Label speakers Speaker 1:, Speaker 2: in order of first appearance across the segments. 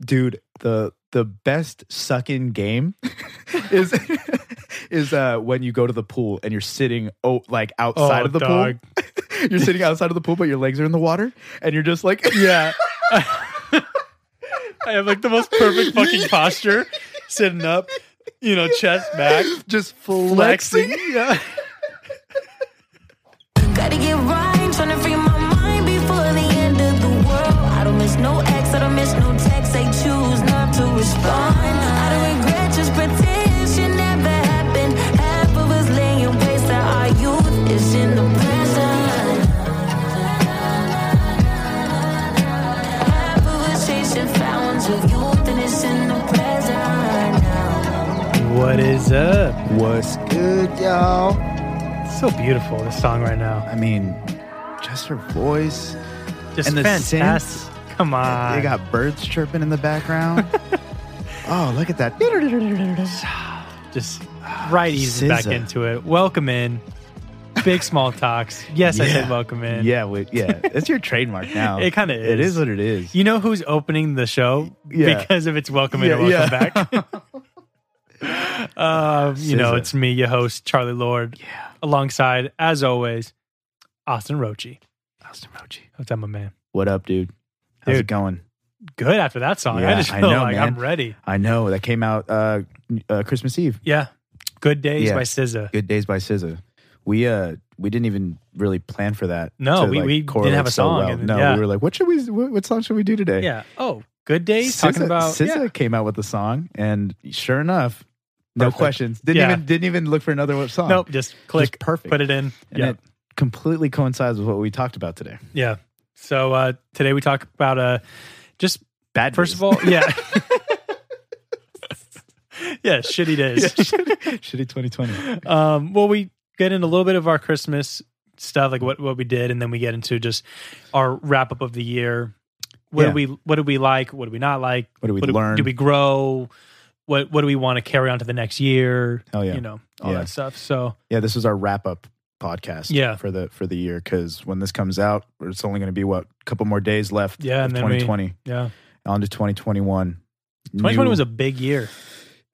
Speaker 1: dude the the best sucking game is is uh when you go to the pool and you're sitting oh like outside
Speaker 2: Oh,
Speaker 1: of the
Speaker 2: dog.
Speaker 1: pool you're sitting outside of the pool but your legs are in the water and you're just like
Speaker 2: Yeah. I have like the most perfect fucking posture, sitting up, you know, chest back,
Speaker 1: just
Speaker 2: flexing.
Speaker 1: flexing.
Speaker 2: Yeah.
Speaker 3: Gotta get right, tryna free my mind before the end of the world. I don't miss no ex, I don't miss no text. I choose not to respond. I don't regret, just pretend shit never happened. Half of us laying waste to our youth is in the present. Half of us chasing fountains of youth and it's in the present now.
Speaker 2: What is up?
Speaker 1: what's good y'all
Speaker 2: So beautiful this song right now.
Speaker 1: i mean just her voice
Speaker 2: Just
Speaker 1: And the
Speaker 2: fantastic. Come on.
Speaker 1: they got birds chirping in the background oh look at that
Speaker 2: just right easing back
Speaker 1: SZA.
Speaker 2: into it. Welcome in. Big small talks. Yes, I
Speaker 1: Yeah.
Speaker 2: said welcome in.
Speaker 1: yeah wait, yeah it's your trademark now
Speaker 2: It kinda
Speaker 1: it
Speaker 2: is.
Speaker 1: is what it is
Speaker 2: You know who's opening the show
Speaker 1: Yeah.
Speaker 2: because of its welcome in
Speaker 1: Yeah,
Speaker 2: and welcome
Speaker 1: yeah.
Speaker 2: back. um, you know,
Speaker 1: SZA.
Speaker 2: it's me, your host, Charlie Lord,
Speaker 1: yeah
Speaker 2: alongside, as always, Austin Rochi.
Speaker 1: austin rochi
Speaker 2: What's up, my man?
Speaker 1: what up dude how's it
Speaker 2: Dude.
Speaker 1: going
Speaker 2: Good after that song. I
Speaker 1: Yeah,
Speaker 2: just
Speaker 1: I
Speaker 2: feel
Speaker 1: know,
Speaker 2: like
Speaker 1: man.
Speaker 2: I'm ready.
Speaker 1: I know that came out uh, uh Christmas Eve.
Speaker 2: Yeah. Good Days
Speaker 1: Yeah.
Speaker 2: by SZA.
Speaker 1: Good Days by SZA. We uh we didn't even really plan for that.
Speaker 2: No,
Speaker 1: to,
Speaker 2: we-
Speaker 1: like,
Speaker 2: we didn't
Speaker 1: correlate
Speaker 2: have a
Speaker 1: so
Speaker 2: song
Speaker 1: well.
Speaker 2: and then-
Speaker 1: no,
Speaker 2: yeah.
Speaker 1: we were like, what should we? What, what song should we do today?
Speaker 2: Yeah. Oh, Good Days talking
Speaker 1: SZA-
Speaker 2: about.
Speaker 1: SZA
Speaker 2: yeah.
Speaker 1: came out with a song, and sure enough, no
Speaker 2: Perfect.
Speaker 1: questions. Didn't
Speaker 2: Yeah.
Speaker 1: even didn't even look for another song.
Speaker 2: Nope. Just click.
Speaker 1: Just perfect.
Speaker 2: Put it in.
Speaker 1: And it completely coincides with what we talked about today.
Speaker 2: Yeah. So uh, today we talk about uh, just
Speaker 1: Bad.
Speaker 2: first
Speaker 1: days.
Speaker 2: of all, yeah, yeah, shitty
Speaker 1: Yeah,
Speaker 2: days.
Speaker 1: shitty, shitty 2020.
Speaker 2: Um, well, we get into a little bit of our Christmas stuff, like what what we did, and then we get into just our wrap up of the year. What
Speaker 1: Yeah.
Speaker 2: do we what do we like? What do we not like?
Speaker 1: What do we
Speaker 2: what do,
Speaker 1: learn?
Speaker 2: do we grow? What what do we want to carry on to the next year?
Speaker 1: Hell yeah.
Speaker 2: You know all
Speaker 1: Yeah.
Speaker 2: that stuff. So
Speaker 1: Yeah, this is our wrap up podcast.
Speaker 2: Yeah.
Speaker 1: for the for the year because when this comes out, it's only going to be what a couple more days left.
Speaker 2: Yeah,
Speaker 1: of
Speaker 2: and then we-
Speaker 1: 2020
Speaker 2: yeah,
Speaker 1: on to 2021.
Speaker 2: 2020 was a big year.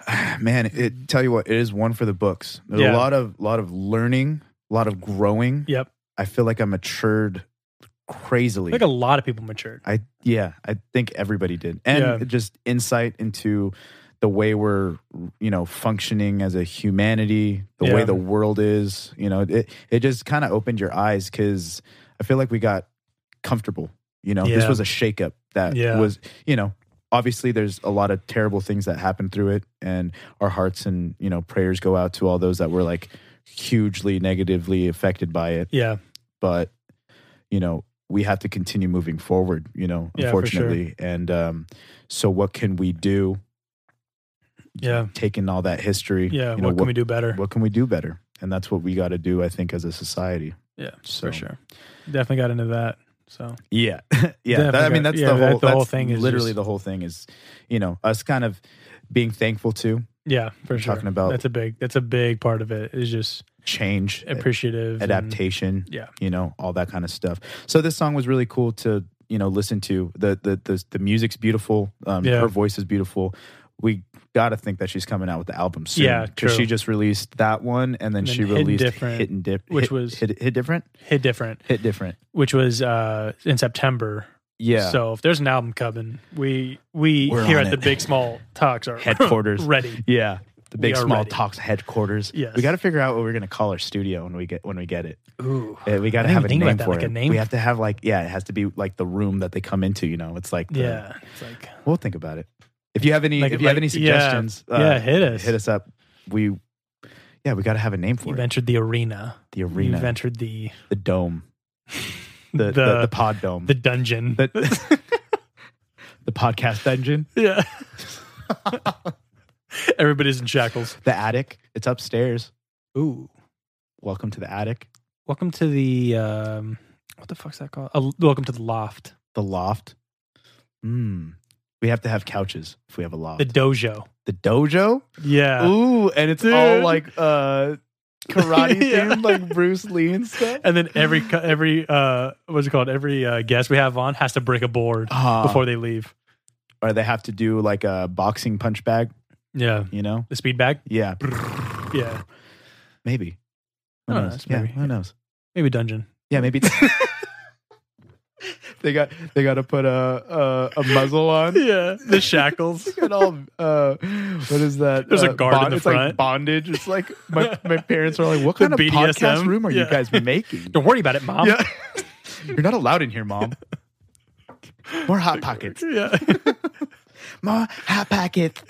Speaker 1: man. It tell you what, it is one for the books. There's
Speaker 2: Yeah.
Speaker 1: a lot of lot of learning, a lot of growing.
Speaker 2: Yep,
Speaker 1: I feel like I matured
Speaker 2: I
Speaker 1: crazily.
Speaker 2: think a lot of people matured.
Speaker 1: I yeah, I think everybody did, and
Speaker 2: Yeah.
Speaker 1: just insight into the way we're you know functioning as a humanity, the
Speaker 2: Yeah.
Speaker 1: way the world is. You know, it it just kind of opened your eyes because I feel like we got comfortable. You know, this
Speaker 2: Yeah.
Speaker 1: was a shakeup that
Speaker 2: Yeah.
Speaker 1: was you know obviously there's a lot of terrible things that happened through it, and our hearts and you know prayers go out to all those that were like hugely negatively affected by it
Speaker 2: Yeah,
Speaker 1: but you know we have to continue moving forward you know
Speaker 2: Yeah, for sure.
Speaker 1: unfortunately and um so what can we do
Speaker 2: yeah,
Speaker 1: taking all that history
Speaker 2: yeah.
Speaker 1: you
Speaker 2: What,
Speaker 1: know,
Speaker 2: can we do better?
Speaker 1: what can we do better and that's what we got to do i think as a society
Speaker 2: Yeah,
Speaker 1: So-
Speaker 2: for sure. Definitely got into that. So
Speaker 1: yeah yeah that, i
Speaker 2: Definitely
Speaker 1: mean
Speaker 2: got-
Speaker 1: that's
Speaker 2: yeah,
Speaker 1: the
Speaker 2: that-
Speaker 1: whole
Speaker 2: the whole
Speaker 1: that's
Speaker 2: thing is
Speaker 1: literally
Speaker 2: just-
Speaker 1: the whole thing is you know us kind of being thankful to
Speaker 2: yeah, for
Speaker 1: We're
Speaker 2: sure.
Speaker 1: talking about-
Speaker 2: that's a big that's a big part of it is just
Speaker 1: change
Speaker 2: appreciative and-
Speaker 1: adaptation
Speaker 2: yeah.
Speaker 1: you know all that kind of stuff so this song was really cool to you know listen to the the the, the music's beautiful um
Speaker 2: Yeah.
Speaker 1: her voice is beautiful we gotta think that she's coming out with the album soon
Speaker 2: Yeah,
Speaker 1: 'cause she
Speaker 2: true.
Speaker 1: just released that one and then
Speaker 2: And
Speaker 1: she
Speaker 2: then Hit
Speaker 1: released
Speaker 2: Different,
Speaker 1: hit and dip
Speaker 2: which
Speaker 1: Hit-
Speaker 2: was-
Speaker 1: hit, hit different
Speaker 2: Hit different,
Speaker 1: hit different
Speaker 2: which was uh in September.
Speaker 1: yeah
Speaker 2: So if there's an album coming, we we
Speaker 1: We're
Speaker 2: here
Speaker 1: on
Speaker 2: at the
Speaker 1: it.
Speaker 2: Big Small Talks are
Speaker 1: Headquarters.
Speaker 2: ready.
Speaker 1: yeah the
Speaker 2: We
Speaker 1: big
Speaker 2: are
Speaker 1: small
Speaker 2: ready.
Speaker 1: talks headquarters
Speaker 2: Yes.
Speaker 1: we gotta figure out what we're gonna call our studio when we get when we get it
Speaker 2: Ooh,
Speaker 1: Uh, we gotta have
Speaker 2: I didn't
Speaker 1: a
Speaker 2: even think
Speaker 1: name
Speaker 2: about that,
Speaker 1: for
Speaker 2: like
Speaker 1: it
Speaker 2: a name.
Speaker 1: we have to have like yeah it has to be like the room that they come into you know it's like the,
Speaker 2: yeah. It's like
Speaker 1: We'll think about it. If you have any,
Speaker 2: Like-
Speaker 1: if you have
Speaker 2: like-
Speaker 1: any
Speaker 2: yeah.
Speaker 1: suggestions, uh,
Speaker 2: Yeah, hit us.
Speaker 1: hit us up. We, yeah, we got to have a name for
Speaker 2: you've
Speaker 1: it.
Speaker 2: entered the arena. Mm-hmm.
Speaker 1: The
Speaker 2: You've
Speaker 1: arena,
Speaker 2: entered the
Speaker 1: the dome, the
Speaker 2: the
Speaker 1: the,
Speaker 2: the,
Speaker 1: the, pod dome,
Speaker 2: dungeon.
Speaker 1: the, the podcast dungeon,
Speaker 2: yeah. Everybody's in shackles.
Speaker 1: the attic. It's upstairs.
Speaker 2: Ooh.
Speaker 1: Welcome to the attic,
Speaker 2: Welcome to the um, what the fuck's that called? Uh, welcome to the loft,
Speaker 1: the loft. Hmm. We have to have couches if we have a loft.
Speaker 2: the
Speaker 1: The,
Speaker 2: dojo.
Speaker 1: dojo.
Speaker 2: Yeah,
Speaker 1: Ooh, and it's all
Speaker 2: Dude.
Speaker 1: like uh, karate
Speaker 2: Yeah.
Speaker 1: themed, like Bruce Lee and stuff.
Speaker 2: and then every cu- every uh, what's it called? Every uh, guest we have on has to break a board
Speaker 1: Ah.
Speaker 2: before they leave.
Speaker 1: or they have to do like a boxing punch bag,
Speaker 2: Yeah.
Speaker 1: you know?
Speaker 2: The speed bag.
Speaker 1: Yeah,
Speaker 2: Yeah.
Speaker 1: maybe. Who
Speaker 2: Oh,
Speaker 1: knows?
Speaker 2: that's
Speaker 1: Yeah,
Speaker 2: maybe-
Speaker 1: who knows?
Speaker 2: Maybe dungeon.
Speaker 1: Yeah, maybe. they got they got to put a a, a muzzle on.
Speaker 2: Yeah. The shackles.
Speaker 1: It's got all, uh, what is that?
Speaker 2: There's a
Speaker 1: Uh,
Speaker 2: guard in the
Speaker 1: it's
Speaker 2: front.
Speaker 1: like bondage. It's like my, my parents are like, "What
Speaker 2: The
Speaker 1: kind of podcast
Speaker 2: BDSM?
Speaker 1: room are you
Speaker 2: Yeah.
Speaker 1: guys making?"
Speaker 2: Don't worry about it, mom.
Speaker 1: Yeah. You're not allowed in here, mom. More hot pockets.
Speaker 2: Yeah.
Speaker 1: More hot pockets.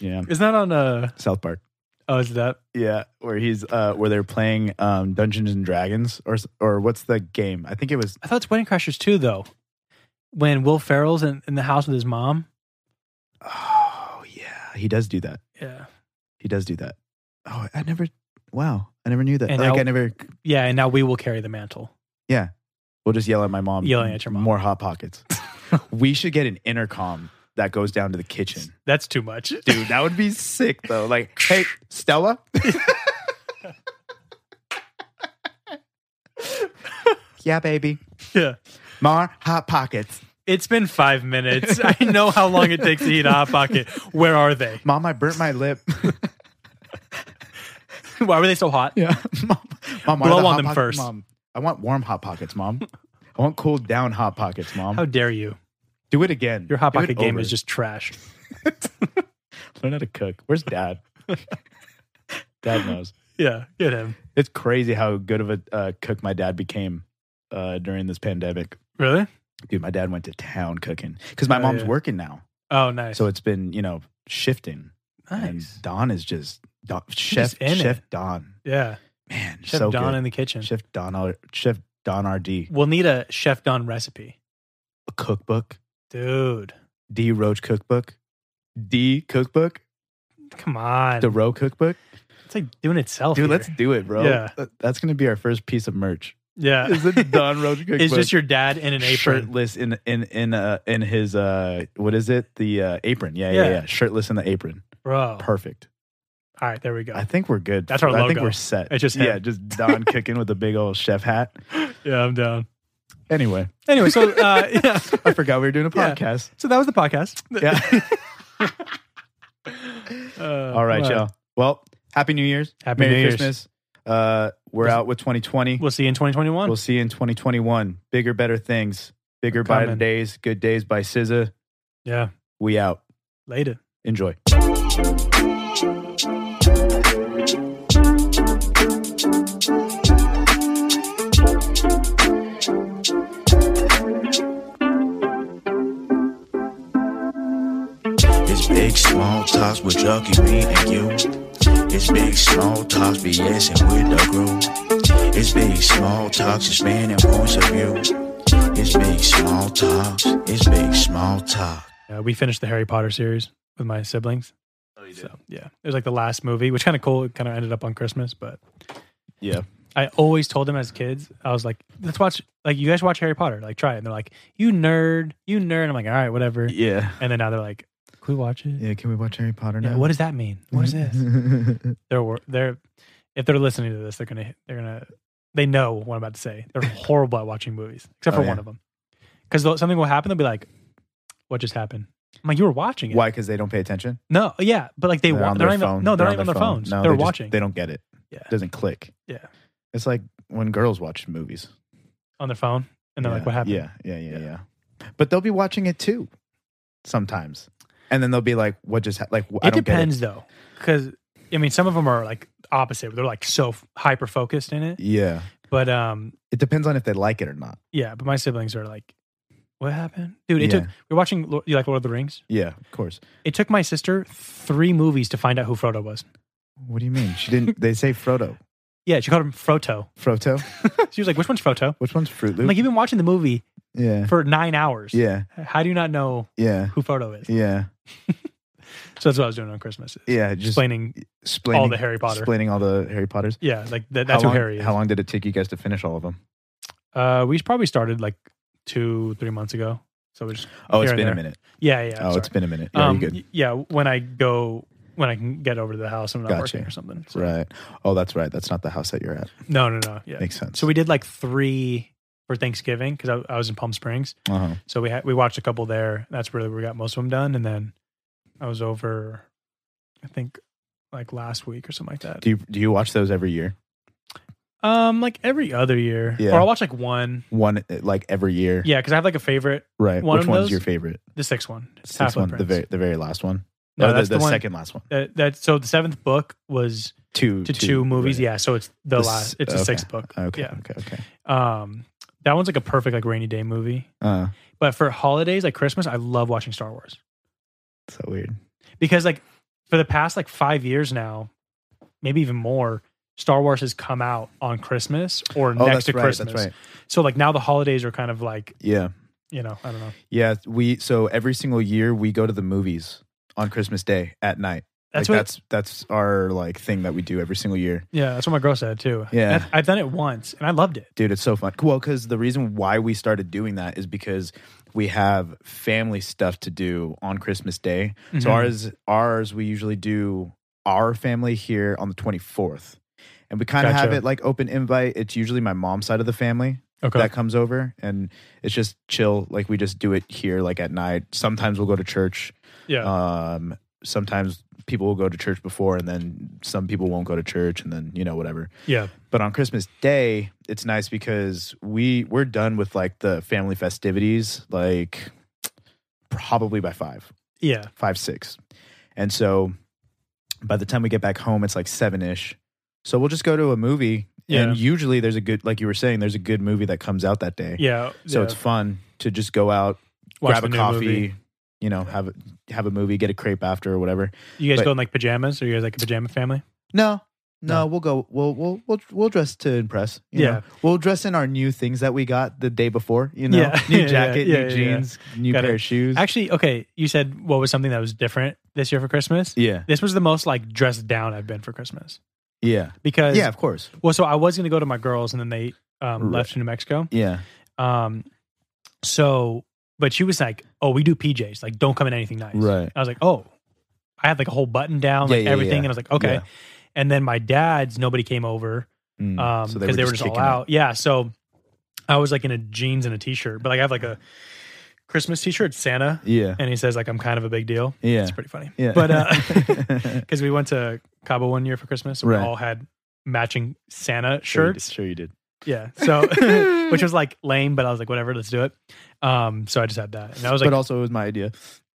Speaker 1: Yeah,
Speaker 2: Isn't that on uh
Speaker 1: South Park.
Speaker 2: oh is that
Speaker 1: Yeah, where he's uh where they're playing um Dungeons and Dragons or s- or what's the game? I think it was
Speaker 2: I thought it's Wedding Crashers too though. When Will Ferrell's in, in the house with his mom.
Speaker 1: Oh, yeah. He does do that.
Speaker 2: Yeah.
Speaker 1: He does do that. Oh, I never wow. I never knew that.
Speaker 2: And
Speaker 1: like
Speaker 2: now-
Speaker 1: I never
Speaker 2: Yeah, and now we will carry the mantle.
Speaker 1: We'll just yell at my mom.
Speaker 2: Yelling at your mom.
Speaker 1: More hot pockets. we should get an intercom that goes down to the kitchen.
Speaker 2: That's too much.
Speaker 1: Dude, that would be sick though. Like, hey, Stella. yeah, baby.
Speaker 2: Yeah.
Speaker 1: More hot pockets.
Speaker 2: It's been five minutes. I know how long it takes to eat a hot pocket. Where are they?
Speaker 1: Mom, I burnt my lip.
Speaker 2: Why were they so hot?
Speaker 1: yeah. Mom, mom are
Speaker 2: Blow
Speaker 1: the
Speaker 2: on
Speaker 1: Hot
Speaker 2: them
Speaker 1: Pock-
Speaker 2: first.
Speaker 1: Mom, I want warm hot pockets, mom. I want cooled down hot pockets, mom.
Speaker 2: How dare you?
Speaker 1: Do it again.
Speaker 2: Your hot
Speaker 1: Do it
Speaker 2: pocket game
Speaker 1: over.
Speaker 2: is just trash.
Speaker 1: learn how to cook. Where's dad? dad knows.
Speaker 2: Yeah, get him.
Speaker 1: It's crazy how good of a uh, cook my dad became uh, during this pandemic.
Speaker 2: Really?
Speaker 1: Dude, my dad went to town cooking because my
Speaker 2: Oh,
Speaker 1: mom's
Speaker 2: yeah.
Speaker 1: working now,
Speaker 2: Oh, nice.
Speaker 1: so it's been you know shifting.
Speaker 2: nice.
Speaker 1: And Don is just Don,
Speaker 2: just
Speaker 1: chef.
Speaker 2: in
Speaker 1: chef Don,
Speaker 2: Yeah.
Speaker 1: man,
Speaker 2: Chef
Speaker 1: so
Speaker 2: Don
Speaker 1: good.
Speaker 2: in the kitchen.
Speaker 1: chef Don, R- Chef Don RD, a
Speaker 2: We'll need a Chef Don recipe.
Speaker 1: cookbook,
Speaker 2: Dude,
Speaker 1: D Roach cookbook, D cookbook,
Speaker 2: come on.
Speaker 1: the Roe cookbook.
Speaker 2: it's like doing itself.
Speaker 1: Dude,
Speaker 2: here.
Speaker 1: let's do it, bro.
Speaker 2: Yeah.
Speaker 1: Th- That's gonna be our first piece of merch.
Speaker 2: Yeah.
Speaker 1: Is it Don Roach cookbook?
Speaker 2: It's just your dad in an apron.
Speaker 1: shirtless in in in uh in his uh what is it the uh apron yeah yeah
Speaker 2: Yeah.
Speaker 1: yeah, shirtless in the apron
Speaker 2: Bro.
Speaker 1: perfect
Speaker 2: All right, there we go.
Speaker 1: i think we're good
Speaker 2: That's our
Speaker 1: i think
Speaker 2: logo.
Speaker 1: we're set
Speaker 2: It's just him.
Speaker 1: yeah just don kicking with the big old chef hat
Speaker 2: Yeah, I'm down.
Speaker 1: anyway
Speaker 2: Anyway, so uh, yeah.
Speaker 1: i forgot we were doing a
Speaker 2: Yeah.
Speaker 1: podcast
Speaker 2: So that was the podcast.
Speaker 1: yeah,
Speaker 2: Uh,
Speaker 1: all right
Speaker 2: well,
Speaker 1: y'all well happy new year's
Speaker 2: Happy
Speaker 1: merry
Speaker 2: New Year's.
Speaker 1: christmas uh we're out with 2020
Speaker 2: We'll see you in 2021.
Speaker 1: we'll see you in 2021 bigger better things bigger
Speaker 2: We're
Speaker 1: by
Speaker 2: coming.
Speaker 1: days good days by SZA.
Speaker 2: yeah.
Speaker 1: we out
Speaker 2: Later.
Speaker 1: enjoy
Speaker 4: It's big small talks with Chucky, me and you. It's big small talks, BS and with the group. It's big small talks, expanding points of view. It's big small talks. It's big small talk.
Speaker 2: Uh, we finished the Harry Potter series with my siblings. Oh, you did? So, yeah. It was like the last movie, which kind of cool. It kind of ended up on Christmas, but
Speaker 1: yeah
Speaker 2: I always told them as kids, I was like, let's watch, like, you guys watch Harry Potter, like, try it. And they're like, you nerd, you nerd. I'm like, all right, whatever.
Speaker 1: yeah
Speaker 2: And then now they're like, can we watch it?
Speaker 1: yeah can we watch harry potter
Speaker 2: Yeah,
Speaker 1: now
Speaker 2: what does that mean? What is this?
Speaker 1: this
Speaker 2: they're, wor- they're, if they're listening to this, they're going to, they're going to, they know what I'm about to say. They're horrible at watching movies, except
Speaker 1: Oh,
Speaker 2: for
Speaker 1: yeah.
Speaker 2: one of them. Because something will happen, they'll be like, what just happened? I'm like, you were watching it.
Speaker 1: Why? Because they don't pay attention.
Speaker 2: No, yeah, but like they
Speaker 1: They're
Speaker 2: wa-
Speaker 1: on
Speaker 2: they're
Speaker 1: their
Speaker 2: not even
Speaker 1: phone.
Speaker 2: no, they're, not
Speaker 1: on
Speaker 2: even on their phones.
Speaker 1: No,
Speaker 2: they're
Speaker 1: they just-
Speaker 2: watching
Speaker 1: They don't get it.
Speaker 2: Yeah.
Speaker 1: It doesn't click.
Speaker 2: Yeah.
Speaker 1: It's like when girls watch movies.
Speaker 2: on their phone, and they're
Speaker 1: yeah.
Speaker 2: like, "What happened?"
Speaker 1: Yeah, yeah, yeah, yeah,
Speaker 2: Yeah.
Speaker 1: But they'll be watching it too, sometimes, and then they'll be like, "What just happened?" Like, I
Speaker 2: it
Speaker 1: don't get
Speaker 2: depends though, because I mean, some of them are like opposite. where They're like so hyper focused in it,
Speaker 1: Yeah,
Speaker 2: but um,
Speaker 1: it depends on if they like it or not.
Speaker 2: yeah. But my siblings are like, "What happened, dude?" It
Speaker 1: Yeah.
Speaker 2: took we are watching Lo- you like Lord of the Rings.
Speaker 1: Yeah, of course.
Speaker 2: It took my sister three movies to find out who Frodo was.
Speaker 1: What do you mean? She didn't. they say Frodo.
Speaker 2: Yeah, she called him Froto.
Speaker 1: Froto.
Speaker 2: She was like, "Which one's Froto?"
Speaker 1: Which one's Fruit
Speaker 2: I'm
Speaker 1: Loop?
Speaker 2: like, "You've been watching the movie
Speaker 1: yeah,
Speaker 2: for nine hours.
Speaker 1: yeah,
Speaker 2: How do you not know
Speaker 1: yeah,
Speaker 2: who Frodo is?"
Speaker 1: yeah,
Speaker 2: So that's what I was doing on Christmas, is
Speaker 1: yeah. Just
Speaker 2: explaining
Speaker 1: explaining
Speaker 2: all the Harry Potter.
Speaker 1: explaining all the Harry Potters.
Speaker 2: Yeah, like that, that's
Speaker 1: how long,
Speaker 2: who Harry is.
Speaker 1: How long did it take you guys to finish all of them?
Speaker 2: Uh, we probably started like two, three months ago. So we just
Speaker 1: Oh, it's
Speaker 2: here and
Speaker 1: been a
Speaker 2: there.
Speaker 1: minute.
Speaker 2: Yeah, yeah.
Speaker 1: oh, it's been a minute. Yeah,
Speaker 2: yeah,
Speaker 1: you're
Speaker 2: um,
Speaker 1: good.
Speaker 2: y- yeah. When I go, when I can get over to the house, I'm not
Speaker 1: Gotcha.
Speaker 2: working or something. So.
Speaker 1: Right. Oh, that's right. That's not the house that you're at.
Speaker 2: No, no, no. Yeah.
Speaker 1: Makes sense.
Speaker 2: So we did like three for Thanksgiving because I, I was in Palm Springs.
Speaker 1: Uh-huh.
Speaker 2: So we had we watched a couple there. That's really where we got most of them done. And then I was over, I think, like last week or something like that.
Speaker 1: Do you do you watch those every year?
Speaker 2: Um, like every other year,
Speaker 1: Yeah.
Speaker 2: or I'll watch like one.
Speaker 1: One like every year,
Speaker 2: Yeah, because I have like a favorite.
Speaker 1: right?
Speaker 2: one
Speaker 1: Which
Speaker 2: of
Speaker 1: one's
Speaker 2: those?
Speaker 1: your favorite?
Speaker 2: The sixth one. It's
Speaker 1: Sixth
Speaker 2: Half-Blood
Speaker 1: one, the
Speaker 2: Prince.
Speaker 1: very the very last one.
Speaker 2: No,
Speaker 1: Or
Speaker 2: that's
Speaker 1: the,
Speaker 2: the, one.
Speaker 1: second last one.
Speaker 2: That, that so the seventh book was
Speaker 1: Two
Speaker 2: to two, movies.
Speaker 1: right.
Speaker 2: Yeah, so it's the,
Speaker 1: The s-
Speaker 2: last. It's the
Speaker 1: okay.
Speaker 2: sixth book.
Speaker 1: Okay.
Speaker 2: Yeah.
Speaker 1: Okay. Okay.
Speaker 2: Um, that one's like a perfect like rainy day movie.
Speaker 1: Uh,
Speaker 2: But for holidays like Christmas, I love watching Star Wars
Speaker 1: so weird.
Speaker 2: because like for the past like five years now, maybe even more, Star Wars has come out on Christmas or
Speaker 1: Oh,
Speaker 2: next
Speaker 1: that's
Speaker 2: to
Speaker 1: right.
Speaker 2: Christmas.
Speaker 1: That's right.
Speaker 2: So like now the holidays are kind of like
Speaker 1: Yeah.
Speaker 2: you know I don't know.
Speaker 1: Yeah. We so every single year we go to the movies on Christmas Day at night.
Speaker 2: That's
Speaker 1: like
Speaker 2: what
Speaker 1: that's that's our like thing that we do every single year.
Speaker 2: yeah that's what my girl said too.
Speaker 1: Yeah.
Speaker 2: And I've, I've done it once and I loved it.
Speaker 1: Dude, it's so fun. Well, because the reason why we started doing that is because we have family stuff to do on Christmas Day.
Speaker 2: Mhm.
Speaker 1: So ours, ours, we usually do our family here on the twenty fourth, and we kind of have
Speaker 2: Gotcha.
Speaker 1: it like open invite. It's usually my mom's side of the family
Speaker 2: Okay.
Speaker 1: that comes over, and it's just chill. Like we just do it here, like at night. Sometimes we'll go to church.
Speaker 2: yeah.
Speaker 1: Um, sometimes people will go to church before, and then some people won't go to church, and then you know whatever.
Speaker 2: yeah.
Speaker 1: But on Christmas Day, it's nice because we we're done with like the family festivities, like probably by five,
Speaker 2: Yeah.
Speaker 1: five, six. And so by the time we get back home, it's like seven ish. So we'll just go to a movie.
Speaker 2: Yeah.
Speaker 1: And usually there's a good like you were saying, there's a good movie that comes out that day.
Speaker 2: Yeah.
Speaker 1: So
Speaker 2: yeah.
Speaker 1: it's fun to just go out,
Speaker 2: Watch the
Speaker 1: grab a
Speaker 2: new
Speaker 1: coffee,
Speaker 2: movie.
Speaker 1: you know, have a have a movie, get a crepe after or whatever.
Speaker 2: You guys
Speaker 1: But-
Speaker 2: go in like pajamas? Are you guys like a pajama family?
Speaker 1: No. No,
Speaker 2: No.
Speaker 1: we'll go. We'll we'll we'll we'll dress to impress. You
Speaker 2: Yeah.
Speaker 1: know? we'll dress in our new things that we got the day before. You know,
Speaker 2: Yeah.
Speaker 1: new
Speaker 2: Yeah,
Speaker 1: jacket,
Speaker 2: yeah,
Speaker 1: new
Speaker 2: yeah, yeah.
Speaker 1: jeans, new
Speaker 2: Got
Speaker 1: pair
Speaker 2: it.
Speaker 1: of shoes.
Speaker 2: Actually, okay. You said what was something that was different this year for Christmas?
Speaker 1: yeah,
Speaker 2: This was the most like dressed down I've been for Christmas
Speaker 1: yeah,
Speaker 2: because
Speaker 1: yeah. Of course,
Speaker 2: Well, so I was gonna go to my girls and then they um,
Speaker 1: Right.
Speaker 2: left to New Mexico.
Speaker 1: yeah.
Speaker 2: Um, so but she was like, "Oh, we do PJs. Like, don't come in anything nice."
Speaker 1: Right.
Speaker 2: I was like, "Oh." I had like a whole button down,
Speaker 1: Yeah,
Speaker 2: like
Speaker 1: yeah,
Speaker 2: everything,
Speaker 1: yeah.
Speaker 2: and I was like, "Okay."
Speaker 1: Yeah.
Speaker 2: And then my dad's nobody came over.
Speaker 1: Mm.
Speaker 2: um because they, were just, all
Speaker 1: kicking it.
Speaker 2: out. Yeah, so I was like in a jeans and a t-shirt, but like I have like a Christmas t-shirt it's Santa,
Speaker 1: Yeah,
Speaker 2: and he says like I'm kind of a big deal.
Speaker 1: yeah,
Speaker 2: It's pretty funny.
Speaker 1: yeah.
Speaker 2: But uh because we went to Cabo one year for Christmas, and
Speaker 1: Right.
Speaker 2: we all had matching Santa
Speaker 1: Sure you did-
Speaker 2: shirts.
Speaker 1: Sure, you did.
Speaker 2: Yeah, so which was like lame, but I was like whatever, let's do it. Um, so I just had that, and I was like,
Speaker 1: but also, it was my idea.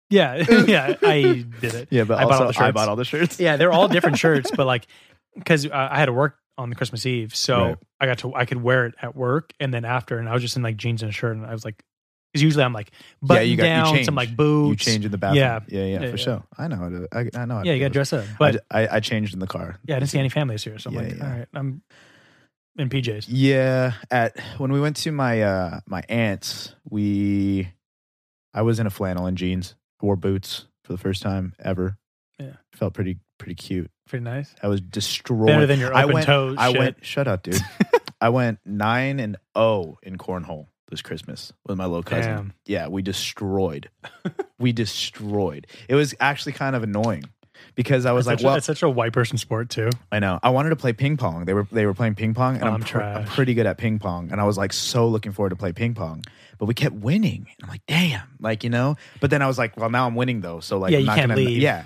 Speaker 2: yeah, yeah, I did it.
Speaker 1: Yeah, but
Speaker 2: I bought all
Speaker 1: also,
Speaker 2: the
Speaker 1: I
Speaker 2: shirts.
Speaker 1: bought all the shirts.
Speaker 2: Yeah, they're all different shirts, but like because I I had to work on the Christmas Eve, so
Speaker 1: Right.
Speaker 2: I got to I could wear it at work, and then after, and I was just in like jeans and a shirt, and I was like, because usually I'm like
Speaker 1: Yeah,
Speaker 2: button
Speaker 1: you got- you
Speaker 2: down,
Speaker 1: change.
Speaker 2: some like
Speaker 1: You
Speaker 2: boots.
Speaker 1: change in the bathroom.
Speaker 2: Yeah.
Speaker 1: yeah, yeah,
Speaker 2: Yeah,
Speaker 1: for
Speaker 2: yeah.
Speaker 1: sure. I know how to. I, I know how. to
Speaker 2: yeah, you got to
Speaker 1: do this.
Speaker 2: dress up,
Speaker 1: I
Speaker 2: but
Speaker 1: d- I, I changed in the car.
Speaker 2: yeah, I didn't see any families here, so I'm
Speaker 1: Yeah,
Speaker 2: like,
Speaker 1: yeah.
Speaker 2: all right, I'm in PJs.
Speaker 1: Yeah, at when we went to my uh my aunt's, we I was in a flannel and jeans, wore boots for the first time ever.
Speaker 2: Yeah.
Speaker 1: Felt pretty pretty cute.
Speaker 2: Pretty nice.
Speaker 1: I was destroyed.
Speaker 2: Better than your
Speaker 1: I
Speaker 2: open
Speaker 1: went
Speaker 2: toe
Speaker 1: I
Speaker 2: shit.
Speaker 1: went shut up, dude. I went 9 and 0 in cornhole this Christmas with my little cousin.
Speaker 2: Damn.
Speaker 1: Yeah, we destroyed. we destroyed. It was actually kind of annoying because I was like,
Speaker 2: That's such a,
Speaker 1: well,
Speaker 2: that's such a white person sport too.
Speaker 1: I know. I wanted to play ping pong. They were they were playing ping pong, and
Speaker 2: Oh,
Speaker 1: I'm,
Speaker 2: I'm
Speaker 1: pre- I'm
Speaker 2: trash.
Speaker 1: pretty good at ping pong, and I was like so looking forward to play ping pong. But we kept winning, and I'm like, damn, like you know. But then I was like, well, now I'm winning though, so like,
Speaker 2: Yeah,
Speaker 1: I'm
Speaker 2: you
Speaker 1: not
Speaker 2: can't
Speaker 1: gonna,
Speaker 2: leave.
Speaker 1: Yeah,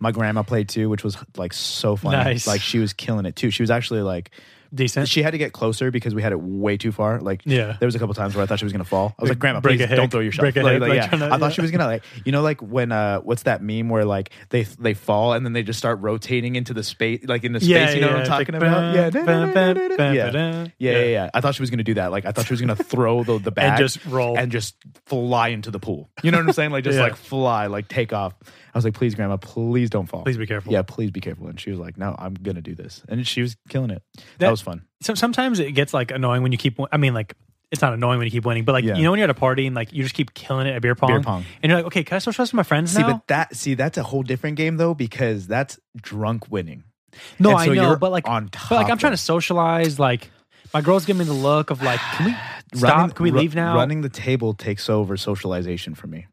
Speaker 1: my grandma played too, which was like so funny.
Speaker 2: Nice.
Speaker 1: Like she was killing it too. She was actually like,
Speaker 2: Decent.
Speaker 1: she had to get closer because we had it way too far. Like,
Speaker 2: Yeah.
Speaker 1: there was a couple times where I thought she was gonna fall. I was like, Grandma,
Speaker 2: Break
Speaker 1: please
Speaker 2: a hip,
Speaker 1: don't throw your shot.
Speaker 2: break a
Speaker 1: Like-
Speaker 2: hip,
Speaker 1: like,
Speaker 2: like
Speaker 1: yeah.
Speaker 2: tryna-
Speaker 1: I thought
Speaker 2: yeah.
Speaker 1: she was gonna like, you know, like when uh, what's that meme where like they they fall and then they just start rotating into the space, like in the space. you know what I'm
Speaker 2: it's
Speaker 1: talking
Speaker 2: like,
Speaker 1: about? Yeah,
Speaker 2: bam,
Speaker 1: da- da- da-
Speaker 2: bam,
Speaker 1: da- da-
Speaker 2: bam,
Speaker 1: yeah.
Speaker 2: ba-dam.
Speaker 1: Yeah, yeah, yeah. I thought she was gonna do that. Like I thought she was gonna throw the the bag
Speaker 2: just roll.
Speaker 1: and just fly into the pool. You know what I'm saying? Like just
Speaker 2: Yeah.
Speaker 1: like fly, like take off. I was like, please, Grandma, please don't fall.
Speaker 2: Please be careful.
Speaker 1: Yeah, please be careful. And she was like, no, I'm gonna do this. And she was killing it. That,
Speaker 2: That-
Speaker 1: was fun.
Speaker 2: so sometimes it gets like annoying when you keep. win- I mean, like it's not annoying when you keep winning, but like
Speaker 1: Yeah.
Speaker 2: you know when you're at a party and like you just keep killing it at beer pong,
Speaker 1: Beer pong.
Speaker 2: and you're like, okay, can I still trust my friends
Speaker 1: See,
Speaker 2: now?
Speaker 1: but that see, that's a whole different game though because that's drunk winning.
Speaker 2: no,
Speaker 1: and
Speaker 2: I
Speaker 1: so
Speaker 2: know,
Speaker 1: you're
Speaker 2: but like,
Speaker 1: on
Speaker 2: but like
Speaker 1: top
Speaker 2: I'm trying to
Speaker 1: of-
Speaker 2: socialize. Like my girls give me the look of like, can we stop?
Speaker 1: Running-
Speaker 2: can we
Speaker 1: ru-
Speaker 2: leave now?
Speaker 1: Running the table takes over socialization for me.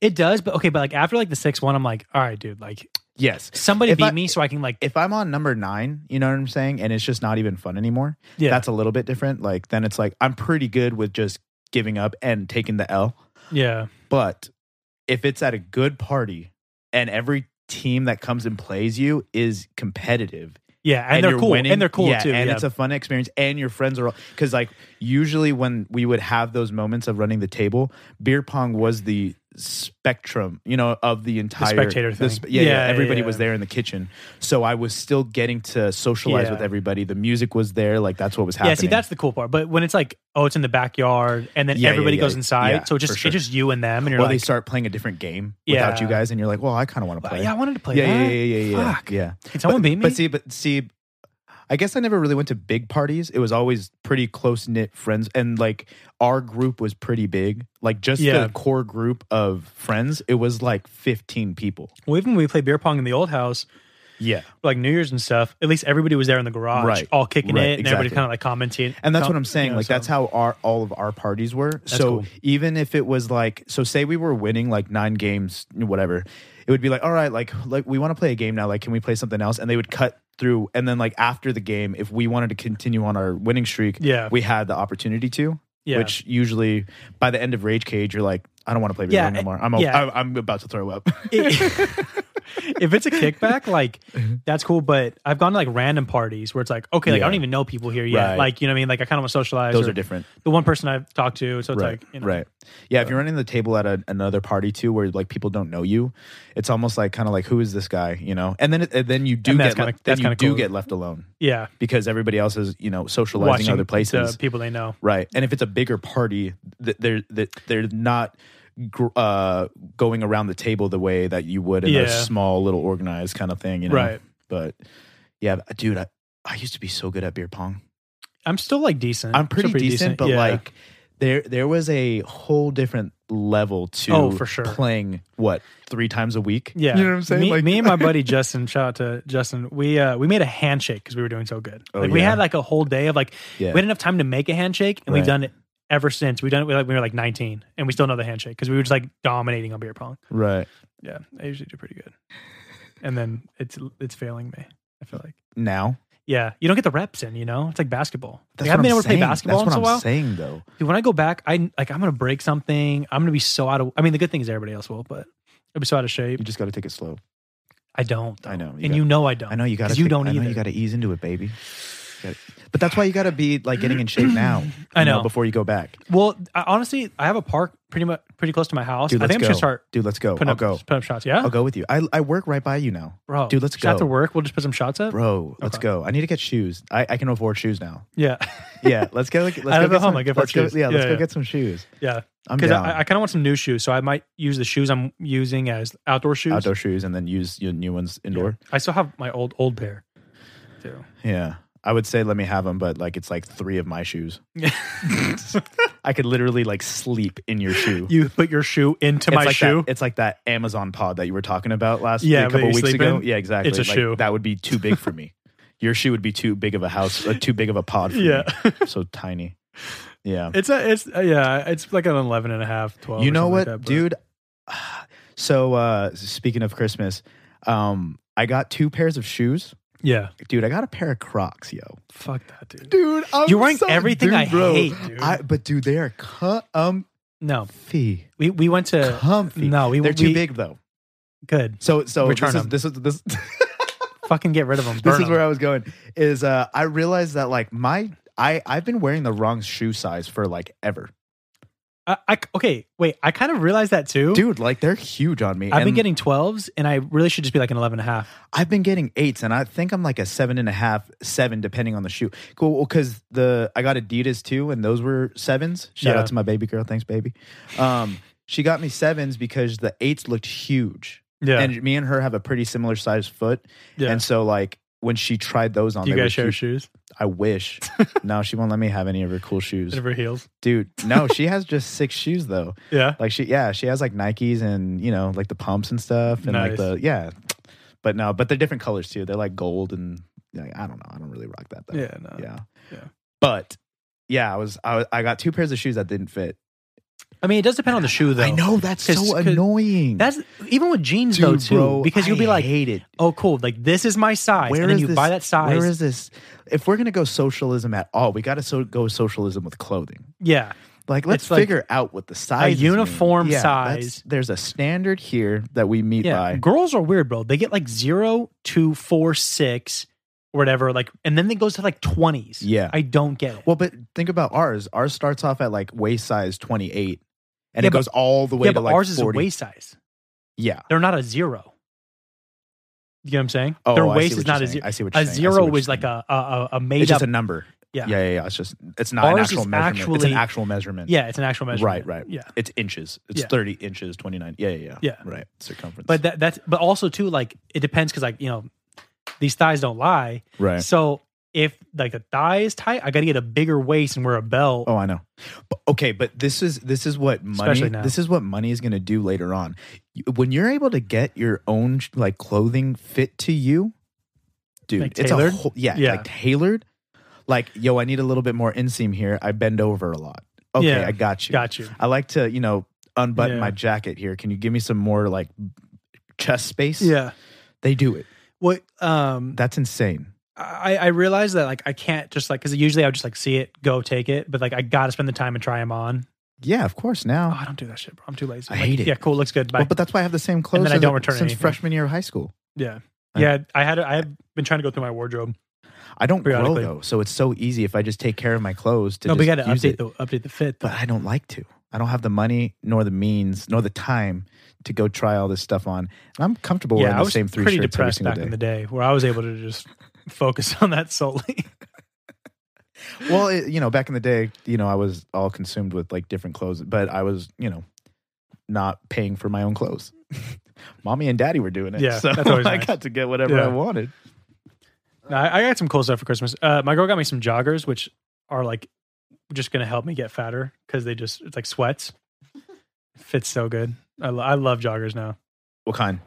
Speaker 2: It does, but okay, but like after like the sixth one, I'm like, all right, dude, like
Speaker 1: yes.
Speaker 2: Somebody
Speaker 1: If
Speaker 2: beat
Speaker 1: I-
Speaker 2: me so I can like
Speaker 1: If I'm on number nine, you know what I'm saying, and it's just not even fun anymore.
Speaker 2: yeah.
Speaker 1: That's a little bit different. Like then it's like I'm pretty good with just giving up and taking the L.
Speaker 2: yeah.
Speaker 1: But if it's at a good party and every team that comes and plays you is competitive
Speaker 2: Yeah, and, they're
Speaker 1: you're
Speaker 2: cool.
Speaker 1: winning,
Speaker 2: And they're cool
Speaker 1: yeah,
Speaker 2: too.
Speaker 1: And
Speaker 2: yeah.
Speaker 1: it's a fun experience. And your friends are all because like usually when we would have those moments of running the table, beer pong was the spectrum, you know, of the entire
Speaker 2: spectator
Speaker 1: the
Speaker 2: thing.
Speaker 1: sp- yeah, yeah,
Speaker 2: Yeah,
Speaker 1: everybody
Speaker 2: yeah.
Speaker 1: was there in the kitchen, so I was still getting to socialize
Speaker 2: Yeah.
Speaker 1: with everybody. The music was there, like that's what was happening.
Speaker 2: yeah, see that's the cool part. But when it's like, oh, it's in the backyard and then
Speaker 1: Yeah, yeah,
Speaker 2: everybody
Speaker 1: yeah.
Speaker 2: goes inside.
Speaker 1: Yeah,
Speaker 2: so it's
Speaker 1: for
Speaker 2: just
Speaker 1: sure.
Speaker 2: it's just you and them and you're
Speaker 1: well, they
Speaker 2: like
Speaker 1: start playing a different game without you
Speaker 2: Yeah.
Speaker 1: guys, and you're like, well, I kind of want to
Speaker 2: "Well,
Speaker 1: play.
Speaker 2: yeah, I wanted to play
Speaker 1: yeah,
Speaker 2: that.
Speaker 1: yeah, yeah, yeah, yeah,
Speaker 2: "Ah, Fuck.
Speaker 1: yeah.
Speaker 2: Can someone
Speaker 1: but,
Speaker 2: beat me?
Speaker 1: But see, but see, I guess I never really went to big parties. It was always pretty close knit friends, and like our group was pretty big. Like just
Speaker 2: Yeah.
Speaker 1: the core group of friends, it was like fifteen people.
Speaker 2: well, even when we played beer pong in the old house,
Speaker 1: Yeah,
Speaker 2: like New Year's and stuff, at least everybody was there in the garage,
Speaker 1: Right.
Speaker 2: all kicking
Speaker 1: Right,
Speaker 2: it, and everybody
Speaker 1: exactly.
Speaker 2: kind of like commenting.
Speaker 1: and that's
Speaker 2: com-
Speaker 1: what I'm saying.
Speaker 2: you know,
Speaker 1: like
Speaker 2: so-
Speaker 1: that's how our all of our parties were. so
Speaker 2: cool.
Speaker 1: even if it was like, so say we were winning like nine games, whatever, it would be like, all right, like like we want to play a game now. Like, can we play something else? And they would cut through, and then like after the game, if we wanted to continue on our winning streak,
Speaker 2: Yeah.
Speaker 1: we had the opportunity to.
Speaker 2: yeah.
Speaker 1: which usually by the end of Rage Cage, you're like, I don't want to play video
Speaker 2: Yeah, eh,
Speaker 1: game anymore. I'm,
Speaker 2: yeah.
Speaker 1: I, am about to throw up.
Speaker 2: if it's a kickback, like that's cool. But I've gone to like random parties where it's like, okay, like I don't
Speaker 1: Yeah.
Speaker 2: even know people here yet.
Speaker 1: Right.
Speaker 2: Like, you know what I mean? Like I kind of want to socialize.
Speaker 1: Those
Speaker 2: or
Speaker 1: are different,
Speaker 2: The one person I've talked to, so it's
Speaker 1: right?
Speaker 2: like, you know,
Speaker 1: right. Yeah, if you're running the table at a, another party too, where like people don't know you, it's almost like kind of like who is this guy, you know? And then it- and then you do
Speaker 2: And that's
Speaker 1: get le-
Speaker 2: kinda-
Speaker 1: then
Speaker 2: that's
Speaker 1: you
Speaker 2: kinda
Speaker 1: do
Speaker 2: cool.
Speaker 1: get left alone
Speaker 2: yeah,
Speaker 1: because everybody else is you know socializing other places,
Speaker 2: the people they know.
Speaker 1: right? And if it's a bigger party, th- they're th- they're not. gr- Uh, going around the table the way that you would in a
Speaker 2: Yeah.
Speaker 1: small little organized kind of thing, you know?
Speaker 2: Right.
Speaker 1: But yeah, dude, I, I used to be so good at beer pong.
Speaker 2: I'm still like decent.
Speaker 1: I'm
Speaker 2: Still
Speaker 1: pretty, decent, but
Speaker 2: Yeah.
Speaker 1: like there there was a whole different level to
Speaker 2: Oh, for sure.
Speaker 1: playing what three times a week.
Speaker 2: yeah,
Speaker 1: you know what I'm saying.
Speaker 2: Me,
Speaker 1: like
Speaker 2: me and my buddy Justin, shout out to Justin. We uh we made a handshake because we were doing so good.
Speaker 1: Oh,
Speaker 2: like we
Speaker 1: yeah.
Speaker 2: had like a whole day of like
Speaker 1: Yeah.
Speaker 2: we had enough time to make a handshake, and we've
Speaker 1: Right.
Speaker 2: done it ever since. We've done it when, like we were like 19, and we still know the handshake because we were just like dominating on beer pong.
Speaker 1: right
Speaker 2: Yeah, I usually do pretty good, and then it's it's failing me. I feel like
Speaker 1: now.
Speaker 2: yeah, you don't get the reps in. You know, it's like basketball.
Speaker 1: That's
Speaker 2: like,
Speaker 1: what
Speaker 2: I haven't been
Speaker 1: I'm
Speaker 2: able
Speaker 1: saying.
Speaker 2: to play basketball
Speaker 1: That's
Speaker 2: in
Speaker 1: what
Speaker 2: so
Speaker 1: I'm
Speaker 2: while.
Speaker 1: saying, though.
Speaker 2: Dude, when I go back, I like I'm gonna break something. I'm gonna be so out of. I mean, the good thing is everybody else will, but I'll be so out of shape.
Speaker 1: You just got to take it slow.
Speaker 2: I don't.
Speaker 1: I know, you
Speaker 2: and
Speaker 1: got-
Speaker 2: you know I don't.
Speaker 1: I know you got
Speaker 2: 'cause
Speaker 1: to.
Speaker 2: You don't
Speaker 1: I know
Speaker 2: either.
Speaker 1: you got to ease into it, baby. You gotta- But that's why you got to be like getting in shape now.
Speaker 2: I
Speaker 1: you
Speaker 2: know.
Speaker 1: before you go back.
Speaker 2: well, I, honestly, I have a park pretty much pretty close to my house.
Speaker 1: Dude,
Speaker 2: I
Speaker 1: let's
Speaker 2: think I'm
Speaker 1: go.
Speaker 2: just gonna start
Speaker 1: Dude, let's go.
Speaker 2: putting
Speaker 1: I'll
Speaker 2: up
Speaker 1: go.
Speaker 2: putting up shots. Yeah,
Speaker 1: I'll go with you. I I work right by you now.
Speaker 2: bro,
Speaker 1: Dude, let's
Speaker 2: just After
Speaker 1: go.
Speaker 2: work, we'll just put some shots up.
Speaker 1: Bro, let's
Speaker 2: Okay.
Speaker 1: go. I need to get shoes. I, I can afford shoes now.
Speaker 2: Yeah,
Speaker 1: Yeah, let's go. Let's go
Speaker 2: don't know
Speaker 1: get
Speaker 2: how
Speaker 1: some,
Speaker 2: my gift
Speaker 1: let's
Speaker 2: card
Speaker 1: go,
Speaker 2: shoes.
Speaker 1: yeah, let's
Speaker 2: Yeah,
Speaker 1: go
Speaker 2: yeah.
Speaker 1: get some shoes.
Speaker 2: yeah.
Speaker 1: I'm
Speaker 2: Because
Speaker 1: down.
Speaker 2: I, I kind of want some new shoes, so I might use the shoes I'm using as outdoor shoes.
Speaker 1: outdoor shoes and then use your new ones
Speaker 2: Yeah.
Speaker 1: indoor.
Speaker 2: I still have my old old pair. Too.
Speaker 1: Yeah. I would say let me have them, but like it's like three of my shoes. I could literally like sleep in your shoe.
Speaker 2: you put your shoe into
Speaker 1: it's
Speaker 2: my
Speaker 1: like
Speaker 2: shoe.
Speaker 1: That, it's like that Amazon pod that you were talking about last
Speaker 2: Yeah,
Speaker 1: a
Speaker 2: that
Speaker 1: couple
Speaker 2: you
Speaker 1: weeks
Speaker 2: sleep
Speaker 1: ago.
Speaker 2: in?
Speaker 1: Yeah, exactly.
Speaker 2: It's a
Speaker 1: Like,
Speaker 2: shoe.
Speaker 1: That would be too big for me. Your shoe would be too big of a house, uh, too big of a pod for
Speaker 2: Yeah.
Speaker 1: me. So tiny. Yeah.
Speaker 2: It's a, it's uh, yeah, it's like an 11 and a half, 12.
Speaker 1: you
Speaker 2: or
Speaker 1: know
Speaker 2: something
Speaker 1: what
Speaker 2: like that, but-
Speaker 1: dude so uh speaking of christmas um i got two pairs of shoes
Speaker 2: Yeah,
Speaker 1: dude i got a pair of crocs yo
Speaker 2: fuck that, dude.
Speaker 1: dude I'm
Speaker 2: You're wearing everything I hate, dude.
Speaker 1: I, but dude they are comfy
Speaker 2: No, we we went to
Speaker 1: comfy
Speaker 2: Uh, no, we
Speaker 1: they're too
Speaker 2: we-
Speaker 1: big though
Speaker 2: Good,
Speaker 1: so so
Speaker 2: Return
Speaker 1: this is,
Speaker 2: 'em.
Speaker 1: this is this
Speaker 2: fucking get rid of them.
Speaker 1: this is where i was going is uh i realized that like my i i've been wearing the wrong shoe size for like ever
Speaker 2: I, I okay. Wait, I kind of realized that too,
Speaker 1: dude like they're huge on me
Speaker 2: I've been
Speaker 1: And-
Speaker 2: getting 12s, and I really should just be like an 11 and a half.
Speaker 1: I've been getting eights, and I think I'm like a seven and a half, seven, depending on the shoe. Cool, because the I got Adidas too, and those were sevens. Shout
Speaker 2: Yeah.
Speaker 1: out to my baby girl, thanks, baby. Um, she got me sevens because the eights looked huge,
Speaker 2: Yeah,
Speaker 1: and me and her have a pretty similar sized foot,
Speaker 2: yeah.
Speaker 1: and so like when she tried those on,
Speaker 2: Do you
Speaker 1: they
Speaker 2: guys
Speaker 1: were
Speaker 2: share
Speaker 1: huge.
Speaker 2: shoes?
Speaker 1: I wish. no, she won't let me have any of her cool shoes,
Speaker 2: Never heels.
Speaker 1: dude. No, she has just six shoes though.
Speaker 2: Yeah,
Speaker 1: Like she, yeah, she has like Nikes and you know like the pumps and stuff, and like
Speaker 2: Nice.
Speaker 1: the yeah. But no, but they're different colors too. They're like gold and like, I don't know. I don't really rock that though.
Speaker 2: yeah, no.
Speaker 1: yeah,
Speaker 2: yeah.
Speaker 1: But yeah, I was I was, I got two pairs of shoes that didn't fit.
Speaker 2: I mean, it does depend on the shoe, though.
Speaker 1: I know that's
Speaker 2: 'Cause-
Speaker 1: so
Speaker 2: 'cause
Speaker 1: annoying.
Speaker 2: That's even with jeans, though,
Speaker 1: Dude,
Speaker 2: too,
Speaker 1: bro,
Speaker 2: because you'll
Speaker 1: I
Speaker 2: be like,
Speaker 1: hate it.
Speaker 2: "Oh, cool! Like this is my size,"
Speaker 1: Where
Speaker 2: and then
Speaker 1: is
Speaker 2: you
Speaker 1: this,
Speaker 2: buy that size.
Speaker 1: Where is this? If we're gonna go socialism at all, we got to so, go socialism with clothing.
Speaker 2: yeah,
Speaker 1: Like, let's
Speaker 2: It's like
Speaker 1: figure out what the size.
Speaker 2: uniform size.
Speaker 1: There's a standard here that we meet
Speaker 2: yeah.
Speaker 1: by.
Speaker 2: Girls are weird, bro. They get like zero, two, four, six, or whatever. Like, and then it goes to like twenties.
Speaker 1: Yeah.
Speaker 2: I don't get it.
Speaker 1: Well, but think about ours. Ours starts off at like waist size 28, and
Speaker 2: Yeah,
Speaker 1: it
Speaker 2: but-
Speaker 1: goes all the way
Speaker 2: yeah,
Speaker 1: to
Speaker 2: but
Speaker 1: like
Speaker 2: ours
Speaker 1: 40.
Speaker 2: is a waist size.
Speaker 1: Yeah.
Speaker 2: They're not a zero. You get what I'm saying?
Speaker 1: Oh,
Speaker 2: Their
Speaker 1: I see
Speaker 2: waist
Speaker 1: what
Speaker 2: is
Speaker 1: you're
Speaker 2: not a
Speaker 1: saying.
Speaker 2: zero.
Speaker 1: I see what you're
Speaker 2: A
Speaker 1: saying. I see
Speaker 2: zero
Speaker 1: what you're
Speaker 2: is like
Speaker 1: saying.
Speaker 2: a a, a, a made
Speaker 1: It's
Speaker 2: up.
Speaker 1: just a number.
Speaker 2: yeah.
Speaker 1: yeah, yeah, yeah. It's just it's not
Speaker 2: Ours
Speaker 1: an
Speaker 2: is
Speaker 1: actual measurement. it's an
Speaker 2: actually-
Speaker 1: actual measurement.
Speaker 2: yeah, it's an actual
Speaker 1: Right,
Speaker 2: measurement.
Speaker 1: right.
Speaker 2: Yeah.
Speaker 1: It's inches. It's
Speaker 2: Yeah.
Speaker 1: 30 inches, 29. Yeah, yeah, yeah.
Speaker 2: Yeah.
Speaker 1: Right. Circumference.
Speaker 2: But that that's but also too like it depends because like you know these thighs don't lie.
Speaker 1: right.
Speaker 2: So if like the thigh is tight, I got to get a bigger waist and wear a belt.
Speaker 1: Oh, I know. But, okay, but this is this is what money
Speaker 2: Especially now.
Speaker 1: this is what money is going to do later on. You- When you're able to get your own like clothing fit to you, dude,
Speaker 2: Like
Speaker 1: it's
Speaker 2: tailored?
Speaker 1: a whole, yeah,
Speaker 2: Yeah.
Speaker 1: like tailored. Like, yo, I need a little bit more inseam here. I bend over a lot. Okay,
Speaker 2: Yeah.
Speaker 1: I got you.
Speaker 2: Got you.
Speaker 1: I like to, you know, unbutton
Speaker 2: Yeah.
Speaker 1: my jacket here. Can you give me some more like chest space?
Speaker 2: Yeah.
Speaker 1: They do it.
Speaker 2: What um
Speaker 1: That's insane.
Speaker 2: I I realized that like I can't just like because usually I would just like see it go take it, but like I got to spend the time and try them on.
Speaker 1: Yeah, of course. Now,
Speaker 2: Oh, I don't do that shit, bro. I'm too lazy.
Speaker 1: I
Speaker 2: Like,
Speaker 1: hate it.
Speaker 2: Yeah, cool. Looks good. Bye.
Speaker 1: Well, but that's why I have the same clothes.
Speaker 2: then I
Speaker 1: as
Speaker 2: don't
Speaker 1: a-
Speaker 2: return
Speaker 1: since
Speaker 2: anything.
Speaker 1: freshman year of high school.
Speaker 2: yeah.
Speaker 1: I-
Speaker 2: Yeah, I had I have been trying to go through my wardrobe.
Speaker 1: I don't grow
Speaker 2: Periodically.
Speaker 1: though, so it's so easy if I just take care of my clothes to.
Speaker 2: No,
Speaker 1: just
Speaker 2: we got to
Speaker 1: use
Speaker 2: update
Speaker 1: it.
Speaker 2: the update the fit.
Speaker 1: But
Speaker 2: Though.
Speaker 1: I don't like to. I don't have the money, nor the means, nor the time to go try all this stuff on. And I'm comfortable
Speaker 2: yeah,
Speaker 1: wearing
Speaker 2: I
Speaker 1: the
Speaker 2: was
Speaker 1: same three
Speaker 2: pretty
Speaker 1: shirts every
Speaker 2: depressed
Speaker 1: single
Speaker 2: back
Speaker 1: day.
Speaker 2: in the day where I was able to just focus on that solely.
Speaker 1: well, it, you know, back in the day, you know, I was all consumed with like different clothes, but I was, you know, not paying for my own clothes. Mommy and daddy were doing it,
Speaker 2: Yeah,
Speaker 1: so
Speaker 2: that's always
Speaker 1: I
Speaker 2: nice.
Speaker 1: got to get whatever
Speaker 2: Yeah.
Speaker 1: I wanted.
Speaker 2: No, I, I got some cool stuff for Christmas. Uh, my girl got me some joggers, which are like just gonna help me get fatter because they just it's like sweats. Fits so good. I, lo- I love joggers now.
Speaker 1: What kind?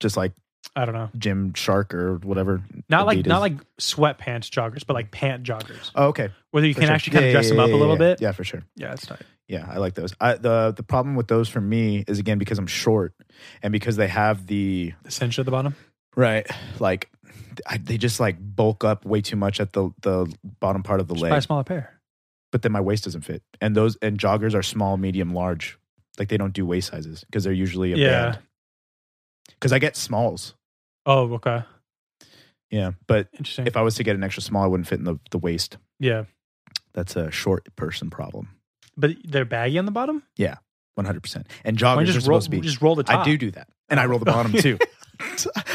Speaker 1: Just like
Speaker 2: I don't know,
Speaker 1: Gym Shark or whatever.
Speaker 2: not like
Speaker 1: Adidas.
Speaker 2: not like sweatpants joggers, but like pant joggers.
Speaker 1: Oh, okay.
Speaker 2: Whether you
Speaker 1: for
Speaker 2: can
Speaker 1: sure.
Speaker 2: actually kind
Speaker 1: Yeah,
Speaker 2: of dress
Speaker 1: yeah,
Speaker 2: them up
Speaker 1: yeah,
Speaker 2: a little
Speaker 1: yeah,
Speaker 2: bit.
Speaker 1: Yeah, for sure.
Speaker 2: Yeah, it's tight.
Speaker 1: Yeah, I like those. I, the The problem with those for me is again because I'm short, and because they have the
Speaker 2: The cinch at the bottom.
Speaker 1: right, like I, they just like bulk up way too much at the the bottom part of the
Speaker 2: Just buy a
Speaker 1: leg.
Speaker 2: smaller pair.
Speaker 1: But then my waist doesn't fit, and those and joggers are small, medium, large. Like they don't do waist sizes because they're usually a
Speaker 2: Yeah.
Speaker 1: band. Because I get smalls.
Speaker 2: Oh, okay.
Speaker 1: Yeah, but
Speaker 2: Interesting.
Speaker 1: if I was to get an extra small, I wouldn't fit in the the waist.
Speaker 2: yeah,
Speaker 1: That's a short person problem.
Speaker 2: but they're baggy on the bottom.
Speaker 1: One hundred percent. And
Speaker 2: Why
Speaker 1: joggers
Speaker 2: don't you
Speaker 1: are
Speaker 2: just roll,
Speaker 1: supposed to be
Speaker 2: just roll the top.
Speaker 1: I do do that, and I roll the bottom too.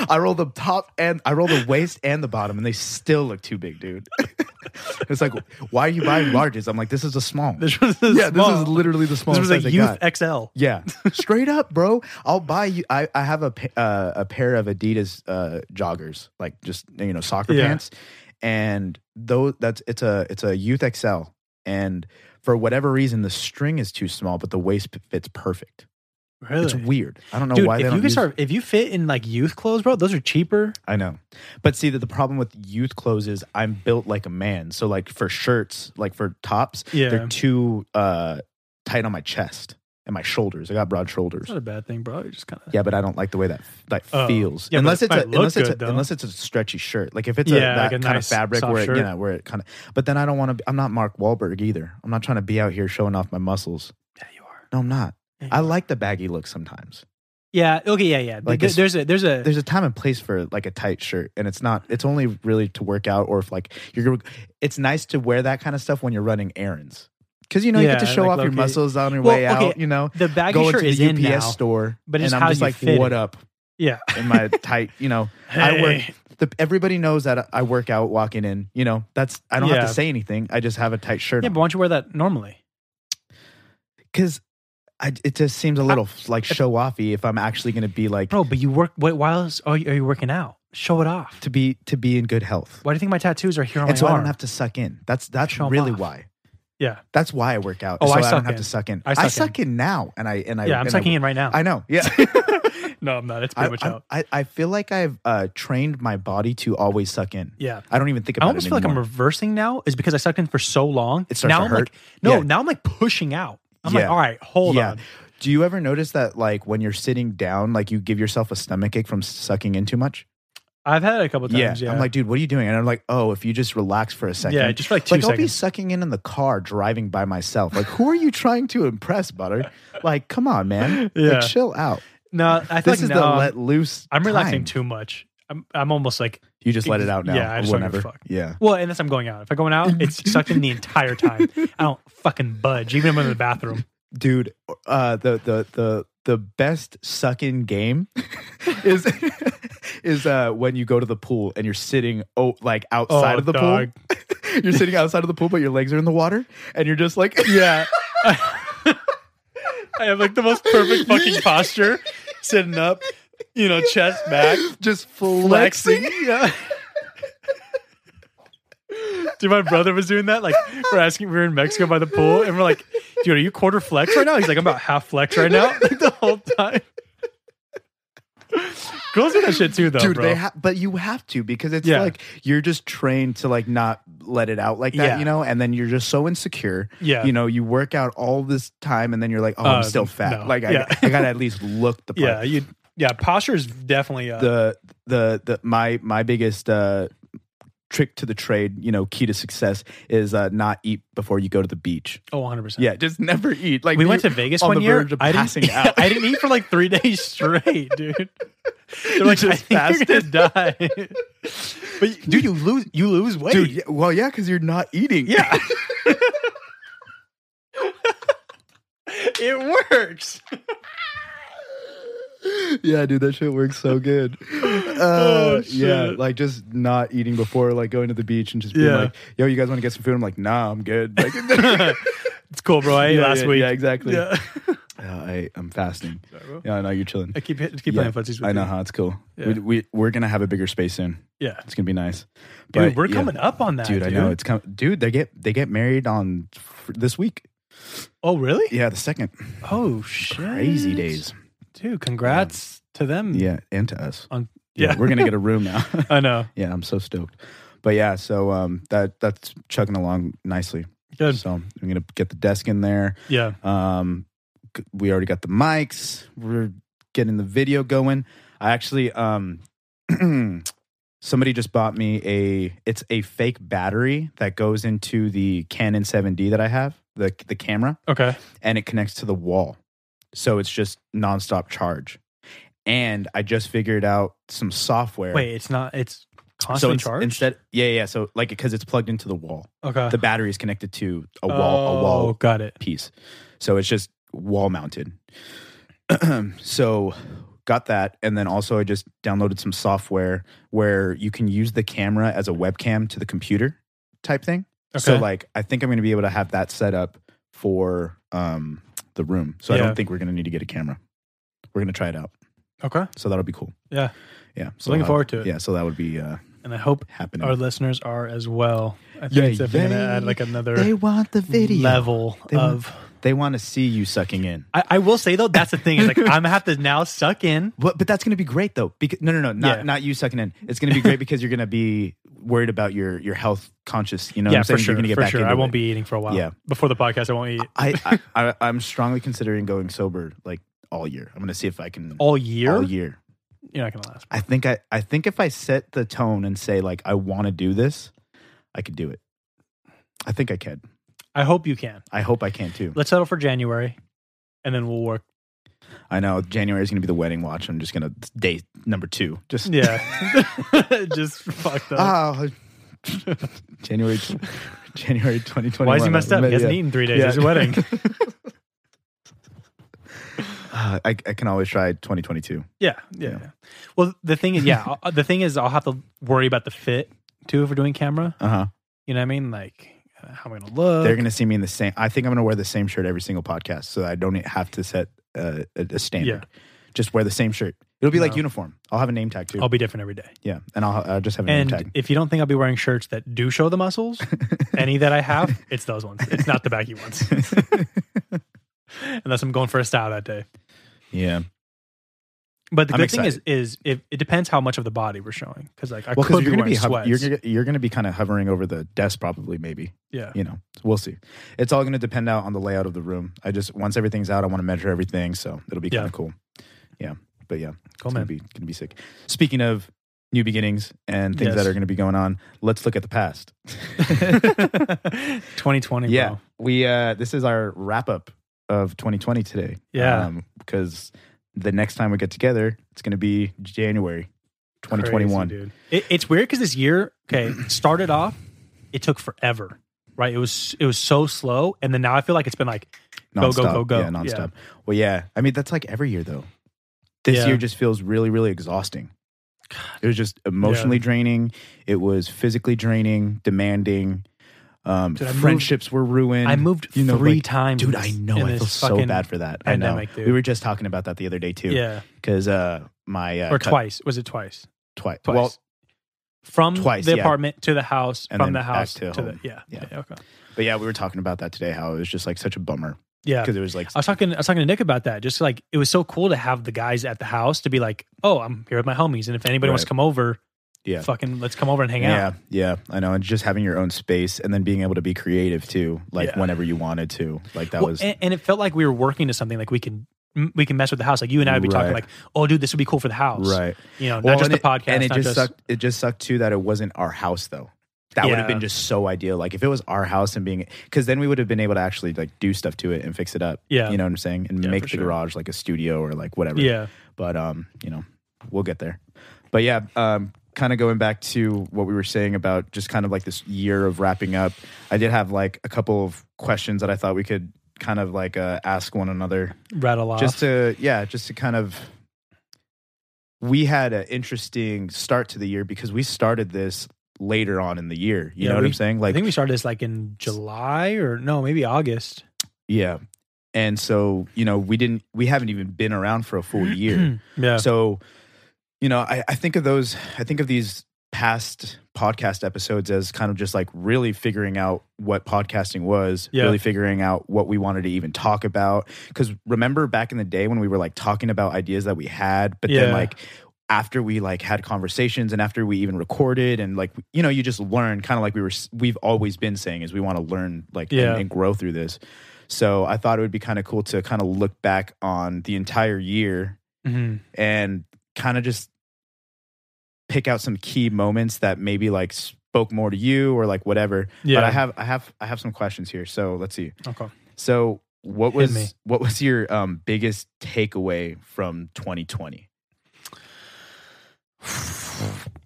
Speaker 1: I roll the top and I roll the waist and the bottom, and they still look too big, dude. it's like, why are you buying larges? I'm like, this is a small.
Speaker 2: This was a
Speaker 1: yeah,
Speaker 2: small.
Speaker 1: this is literally the
Speaker 2: This
Speaker 1: smallest
Speaker 2: was
Speaker 1: size I
Speaker 2: like youth
Speaker 1: got.
Speaker 2: XL.
Speaker 1: yeah, straight up, bro. I'll buy you. I, I have a pa- uh, a pair of Adidas uh, joggers, like just you know soccer
Speaker 2: Yeah.
Speaker 1: pants, and though that's it's a it's a youth XL, and for whatever reason the string is too small, but the waist p- fits perfect.
Speaker 2: Really?
Speaker 1: It's weird. I don't know
Speaker 2: Dude,
Speaker 1: why they
Speaker 2: if
Speaker 1: don't
Speaker 2: you can
Speaker 1: use
Speaker 2: start, if you fit in like youth clothes, bro, those are cheaper.
Speaker 1: I know. But see that the problem with youth clothes is I'm built like a man. So like for shirts, like for tops,
Speaker 2: Yeah.
Speaker 1: they're too uh tight on my chest and my shoulders. I got broad shoulders.
Speaker 2: It's not a bad thing, bro. You're just kind of
Speaker 1: Yeah, but I don't like the way that that
Speaker 2: Oh.
Speaker 1: feels.
Speaker 2: Yeah, but
Speaker 1: unless
Speaker 2: it
Speaker 1: it's
Speaker 2: might
Speaker 1: a,
Speaker 2: look
Speaker 1: unless it's
Speaker 2: good,
Speaker 1: a,
Speaker 2: though.
Speaker 1: unless it's a stretchy shirt. Like if it's a,
Speaker 2: Yeah,
Speaker 1: that
Speaker 2: like a
Speaker 1: kind
Speaker 2: nice,
Speaker 1: of fabric
Speaker 2: soft
Speaker 1: where it,
Speaker 2: shirt.
Speaker 1: you know where it kind of. But then I don't want to. be I'm not Mark Wahlberg either. I'm not trying to be out here showing off my muscles.
Speaker 2: yeah, you are.
Speaker 1: No, I'm not.
Speaker 2: Yeah, you
Speaker 1: I
Speaker 2: are.
Speaker 1: like the baggy look sometimes.
Speaker 2: Yeah. Okay. Yeah. Yeah.
Speaker 1: Like
Speaker 2: Th-
Speaker 1: a-
Speaker 2: there's a there's a
Speaker 1: there's a time and place for like a tight shirt and it's not it's only really to work out or if like you're gonna it's nice to wear that kind of stuff when you're running errands because you know you get to
Speaker 2: Yeah,
Speaker 1: show
Speaker 2: like
Speaker 1: off your
Speaker 2: low-key.
Speaker 1: muscles on your
Speaker 2: Well,
Speaker 1: way
Speaker 2: okay,
Speaker 1: out you know
Speaker 2: the baggy
Speaker 1: go
Speaker 2: shirt
Speaker 1: into
Speaker 2: is
Speaker 1: the
Speaker 2: in
Speaker 1: ups
Speaker 2: now.
Speaker 1: store
Speaker 2: but it's
Speaker 1: and i'm
Speaker 2: how
Speaker 1: just
Speaker 2: you
Speaker 1: like
Speaker 2: fit
Speaker 1: what
Speaker 2: it."
Speaker 1: up
Speaker 2: yeah.
Speaker 1: in my tight you know i work
Speaker 2: Hey.
Speaker 1: the, everybody knows that i work out walking in you know that's i don't have
Speaker 2: Yeah.
Speaker 1: to say anything i just have a tight shirt
Speaker 2: Yeah, but why don't you wear that normally?
Speaker 1: because it just seems a little like show offy if i'm actually gonna be like
Speaker 2: Bro, but you work. Wait, why else are you, are you working out? Show it off.
Speaker 1: to be to be in good health
Speaker 2: Why do you think my tattoos are here on
Speaker 1: and
Speaker 2: my
Speaker 1: so
Speaker 2: arm?
Speaker 1: I don't have to suck in. That's that's
Speaker 2: Show 'em
Speaker 1: really
Speaker 2: off.
Speaker 1: why.
Speaker 2: yeah.
Speaker 1: That's why I work out.
Speaker 2: Oh,
Speaker 1: so
Speaker 2: I
Speaker 1: I, don't
Speaker 2: suck
Speaker 1: have
Speaker 2: in.
Speaker 1: to suck in.
Speaker 2: I
Speaker 1: I
Speaker 2: suck
Speaker 1: suck,
Speaker 2: in.
Speaker 1: in now, and I and I
Speaker 2: yeah. I'm
Speaker 1: and
Speaker 2: sucking
Speaker 1: I,
Speaker 2: in right now.
Speaker 1: I know. Yeah.
Speaker 2: no, I'm not. It's
Speaker 1: I,
Speaker 2: pretty much
Speaker 1: I,
Speaker 2: out.
Speaker 1: I, I feel like I've uh, trained my body to always suck in.
Speaker 2: Yeah.
Speaker 1: I don't even think
Speaker 2: I
Speaker 1: about it
Speaker 2: almost feel like I'm
Speaker 1: anymore.
Speaker 2: reversing now is because I sucked in for so long.
Speaker 1: It starts
Speaker 2: now
Speaker 1: to
Speaker 2: I'm
Speaker 1: hurt.
Speaker 2: like no,
Speaker 1: Yeah.
Speaker 2: now I'm like pushing out. I'm like,
Speaker 1: Yeah.
Speaker 2: all right, hold
Speaker 1: Yeah.
Speaker 2: on.
Speaker 1: Do you ever notice that, like, when you're sitting down, like, you give yourself a stomach ache from sucking in too much?
Speaker 2: I've had it a couple times. Yeah,
Speaker 1: I'm like, dude, what are you doing? And I'm like, oh, if you just relax for a second.
Speaker 2: yeah, just for like two
Speaker 1: like, I'll be
Speaker 2: seconds.
Speaker 1: sucking in in the car driving by myself. Like, who are you trying to impress, Butter? Like, come on, man.
Speaker 2: Yeah.
Speaker 1: Like, chill out.
Speaker 2: no, I think
Speaker 1: This is
Speaker 2: no,
Speaker 1: the let loose.
Speaker 2: I'm relaxing
Speaker 1: time.
Speaker 2: too much. I'm, I'm almost like
Speaker 1: You just let it out now.
Speaker 2: Yeah, I just don't give a
Speaker 1: whenever.
Speaker 2: fuck.
Speaker 1: Yeah.
Speaker 2: Well, unless I'm going out. If I'm going out, it's sucked in the entire time. I don't fucking budge, even if I'm in the bathroom.
Speaker 1: dude uh the the the the best suck in game is is uh when you go to the pool and you're sitting oh like outside
Speaker 2: Oh,
Speaker 1: of the
Speaker 2: dog.
Speaker 1: pool you're sitting outside of the pool but your legs are in the water and you're just like
Speaker 2: Yeah. I have like the most perfect fucking posture, sitting up, you know, chest back,
Speaker 1: just flexing,
Speaker 2: flexing. Yeah. Dude, my brother was doing that. Like, we're asking, we were in Mexico by the pool, and we're like, dude, are you quarter flex right now? He's like, I'm about half flex right now. Like, the whole time. Girls do that shit too, though.
Speaker 1: dude
Speaker 2: bro.
Speaker 1: they ha- but you have to because it's
Speaker 2: Yeah.
Speaker 1: like you're just trained to like not let it out like that
Speaker 2: Yeah.
Speaker 1: you know and then you're just so insecure
Speaker 2: Yeah.
Speaker 1: you know you work out all this time and then you're like oh
Speaker 2: Uh,
Speaker 1: i'm still fat
Speaker 2: no.
Speaker 1: like I,
Speaker 2: Yeah.
Speaker 1: I gotta at least look the part
Speaker 2: Yeah, you. Yeah, posture is definitely uh,
Speaker 1: the the the my my biggest uh trick to the trade you know key to success is uh not eat before you go to the beach
Speaker 2: oh 100. percent
Speaker 1: yeah just never eat like
Speaker 2: we
Speaker 1: you-
Speaker 2: went to Vegas
Speaker 1: on
Speaker 2: one
Speaker 1: the
Speaker 2: year.
Speaker 1: verge of
Speaker 2: I didn't-
Speaker 1: passing out
Speaker 2: I didn't eat for like three days straight, dude. They're like,
Speaker 1: just
Speaker 2: I think you're gonna die. but you- dude, you lose you lose weight.
Speaker 1: dude yeah, well yeah because you're not eating
Speaker 2: yeah. it works.
Speaker 1: yeah dude that shit works so good
Speaker 2: Oh,
Speaker 1: Uh, yeah
Speaker 2: shit.
Speaker 1: like just not eating before like going to the beach and just being
Speaker 2: Yeah.
Speaker 1: like yo you guys want to get some food i'm like nah i'm good like
Speaker 2: It's cool, bro. I ate
Speaker 1: Yeah,
Speaker 2: last
Speaker 1: yeah,
Speaker 2: week.
Speaker 1: yeah exactly
Speaker 2: Yeah.
Speaker 1: Yeah, I, i'm fasting
Speaker 2: bro.
Speaker 1: yeah i know you're chilling
Speaker 2: I keep hit- keep
Speaker 1: Yeah,
Speaker 2: playing footsies with
Speaker 1: i know
Speaker 2: you.
Speaker 1: how it's cool
Speaker 2: Yeah.
Speaker 1: we, we, we're gonna have a bigger space soon
Speaker 2: Yeah,
Speaker 1: It's gonna be nice.
Speaker 2: dude,
Speaker 1: But,
Speaker 2: we're
Speaker 1: yeah.
Speaker 2: coming up on that,
Speaker 1: dude. I know it's coming. Dude, they get they get married on f- this week.
Speaker 2: Oh, really?
Speaker 1: Yeah, the second.
Speaker 2: Oh, shit.
Speaker 1: Crazy days.
Speaker 2: dude. Congrats to them.
Speaker 1: Yeah, and to us.
Speaker 2: On- yeah.
Speaker 1: we're gonna get a room now.
Speaker 2: I know.
Speaker 1: yeah, I'm so stoked. But yeah, so um, that that's chugging along nicely.
Speaker 2: Good.
Speaker 1: So I'm gonna get the desk in there.
Speaker 2: Yeah.
Speaker 1: Um, g- we already got the mics. We're getting the video going. I actually um, somebody just bought me a. It's a fake battery that goes into the Canon 7D that I have, the the camera,
Speaker 2: Okay.
Speaker 1: and it connects to the wall, so it's just nonstop charge. And I just figured out some software.
Speaker 2: Wait, it's not. It's
Speaker 1: so
Speaker 2: constant
Speaker 1: in-
Speaker 2: charge.
Speaker 1: instead, yeah, yeah. So like because it's plugged into the wall,
Speaker 2: okay.
Speaker 1: the battery is connected to a wall, a wall
Speaker 2: Uh-huh. Oh, got it.
Speaker 1: piece. So it's just wall mounted. so got that and then also I just downloaded some software where you can use the camera as a webcam to the computer type thing.
Speaker 2: Okay.
Speaker 1: So like I think I'm going to be able to have that set up for um the room. So I
Speaker 2: Yeah.
Speaker 1: don't think we're going to need to get a camera. We're going to try it out.
Speaker 2: okay.
Speaker 1: So that'll be cool.
Speaker 2: Yeah.
Speaker 1: Yeah. So
Speaker 2: Looking
Speaker 1: I'll-
Speaker 2: forward to it.
Speaker 1: Yeah, so that would be uh
Speaker 2: And I hope
Speaker 1: happening.
Speaker 2: our listeners are as well. I think
Speaker 1: Yeah,
Speaker 2: it's definitely going to
Speaker 1: they-
Speaker 2: add like another
Speaker 1: they want the video.
Speaker 2: level
Speaker 1: They want-
Speaker 2: of.
Speaker 1: They want to see you sucking in.
Speaker 2: I, I will say though, that's the thing. Is like I'm gonna have to now suck in.
Speaker 1: But but that's gonna be great though. Because no no no not
Speaker 2: Yeah.
Speaker 1: not you sucking in. It's gonna be great because you're gonna be worried about your your health conscious. You know what
Speaker 2: yeah,
Speaker 1: I'm
Speaker 2: for
Speaker 1: saying?
Speaker 2: sure.
Speaker 1: You're gonna get
Speaker 2: for
Speaker 1: back
Speaker 2: sure.
Speaker 1: into
Speaker 2: I won't
Speaker 1: it.
Speaker 2: be eating for a while.
Speaker 1: Yeah.
Speaker 2: Before the podcast, I won't eat
Speaker 1: I, I, I I'm strongly considering going sober like all year. I'm gonna see if I can
Speaker 2: all year.
Speaker 1: all year.
Speaker 2: You're not gonna last.
Speaker 1: I think I I think if I set the tone and say like I want to do this, I could do it. I think I can.
Speaker 2: I hope you can.
Speaker 1: I hope I can too.
Speaker 2: Let's settle for January, and then we'll work.
Speaker 1: I know January is gonna be the wedding watch. I'm just gonna day number two. Just
Speaker 2: Yeah. Just fucked up.
Speaker 1: Oh, January, January 2021.
Speaker 2: Why is he messed up? He hasn't
Speaker 1: Yeah.
Speaker 2: eaten three days.
Speaker 1: Yeah.
Speaker 2: It's his wedding.
Speaker 1: Uh, I, I can always try 2022.
Speaker 2: Yeah, yeah.
Speaker 1: Yeah.
Speaker 2: yeah. Well, the thing is, yeah, I'll- the thing is, I'll have to worry about the fit too if we're doing camera.
Speaker 1: Uh huh.
Speaker 2: You know what I mean? Like, uh, how am I gonna look?
Speaker 1: They're gonna see me in the same. I think I'm gonna wear the same shirt every single podcast, so I don't e-, have to set uh, a, a standard. Just wear the same shirt. It'll be like
Speaker 2: No. Oh.
Speaker 1: uniform. I'll have a name tag too.
Speaker 2: I'll be different every day.
Speaker 1: yeah, and I'll, I'll just have a name
Speaker 2: And
Speaker 1: tag.
Speaker 2: if you don't think I'll be wearing shirts that do show the muscles, any that I have, it's those ones. It's not the baggy ones. Unless I'm going for a style that day.
Speaker 1: yeah,
Speaker 2: But the
Speaker 1: I'm
Speaker 2: good thing is, is it, it depends how much of the body we're showing. Because like I
Speaker 1: Well,
Speaker 2: could
Speaker 1: because
Speaker 2: be
Speaker 1: you're gonna
Speaker 2: wearing
Speaker 1: be hov-
Speaker 2: sweats.
Speaker 1: you're gonna, you're gonna be kind of hovering over the desk probably maybe
Speaker 2: yeah.
Speaker 1: you know we'll see. It's all gonna depend out on the layout of the room. I just once everything's out, I want to measure everything, so it'll be
Speaker 2: Yeah.
Speaker 1: kind of cool. Yeah, but yeah,
Speaker 2: Cool
Speaker 1: it's
Speaker 2: man.
Speaker 1: gonna be gonna be sick. Speaking of new beginnings and things
Speaker 2: Yes.
Speaker 1: that are gonna be going on, let's look at the past.
Speaker 2: 2020.
Speaker 1: yeah,
Speaker 2: Bro.
Speaker 1: we uh, this is our wrap up of 2020 today.
Speaker 2: Yeah.
Speaker 1: because the next time we get together, it's gonna be January 2021.
Speaker 2: Crazy, dude. It, it's weird because this year, okay, started off, it took forever, right? It was it was so slow, and then now I feel like it's been like Go, go,
Speaker 1: Nonstop.
Speaker 2: go, go.
Speaker 1: Yeah, nonstop. Well, yeah. I mean, that's like every year though. This
Speaker 2: Yeah.
Speaker 1: year just feels really, really exhausting. It was just emotionally draining. It was physically draining, demanding. Um,
Speaker 2: Dude, I moved-
Speaker 1: friendships were ruined.
Speaker 2: I moved
Speaker 1: you know,
Speaker 2: three
Speaker 1: like-
Speaker 2: times.
Speaker 1: Dude, I know.
Speaker 2: in
Speaker 1: I
Speaker 2: this
Speaker 1: feel so
Speaker 2: fucking-
Speaker 1: bad for that.
Speaker 2: pandemic,
Speaker 1: I know.
Speaker 2: dude.
Speaker 1: We were just talking about that the other day too.
Speaker 2: Yeah,
Speaker 1: Because uh, my uh,
Speaker 2: or
Speaker 1: cut-
Speaker 2: twice. Was it twice?
Speaker 1: twi-
Speaker 2: Twice.
Speaker 1: Well,
Speaker 2: from
Speaker 1: twice,
Speaker 2: the
Speaker 1: yeah.
Speaker 2: apartment to the house,
Speaker 1: And
Speaker 2: from
Speaker 1: then
Speaker 2: the
Speaker 1: back
Speaker 2: house
Speaker 1: to
Speaker 2: to,
Speaker 1: home.
Speaker 2: the yeah,
Speaker 1: Yeah.
Speaker 2: yeah, yeah, okay.
Speaker 1: but yeah, we were talking about that today. How it was just like such a bummer
Speaker 2: yeah.
Speaker 1: because it was like
Speaker 2: I was talking. I was talking to Nick about that. Just like it was so cool to have the guys at the house to be like, "Oh, I'm here with my homies, and if anybody wants
Speaker 1: Right.
Speaker 2: to come over,
Speaker 1: Yeah.
Speaker 2: fucking let's come over and hang
Speaker 1: yeah,
Speaker 2: out."
Speaker 1: yeah, I know. And just having your own space and then being able to be creative too, like
Speaker 2: Yeah.
Speaker 1: whenever you wanted to. Like that
Speaker 2: Well,
Speaker 1: was
Speaker 2: and, and it felt like we were working to something. Like we can m- we can mess with the house. Like you and I would be talking
Speaker 1: Right.
Speaker 2: like, "Oh, dude, this would be cool for the house."
Speaker 1: right.
Speaker 2: You know,
Speaker 1: Well,
Speaker 2: not just
Speaker 1: and
Speaker 2: the
Speaker 1: it-
Speaker 2: podcast.
Speaker 1: And it
Speaker 2: not
Speaker 1: just,
Speaker 2: just
Speaker 1: sucked. It just sucked too that it wasn't our house though. That would have
Speaker 2: Yeah.
Speaker 1: been just so ideal. Like if it was our house and being, because then we would have been able to actually like do stuff to it and fix it up.
Speaker 2: Yeah.
Speaker 1: you know what I'm saying, and
Speaker 2: Yeah,
Speaker 1: make
Speaker 2: for
Speaker 1: the
Speaker 2: sure.
Speaker 1: garage like a studio or like whatever.
Speaker 2: Yeah.
Speaker 1: But um, you know, we'll get there. But yeah, um, kind of going back to what we were saying about just kind of like this year of wrapping up. I did have like a couple of questions that I thought we could kind of like uh, ask one another
Speaker 2: rattle off.
Speaker 1: just to yeah just to kind of we had an interesting start to the year because we started this later on in the year you
Speaker 2: Yeah,
Speaker 1: know what
Speaker 2: we-
Speaker 1: i'm saying like
Speaker 2: I think we started this like in July or no, maybe August.
Speaker 1: yeah and so you know we didn't we haven't even been around for a full
Speaker 2: Mm-hmm.
Speaker 1: year
Speaker 2: yeah.
Speaker 1: so you know I, I think of those i think of these past podcast episodes as kind of just like really figuring out what podcasting was
Speaker 2: Yeah.
Speaker 1: really figuring out what we wanted to even talk about because remember back in the day when we were like talking about ideas that we had but then
Speaker 2: Yeah.
Speaker 1: like after we like had conversations and after we even recorded and like you know you just learn kind of like we were s- we've always been saying is we want to learn like and-
Speaker 2: Yeah.
Speaker 1: and grow through this so i thought it would be kind of cool to kind of look back on the entire year
Speaker 2: Mhm.
Speaker 1: and kind of just pick out some key moments that maybe like spoke more to you or like whatever.
Speaker 2: Yeah.
Speaker 1: But I have I have I have some questions here. So let's see.
Speaker 2: Okay.
Speaker 1: So what
Speaker 2: Hit me.
Speaker 1: was what was your um biggest takeaway from 2020?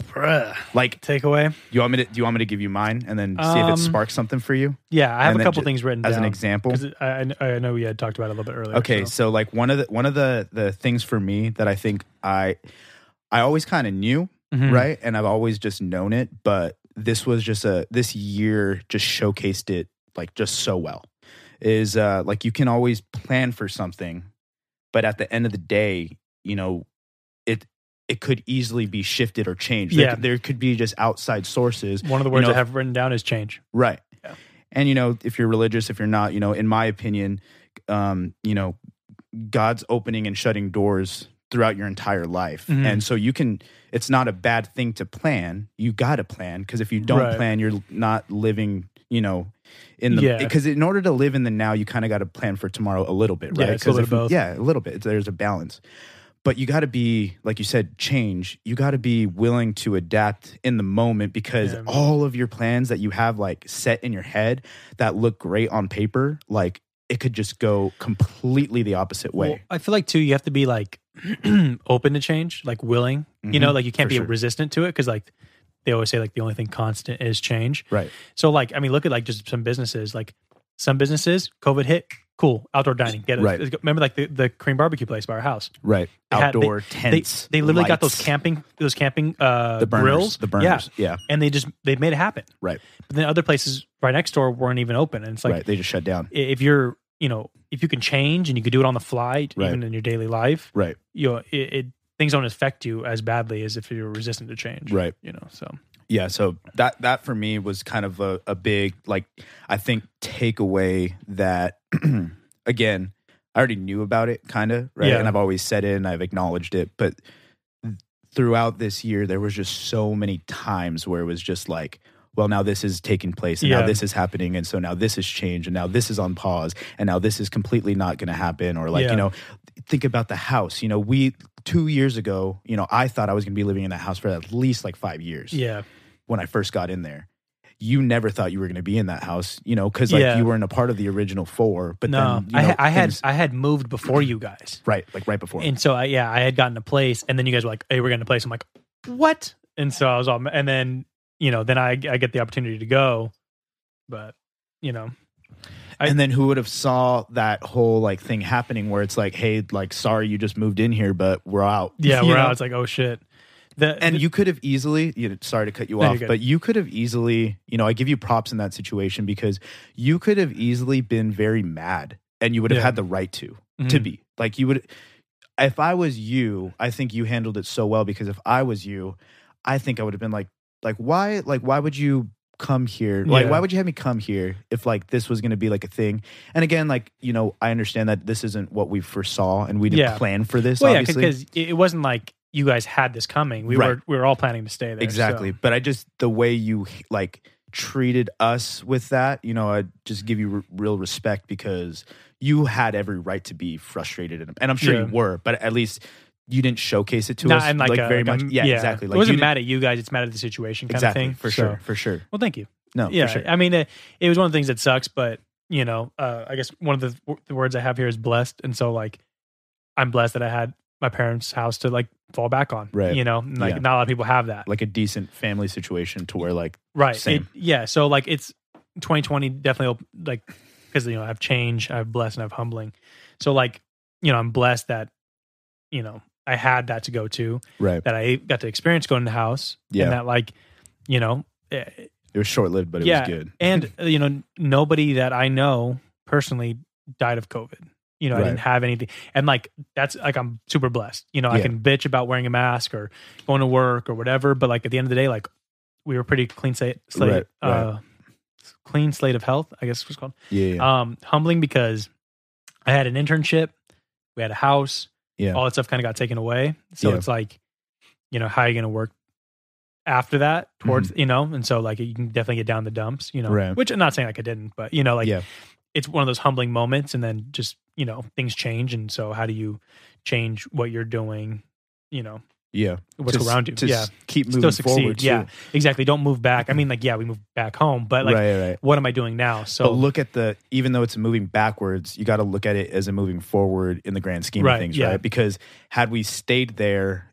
Speaker 2: Bruh.
Speaker 1: Like
Speaker 2: Takeaway.
Speaker 1: you want me to do you want me to give you mine and then see if
Speaker 2: Um,
Speaker 1: it sparks something for you
Speaker 2: Yeah, I have
Speaker 1: And
Speaker 2: a
Speaker 1: then
Speaker 2: couple
Speaker 1: ju-
Speaker 2: things written
Speaker 1: as
Speaker 2: down
Speaker 1: an example?
Speaker 2: 'cause I, I I know we had talked about it a little bit earlier.
Speaker 1: Okay,
Speaker 2: so.
Speaker 1: so like one of the one of the the things for me that I think I I always kind of knew
Speaker 2: Mhm.
Speaker 1: right? And I've always just known it, but this was just a this year just showcased it like just so well. Is uh like you can always plan for something, but at the end of the day, you know, it it could easily be shifted or changed. There
Speaker 2: Yeah.
Speaker 1: could- There, could be just outside sources,
Speaker 2: One of the words
Speaker 1: know-
Speaker 2: I have written down is change.
Speaker 1: right?
Speaker 2: Yeah.
Speaker 1: And you know, if you're religious, if you're not, you know, in my opinion, um, you know, God's opening and shutting doors throughout your entire life.
Speaker 2: Mhm.
Speaker 1: And so you can, it's not a bad thing to plan. You got to plan because if you don't
Speaker 2: Right.
Speaker 1: plan, you're not living, you know, in the,
Speaker 2: Yeah.
Speaker 1: because in order to live in the now, you kind of got to plan for tomorrow a little bit,
Speaker 2: Yeah,
Speaker 1: right?
Speaker 2: it's a
Speaker 1: 'Cause
Speaker 2: little
Speaker 1: if
Speaker 2: bit
Speaker 1: you-
Speaker 2: of both.
Speaker 1: Yeah, a little bit. There's a balance. But you got to be, like you said, change. You got to be willing to adapt in the moment because
Speaker 2: Yeah.
Speaker 1: all of your plans that you have like set in your head that look great on paper, like it could just go completely the opposite way.
Speaker 2: Well, I feel like too, you have to be like open to change, like willing. You know,
Speaker 1: Mhm,
Speaker 2: like you can't
Speaker 1: for
Speaker 2: be
Speaker 1: sure.
Speaker 2: resistant to it because like they always say like the only thing constant is change.
Speaker 1: Right.
Speaker 2: So like I mean, look at like just some businesses. Like some businesses, COVID hit, cool outdoor dining. Get it.
Speaker 1: Right.
Speaker 2: Remember like the the Korean barbecue place by our house.
Speaker 1: Right.
Speaker 2: They had- they-
Speaker 1: Outdoor
Speaker 2: They,
Speaker 1: tents.
Speaker 2: they literally got those
Speaker 1: lights,
Speaker 2: camping those camping uh,
Speaker 1: the burners,
Speaker 2: grills,
Speaker 1: the
Speaker 2: yeah,
Speaker 1: burners. Yeah.
Speaker 2: and they just they made it happen.
Speaker 1: Right.
Speaker 2: But then other places right next door weren't even open, and it's like
Speaker 1: right. They just shut down.
Speaker 2: i- if you're you know if you can change and you can do it on the fly
Speaker 1: Right.
Speaker 2: even in your daily life
Speaker 1: Right.
Speaker 2: you know it, it things don't affect you as badly as if you're resistant to change
Speaker 1: Right.
Speaker 2: you know so
Speaker 1: Yeah. So that that for me was kind of a, a big like I think takeaway that again I already knew about it, kind of, right?
Speaker 2: Yeah.
Speaker 1: And I've always said it and I've acknowledged it. But throughout this year, there was just so many times where it was just like, well, now this is taking place and now
Speaker 2: Yeah.
Speaker 1: this is happening. And so now this has changed and now this is on pause and now this is completely not going to happen. Or like,
Speaker 2: Yeah.
Speaker 1: you know, think about the house. You know, we two years ago, you know, I thought I was going to be living in that house for at least like five years
Speaker 2: Yeah.
Speaker 1: when I first got in there. You never thought you were going to be in that house, you know, because like
Speaker 2: Yeah.
Speaker 1: you weren't a part of the original four. But
Speaker 2: no,
Speaker 1: then, you know,
Speaker 2: I, I had
Speaker 1: things-
Speaker 2: I had moved before you guys,
Speaker 1: right, like right before.
Speaker 2: and so I, yeah, I had gotten a place, and then you guys were like, "Hey, we're getting a place." I'm like, "What?" And so I was all, and then you know, then I I get the opportunity to go, but you know, I-
Speaker 1: and then who would have saw that whole like thing happening where it's like, hey, like sorry, you just moved in here, but we're out.
Speaker 2: yeah,
Speaker 1: You
Speaker 2: we're
Speaker 1: know?
Speaker 2: out. It's like, oh shit. The,
Speaker 1: and
Speaker 2: the-
Speaker 1: you could have easily you know, sorry to cut you
Speaker 2: No, you're
Speaker 1: off
Speaker 2: good.
Speaker 1: but you could have easily you know i give you props in that situation because you could have easily been very mad and you would have
Speaker 2: Yeah.
Speaker 1: had the right to to
Speaker 2: Mhm.
Speaker 1: be like you would if i was you i think you handled it so well because if i was you i think i would have been like like why like why would you come here like
Speaker 2: Yeah.
Speaker 1: why would you have me come here if like this was going to be like a thing and again like you know i understand that this isn't what we foresaw and we didn't
Speaker 2: Yeah.
Speaker 1: plan for this
Speaker 2: well, yeah,
Speaker 1: obviously
Speaker 2: because it it wasn't like you guys had this coming. We
Speaker 1: Right.
Speaker 2: were we were all planning to stay there.
Speaker 1: exactly
Speaker 2: so-
Speaker 1: but i just the way you like treated us with that you know i just give you r- real respect because you had every right to be frustrated and, and i'm sure
Speaker 2: Yeah.
Speaker 1: you were but at least you didn't showcase it to
Speaker 2: Not
Speaker 1: us
Speaker 2: in like, a-
Speaker 1: very
Speaker 2: like a-
Speaker 1: much yeah, exactly
Speaker 2: it wasn't
Speaker 1: you
Speaker 2: mad at you guys. It's mad at the situation
Speaker 1: didn't-
Speaker 2: kind
Speaker 1: exactly
Speaker 2: of thing.
Speaker 1: for
Speaker 2: So-
Speaker 1: sure for sure
Speaker 2: Well, thank you.
Speaker 1: no
Speaker 2: yeah,
Speaker 1: for sure
Speaker 2: I mean, it, it was one of the things that sucks, but you know, uh, I guess one of the, w- the words I have here is blessed, and so like, I'm blessed that I had my parents' house to like fall back on.
Speaker 1: Right.
Speaker 2: You know, and, like
Speaker 1: Yeah.
Speaker 2: not a lot of people have that.
Speaker 1: like a decent family situation to where like
Speaker 2: right. It,
Speaker 1: same.
Speaker 2: yeah. So like, it's 2020 definitely op- like because you know I have change, I have blessed, and I have humbling. So like, you know, I'm blessed that you know I had that to go to,
Speaker 1: right
Speaker 2: that I got to experience going to the house,
Speaker 1: Yeah.
Speaker 2: and that like, you know, eh,
Speaker 1: it was short-lived but it
Speaker 2: Yeah,
Speaker 1: was good
Speaker 2: and uh, you know n- nobody that i know personally died of covid you know i
Speaker 1: Right.
Speaker 2: didn't have anything and like that's like i'm super blessed you know i
Speaker 1: Yeah.
Speaker 2: can bitch about wearing a mask or going to work or whatever but like at the end of the day like we were pretty clean slate, slate
Speaker 1: Right, right.
Speaker 2: uh clean slate of health i guess it was called
Speaker 1: yeah yeah,
Speaker 2: um humbling because i had an internship we had a house
Speaker 1: Yeah.
Speaker 2: all that stuff kind of got taken away so
Speaker 1: Yeah.
Speaker 2: it's like you know how are you going to work after that towards you know and so like you can definitely get down the dumps you know
Speaker 1: Mm-hmm. Right.
Speaker 2: which i'm not saying like i didn't but you know like
Speaker 1: Yeah.
Speaker 2: it's one of those humbling moments and then just you know things change and so how do you change what you're doing you know
Speaker 1: yeah.
Speaker 2: what's
Speaker 1: Just-
Speaker 2: around you
Speaker 1: just
Speaker 2: yeah
Speaker 1: keep
Speaker 2: Still
Speaker 1: moving
Speaker 2: succeed,
Speaker 1: forward too. Mm-hmm.
Speaker 2: yeah. exactly don't move back i mean like yeah we moved back home but like
Speaker 1: right right
Speaker 2: what am i doing now so
Speaker 1: but look at the even though it's moving backwards, you got to look at it as a moving forward in the grand scheme
Speaker 2: Right,
Speaker 1: of things,
Speaker 2: yeah.
Speaker 1: right? Because had we stayed there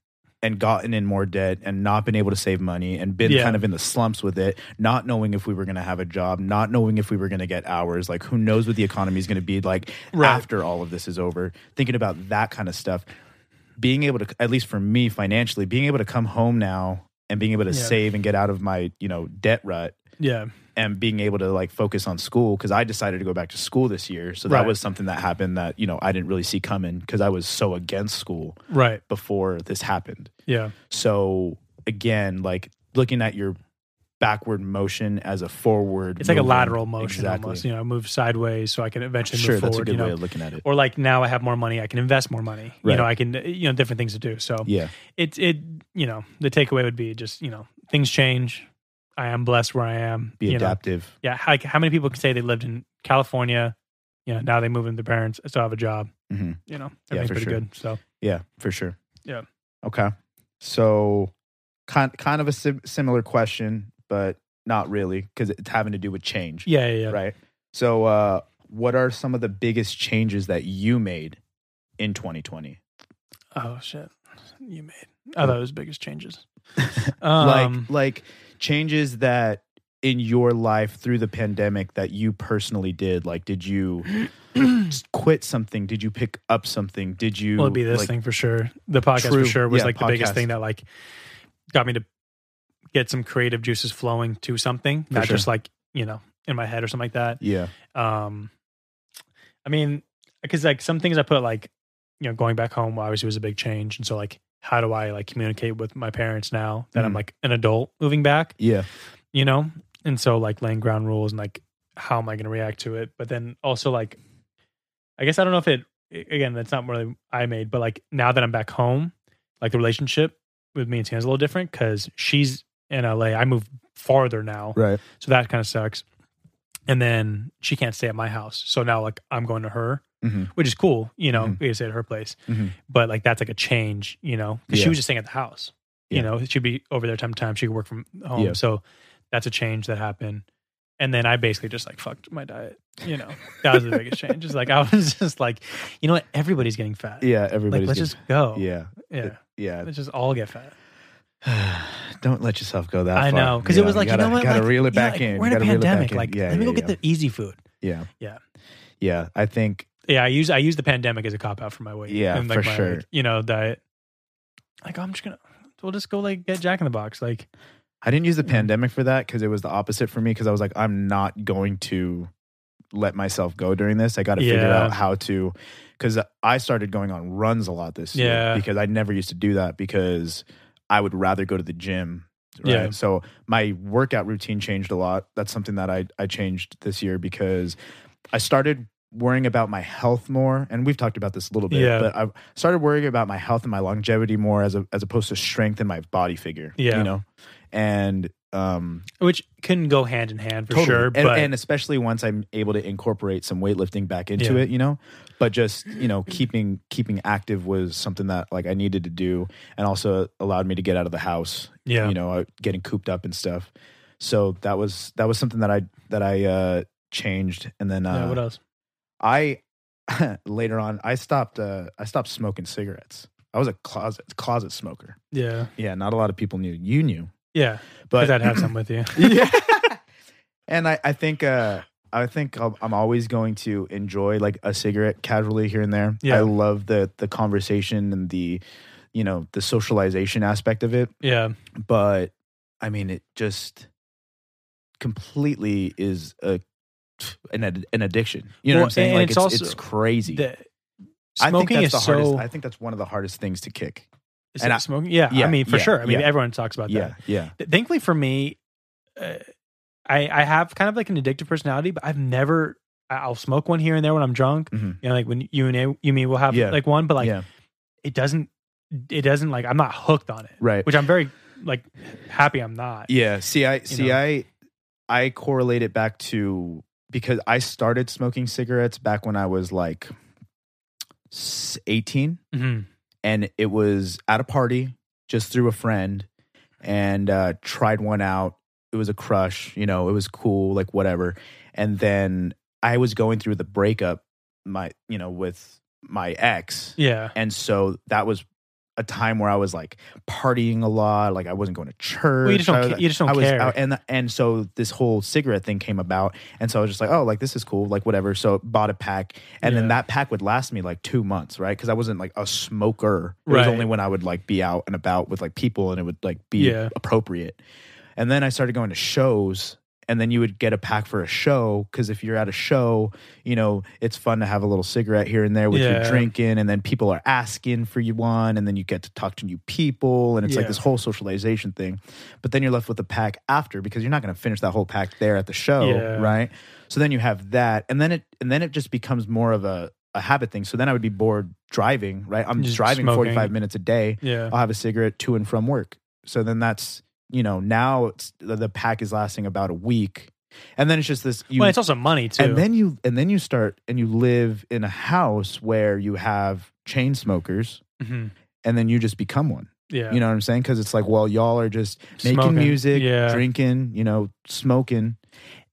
Speaker 1: and gotten in more debt and not been able to save money and been
Speaker 2: Yeah.
Speaker 1: kind of in the slumps with it, not knowing if we were going to have a job, not knowing if we were going to get hours, like who knows what the economy is going to be like
Speaker 2: Right.
Speaker 1: after all of this is over, thinking about that kind of stuff, being able to at least for me financially, being able to come home now and being able to
Speaker 2: Yeah.
Speaker 1: save and get out of my, you know, debt rut
Speaker 2: yeah
Speaker 1: and being able to like focus on school because I decided to go back to school this year. So that
Speaker 2: Right.
Speaker 1: was something that happened that, you know, I didn't really see coming because I was so against school
Speaker 2: right
Speaker 1: before this happened.
Speaker 2: yeah
Speaker 1: So again, like looking at your backward motion as a forward.
Speaker 2: it's like a
Speaker 1: moving-
Speaker 2: lateral motion
Speaker 1: Exactly.
Speaker 2: almost you know move sideways so i can eventually
Speaker 1: sure,
Speaker 2: move
Speaker 1: that's
Speaker 2: forward
Speaker 1: a good
Speaker 2: you know
Speaker 1: way of looking at it.
Speaker 2: or like now i have more money i can invest more money you
Speaker 1: Right.
Speaker 2: know i can you know different things to do so
Speaker 1: yeah.
Speaker 2: it it you know the takeaway would be just you know things change i am blessed where i am
Speaker 1: Be
Speaker 2: you know
Speaker 1: adaptive.
Speaker 2: yeah like how many people can say they lived in california you know now they move in with their parents i still have a job
Speaker 1: Mhm.
Speaker 2: you know
Speaker 1: Yeah,
Speaker 2: everything's
Speaker 1: for
Speaker 2: pretty
Speaker 1: sure.
Speaker 2: good so
Speaker 1: Yeah, for sure.
Speaker 2: Yeah.
Speaker 1: Okay. So kind kind of a sim- similar question, but not really because it's having to do with change.
Speaker 2: yeah yeah yeah
Speaker 1: right? So, uh, what are some of the biggest changes that you made in 2020?
Speaker 2: oh shit you made i thought it was biggest changes Um,
Speaker 1: like, like changes that in your life through the pandemic that you personally did. Like, did you just quit something? Did you pick up something? Did you?
Speaker 2: Well, it'd be this
Speaker 1: like-
Speaker 2: thing for sure. The podcast
Speaker 1: True.
Speaker 2: for sure was
Speaker 1: Yeah,
Speaker 2: like the biggest
Speaker 1: podcast.
Speaker 2: thing that like got me to get some creative juices flowing to something,
Speaker 1: For
Speaker 2: not
Speaker 1: sure.
Speaker 2: just like you know in my head or something like that.
Speaker 1: Yeah,
Speaker 2: Um, I mean, because like some things I put like you know going back home obviously was a big change, and so like how do I like communicate with my parents now that I'm
Speaker 1: Mhm.
Speaker 2: like an adult moving back?
Speaker 1: yeah,
Speaker 2: you know and so like laying ground rules and like how am i going to react to it but then also like i guess i don't know if it a- again, that's not really I made, but like now that I'm back home, like the relationship with me and Tana's a little different because she's in LA. I moved farther now.
Speaker 1: Right.
Speaker 2: So that kind of sucks. And then she can't stay at my house. So now like I'm going to her,
Speaker 1: Mhm.
Speaker 2: which is cool, you know,
Speaker 1: Mhm.
Speaker 2: we stay at her place.
Speaker 1: Mhm.
Speaker 2: But like that's like a change, you know, 'cause
Speaker 1: Yeah.
Speaker 2: she was just staying at the house.
Speaker 1: Yeah.
Speaker 2: You know, she'd be over there time to time. She could work from home.
Speaker 1: Yeah.
Speaker 2: So that's a change that happened. And then I basically just like fucked my diet. You know, that was the biggest change. It's like I was just like, you know what? Everybody's getting fat.
Speaker 1: Yeah.
Speaker 2: like
Speaker 1: Everybody's.
Speaker 2: let's
Speaker 1: getting-
Speaker 2: just go.
Speaker 1: yeah.
Speaker 2: yeah.
Speaker 1: Yeah.
Speaker 2: Let's just all get fat.
Speaker 1: Don't let yourself go that
Speaker 2: I
Speaker 1: far.
Speaker 2: know because
Speaker 1: You
Speaker 2: it was like
Speaker 1: gotta,
Speaker 2: you know what,
Speaker 1: gotta
Speaker 2: like,
Speaker 1: reel it
Speaker 2: yeah,
Speaker 1: back
Speaker 2: like,
Speaker 1: in. You
Speaker 2: We're in a
Speaker 1: gotta reel it back
Speaker 2: pandemic.
Speaker 1: in.
Speaker 2: Like,
Speaker 1: yeah,
Speaker 2: let me
Speaker 1: yeah,
Speaker 2: go get
Speaker 1: yeah.
Speaker 2: the easy food.
Speaker 1: Yeah.
Speaker 2: Yeah.
Speaker 1: Yeah. I think.
Speaker 2: Yeah, I use I use the pandemic as a cop out for my weight.
Speaker 1: Yeah,
Speaker 2: and like
Speaker 1: for
Speaker 2: my,
Speaker 1: sure.
Speaker 2: like, you know diet. Like I'm just gonna, we'll just go like get Jack in the Box. Like
Speaker 1: I didn't
Speaker 2: Mm-hmm.
Speaker 1: use the pandemic for that because it was the opposite for me because I was like, I'm not going to let myself go during this. I got to figure
Speaker 2: Yeah.
Speaker 1: out how to, because I started going on runs a lot this
Speaker 2: Yeah.
Speaker 1: year because I never used to do that because I would rather go to the gym. Right.
Speaker 2: Yeah.
Speaker 1: So my workout routine changed a lot. That's something that I, I changed this year because I started worrying about my health more. And we've talked about this a little bit,
Speaker 2: Yeah.
Speaker 1: but I started worrying about my health and my longevity more as, a, as opposed to strength and my body figure.
Speaker 2: Yeah.
Speaker 1: You know? and um
Speaker 2: which can go hand in hand for
Speaker 1: totally.
Speaker 2: sure.
Speaker 1: and,
Speaker 2: but
Speaker 1: and especially once i'm able to incorporate some weightlifting back into
Speaker 2: Yeah.
Speaker 1: it you know but just you know keeping keeping active was something that like i needed to do and also allowed me to get out of the house
Speaker 2: yeah,
Speaker 1: you know uh, getting cooped up and stuff so that was that was something that i that i uh changed and then uh
Speaker 2: yeah, what else?
Speaker 1: i later on i stopped uh i stopped smoking cigarettes i was a closet closet smoker
Speaker 2: Yeah,
Speaker 1: yeah not a lot of people knew you knew
Speaker 2: yeah.
Speaker 1: but
Speaker 2: Because I'd have some with you.
Speaker 1: yeah. and I, I think uh, I think I'll, I'm always going to enjoy like a cigarette casually here and there.
Speaker 2: Yeah.
Speaker 1: I love the the conversation and the you know the socialization aspect of it,
Speaker 2: Yeah,
Speaker 1: but I mean it just completely is a an ad- an addiction. You know
Speaker 2: Well,
Speaker 1: what I'm saying?
Speaker 2: and
Speaker 1: Like
Speaker 2: it's
Speaker 1: it's
Speaker 2: also-
Speaker 1: it's crazy.
Speaker 2: The-
Speaker 1: I think
Speaker 2: smoking
Speaker 1: that's
Speaker 2: is
Speaker 1: the hardest.
Speaker 2: so.
Speaker 1: I think that's one of the hardest things to kick.
Speaker 2: is
Speaker 1: and
Speaker 2: it
Speaker 1: I-
Speaker 2: smoking? Yeah, I
Speaker 1: yeah,
Speaker 2: mean for
Speaker 1: yeah,
Speaker 2: sure. I mean
Speaker 1: yeah.
Speaker 2: everyone talks about
Speaker 1: Yeah,
Speaker 2: that.
Speaker 1: yeah,
Speaker 2: Th- Thankfully for me, uh, I I have kind of like an addictive personality, but I've never. I- I'll smoke one here and there when I'm drunk.
Speaker 1: Mhm.
Speaker 2: You know, like when you and I, you mean we'll have
Speaker 1: Yeah.
Speaker 2: like one, but like
Speaker 1: yeah.
Speaker 2: it doesn't it doesn't like I'm not hooked on it.
Speaker 1: Right.
Speaker 2: Which I'm very like happy I'm not.
Speaker 1: Yeah. See, I see,
Speaker 2: know?
Speaker 1: I I correlate it back to because I started smoking cigarettes back when I was like s- eighteen,
Speaker 2: hmm
Speaker 1: and it was at a party just through a friend, and uh, tried one out. It was a crush, you know. It was cool, like whatever. And then I was going through the breakup, my you know, with my ex,
Speaker 2: Yeah.
Speaker 1: and so that was a time where I was like partying a lot, like I wasn't going to church.
Speaker 2: Well, you just
Speaker 1: I
Speaker 2: don't
Speaker 1: was,
Speaker 2: ca- you just don't
Speaker 1: I was
Speaker 2: care.
Speaker 1: out, and and so this whole cigarette thing came about, and so I was just like, oh, like this is cool, like whatever. So bought a pack, and
Speaker 2: Yeah.
Speaker 1: then that pack would last me like two months, right? Because I wasn't like a smoker. It was
Speaker 2: Right.
Speaker 1: only when I would like be out and about with like people, and it would like be
Speaker 2: Yeah.
Speaker 1: appropriate. And then I started going to shows. And then you would get a pack for a show because if you're at a show, you know it's fun to have a little cigarette here and there with your
Speaker 2: Yeah.
Speaker 1: drinking, and then people are asking for you one, and then you get to talk to new people, and it's
Speaker 2: Yeah.
Speaker 1: like this whole socialization thing. But then you're left with a pack after because you're not going to finish that whole pack there at the show,
Speaker 2: Yeah.
Speaker 1: right? So then you have that, and then it and then it just becomes more of a a habit thing. So then I would be bored driving, right? I'm
Speaker 2: Just
Speaker 1: driving
Speaker 2: smoking.
Speaker 1: 45 minutes a day.
Speaker 2: Yeah.
Speaker 1: I'll have a cigarette to and from work. So then that's you know now it's the, the pack is lasting about a week, and then it's just this. You,
Speaker 2: well, it's also money too.
Speaker 1: and then you and then you start and you live in a house where you have chain smokers,
Speaker 2: Mhm.
Speaker 1: and then you just become one.
Speaker 2: yeah.
Speaker 1: You know what I'm saying? Because it's like, well, y'all are just making
Speaker 2: Smoking.
Speaker 1: music,
Speaker 2: Yeah.
Speaker 1: drinking, you know, smoking,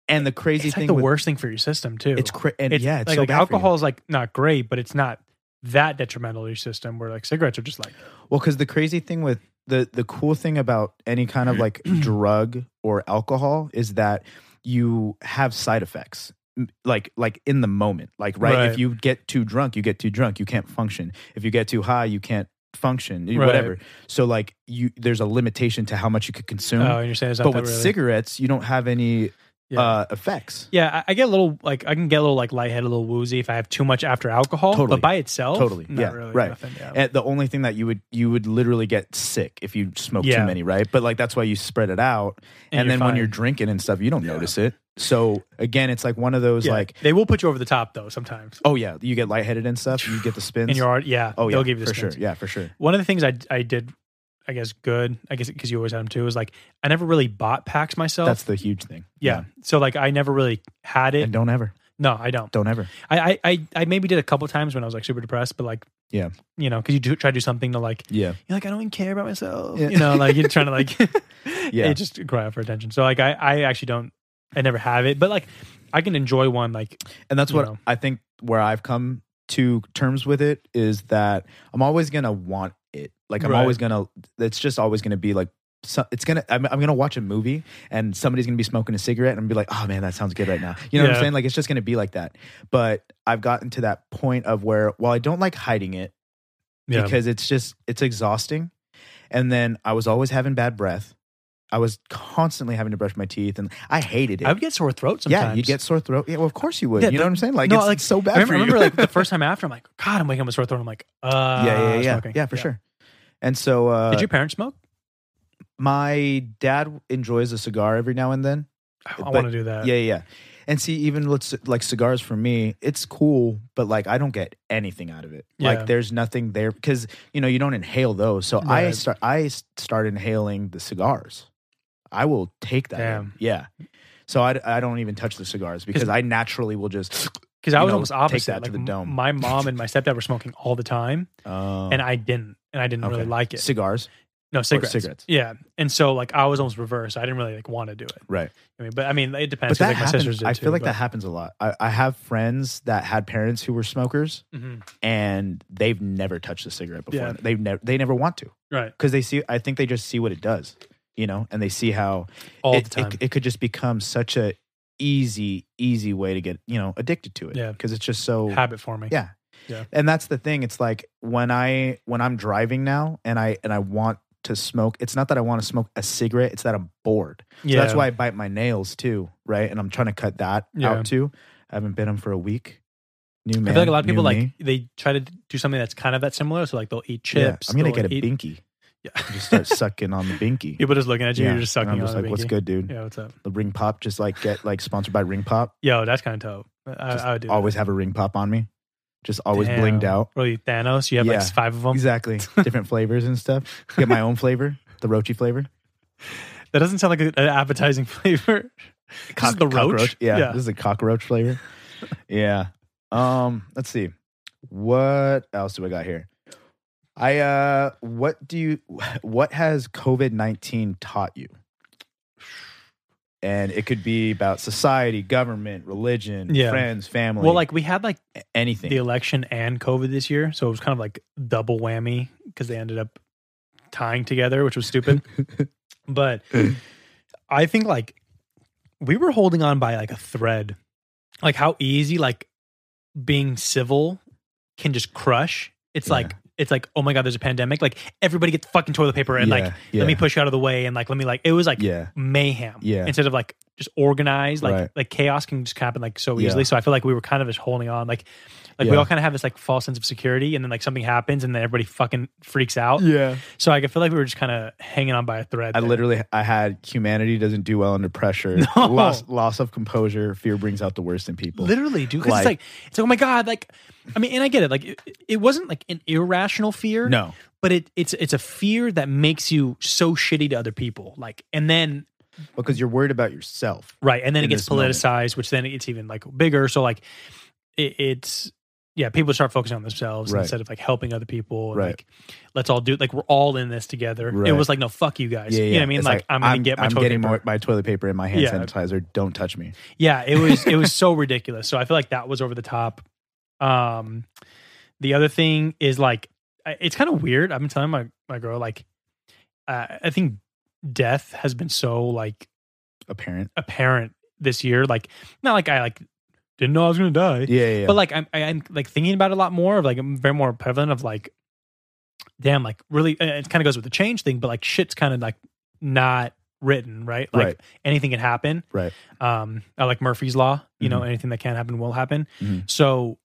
Speaker 1: and the crazy
Speaker 2: it's
Speaker 1: thing
Speaker 2: like the
Speaker 1: with,
Speaker 2: worst thing for your system too.
Speaker 1: It's cra- and yeah, it's
Speaker 2: like,
Speaker 1: so
Speaker 2: like
Speaker 1: bad for you.
Speaker 2: alcohol is like not great, but it's not that detrimental to your system where like cigarettes are just like
Speaker 1: Well, because the crazy thing with the the cool thing about any kind of like drug or alcohol is that you have side effects. M- Like like in the moment, like right?
Speaker 2: Right.
Speaker 1: If you get too drunk, you get too drunk. You can't function. If you get too high, you can't function. you-
Speaker 2: Right.
Speaker 1: Whatever. So like you, there's a limitation to how much you could consume.
Speaker 2: oh, and you're saying it's not
Speaker 1: but
Speaker 2: that
Speaker 1: with
Speaker 2: really.
Speaker 1: cigarettes, you don't have any
Speaker 2: yeah.
Speaker 1: uh, effects.
Speaker 2: yeah, I, I get a little like I can get a little like lightheaded, a little woozy if I have too much after alcohol.
Speaker 1: Totally.
Speaker 2: But by itself,
Speaker 1: Totally.
Speaker 2: not
Speaker 1: Yeah,
Speaker 2: really
Speaker 1: right.
Speaker 2: nothing. Yeah.
Speaker 1: And the only thing that you would you would literally get sick if you smoke
Speaker 2: Yeah.
Speaker 1: too many, right? But like that's why you spread it out, and,
Speaker 2: And you're
Speaker 1: then when
Speaker 2: fine.
Speaker 1: you're drinking and stuff, you don't notice it. So again, it's like one of those
Speaker 2: Yeah.
Speaker 1: like,
Speaker 2: they will put you over the top though sometimes.
Speaker 1: oh yeah, you get lightheaded and stuff. You get the spins.
Speaker 2: In your art, yeah.
Speaker 1: oh yeah,
Speaker 2: they'll give you the
Speaker 1: for
Speaker 2: spins.
Speaker 1: sure. Yeah, for sure.
Speaker 2: One of the things I I did, I guess, good. I guess because you always had them too. Is like I never really bought packs myself.
Speaker 1: That's the huge thing.
Speaker 2: yeah. So like I never really had it.
Speaker 1: And don't ever,
Speaker 2: no, I don't.
Speaker 1: don't ever.
Speaker 2: I, I I I maybe did a couple times when I was like super depressed, but like
Speaker 1: Yeah.
Speaker 2: you know, because you do try to do something to like
Speaker 1: Yeah.
Speaker 2: you're like I don't even care about myself.
Speaker 1: Yeah.
Speaker 2: You know, like you're trying to like
Speaker 1: Yeah.
Speaker 2: you just cry out for attention. So like I I actually don't I never have it, but like I can enjoy one like
Speaker 1: And that's
Speaker 2: you
Speaker 1: what
Speaker 2: know.
Speaker 1: I think where I've come to terms with it is that I'm always going to want it. Like I'm
Speaker 2: Right.
Speaker 1: always going to it's just always going to be like so, it's gonna. I'm, I'm gonna watch a movie, and somebody's gonna be smoking a cigarette, and I'm gonna be like, "Oh man, that sounds good right now." You know what
Speaker 2: Yeah.
Speaker 1: I'm saying? Like, it's just gonna be like that. But I've gotten to that point of where, while I don't like hiding it,
Speaker 2: yeah.
Speaker 1: because it's just it's exhausting. And then I was always having bad breath. I was constantly having to brush my teeth, and I hated it.
Speaker 2: I would get sore throat sometimes.
Speaker 1: Yeah, you'd get sore throat. Yeah, well, of course you would.
Speaker 2: Yeah,
Speaker 1: you know
Speaker 2: the-
Speaker 1: what I'm saying? Like,
Speaker 2: no,
Speaker 1: it's
Speaker 2: like,
Speaker 1: so bad
Speaker 2: I remember,
Speaker 1: for you.
Speaker 2: I remember, like the first time after, I'm like, God, I'm waking up with sore throat. I'm like, uh,
Speaker 1: yeah, yeah, yeah,
Speaker 2: smoking.
Speaker 1: yeah, for sure. And so, uh,
Speaker 2: Did your parents smoke?
Speaker 1: my dad enjoys a cigar every now and then.
Speaker 2: I
Speaker 1: but-
Speaker 2: want to do that.
Speaker 1: yeah, yeah, yeah. And see, even let's like cigars for me, it's cool, but like I don't get anything out of it.
Speaker 2: Yeah.
Speaker 1: Like there's nothing there because you know you don't inhale those. So I
Speaker 2: Right.
Speaker 1: start I s- start inhaling the cigars. I will take that. in.
Speaker 2: Damn.
Speaker 1: Yeah. So I, I don't even touch the cigars because I naturally will just.
Speaker 2: because I
Speaker 1: you
Speaker 2: was
Speaker 1: know,
Speaker 2: almost
Speaker 1: take
Speaker 2: opposite.
Speaker 1: that to
Speaker 2: like,
Speaker 1: the
Speaker 2: m-
Speaker 1: dome.
Speaker 2: My mom and my stepdad were smoking all the time,
Speaker 1: Uh,
Speaker 2: and I didn't, and I didn't really like it.
Speaker 1: Cigars,
Speaker 2: no cigarettes.
Speaker 1: cigarettes.
Speaker 2: Yeah, and so like I was almost reverse. I didn't really like want to do it.
Speaker 1: right?
Speaker 2: I mean, but I mean, it depends.
Speaker 1: but that
Speaker 2: 'cause, like, my
Speaker 1: happens-
Speaker 2: sisters did
Speaker 1: I
Speaker 2: too,
Speaker 1: feel like
Speaker 2: but-
Speaker 1: that happens a lot. I, I have friends that had parents who were smokers
Speaker 2: Mhm.
Speaker 1: and they've never touched a cigarette before.
Speaker 2: Yeah.
Speaker 1: They've never they never want to
Speaker 2: right
Speaker 1: because they see. I think they just see what it does, you know, and they see how
Speaker 2: all
Speaker 1: it,
Speaker 2: the
Speaker 1: it-
Speaker 2: time.
Speaker 1: It, could just become such a easy, easy way to get you know addicted to it.
Speaker 2: Yeah.
Speaker 1: because it's just so
Speaker 2: habit forming.
Speaker 1: yeah.
Speaker 2: Yeah.
Speaker 1: And that's the thing. It's like when I when I'm driving now and I and I want to smoke, it's not that I want to smoke a cigarette, it's that I'm bored. So that's
Speaker 2: Yeah.
Speaker 1: why I bite my nails too, right? And I'm trying to cut that
Speaker 2: Yeah.
Speaker 1: out too. I haven't bit them for a week. New man.
Speaker 2: I feel like a lot of
Speaker 1: new
Speaker 2: people like
Speaker 1: me.
Speaker 2: they try to do something that's kind of that similar. So like they'll eat
Speaker 1: Yeah,
Speaker 2: chips.
Speaker 1: I'm gonna
Speaker 2: they'll,
Speaker 1: get a
Speaker 2: like, eat-
Speaker 1: binky.
Speaker 2: Yeah,
Speaker 1: Just start sucking on the binky.
Speaker 2: people just looking at you.
Speaker 1: Yeah.
Speaker 2: You're just sucking
Speaker 1: And I'm
Speaker 2: on
Speaker 1: just
Speaker 2: the
Speaker 1: like, what's
Speaker 2: binky."
Speaker 1: good, dude?
Speaker 2: Yeah, what's up?
Speaker 1: The ring pop, just like get like sponsored by Ring Pop.
Speaker 2: Yo, that's kind of dope. I,
Speaker 1: Just
Speaker 2: I would do that.
Speaker 1: Always have a ring pop on me. Just always
Speaker 2: Damn.
Speaker 1: blinged out.
Speaker 2: Really, Thanos? You have
Speaker 1: Yeah.
Speaker 2: like five of them.
Speaker 1: Exactly. Different flavors and stuff. Get my own flavor, the roachy flavor.
Speaker 2: That doesn't sound like a- an appetizing flavor. This is the roach.
Speaker 1: cockroach. Yeah, This is a cockroach flavor. yeah. Um, let's see. What else do I got here? I uh what do you what has COVID-19 taught you? And it could be about society, government, religion,
Speaker 2: Yeah.
Speaker 1: friends, family,
Speaker 2: well, like we had like
Speaker 1: anything.
Speaker 2: the election and COVID this year, so it was kind of like double whammy because they ended up tying together, which was stupid. but I think like we were holding on by like a thread, like how easy like being civil can just crush. It's
Speaker 1: Yeah.
Speaker 2: like it's like oh my god, there's a pandemic. Like everybody get the fucking toilet paper and like
Speaker 1: Yeah, yeah.
Speaker 2: let me push you out of the way and like let me like it was like
Speaker 1: Yeah.
Speaker 2: mayhem
Speaker 1: Yeah.
Speaker 2: instead of like just organized like
Speaker 1: Right.
Speaker 2: like chaos can just happen like so
Speaker 1: Yeah.
Speaker 2: easily so i feel like we were kind of just holding on like like we
Speaker 1: Yeah.
Speaker 2: all kind of have this like false sense of security and then like something happens and then everybody fucking freaks out
Speaker 1: Yeah.
Speaker 2: so like, i feel like we were just kind of hanging on by a thread
Speaker 1: I
Speaker 2: there.
Speaker 1: literally I had humanity doesn't do well under pressure.
Speaker 2: No.
Speaker 1: Loss loss of composure, fear brings out the worst in people.
Speaker 2: literally dude 'cause
Speaker 1: Like-
Speaker 2: it's like it's like oh my god like i mean and i get it like it, it wasn't like an irrational fear
Speaker 1: No.
Speaker 2: but it it's it's a fear that makes you so shitty to other people like and then
Speaker 1: Because you're worried about yourself.
Speaker 2: Right. And then it
Speaker 1: in
Speaker 2: gets
Speaker 1: this moment.
Speaker 2: politicized, which then it's even like bigger. So like it, it's yeah, people start focusing on themselves
Speaker 1: Right.
Speaker 2: instead of like helping other people. And
Speaker 1: Right.
Speaker 2: Like let's all do like we're all in this together. It
Speaker 1: Right.
Speaker 2: was like no, fuck you guys. You know what I mean?
Speaker 1: It's
Speaker 2: Like, I'm gonna get my
Speaker 1: I'm
Speaker 2: toilet
Speaker 1: getting
Speaker 2: paper.
Speaker 1: more- my toilet paper and my hand
Speaker 2: Yeah.
Speaker 1: sanitizer. Don't touch me.
Speaker 2: Yeah, it was it was so ridiculous. So I feel like that was over the top. Um the other thing is like I- it's kind of weird. I've been telling my my girl like uh, I think death has been so like
Speaker 1: A parent.
Speaker 2: apparent this year. Like not like I like didn't know I was gonna die.
Speaker 1: Yeah, yeah. yeah.
Speaker 2: but like I'm I- I'm like thinking about it a lot more of like I'm very more prevalent of like damn like really and it kind of goes with the change thing but like shit's kind of like not written right like
Speaker 1: Right.
Speaker 2: anything can happen
Speaker 1: Right.
Speaker 2: um I like Murphy's law you know
Speaker 1: Mhm.
Speaker 2: anything that can happen will happen
Speaker 1: Mhm.
Speaker 2: so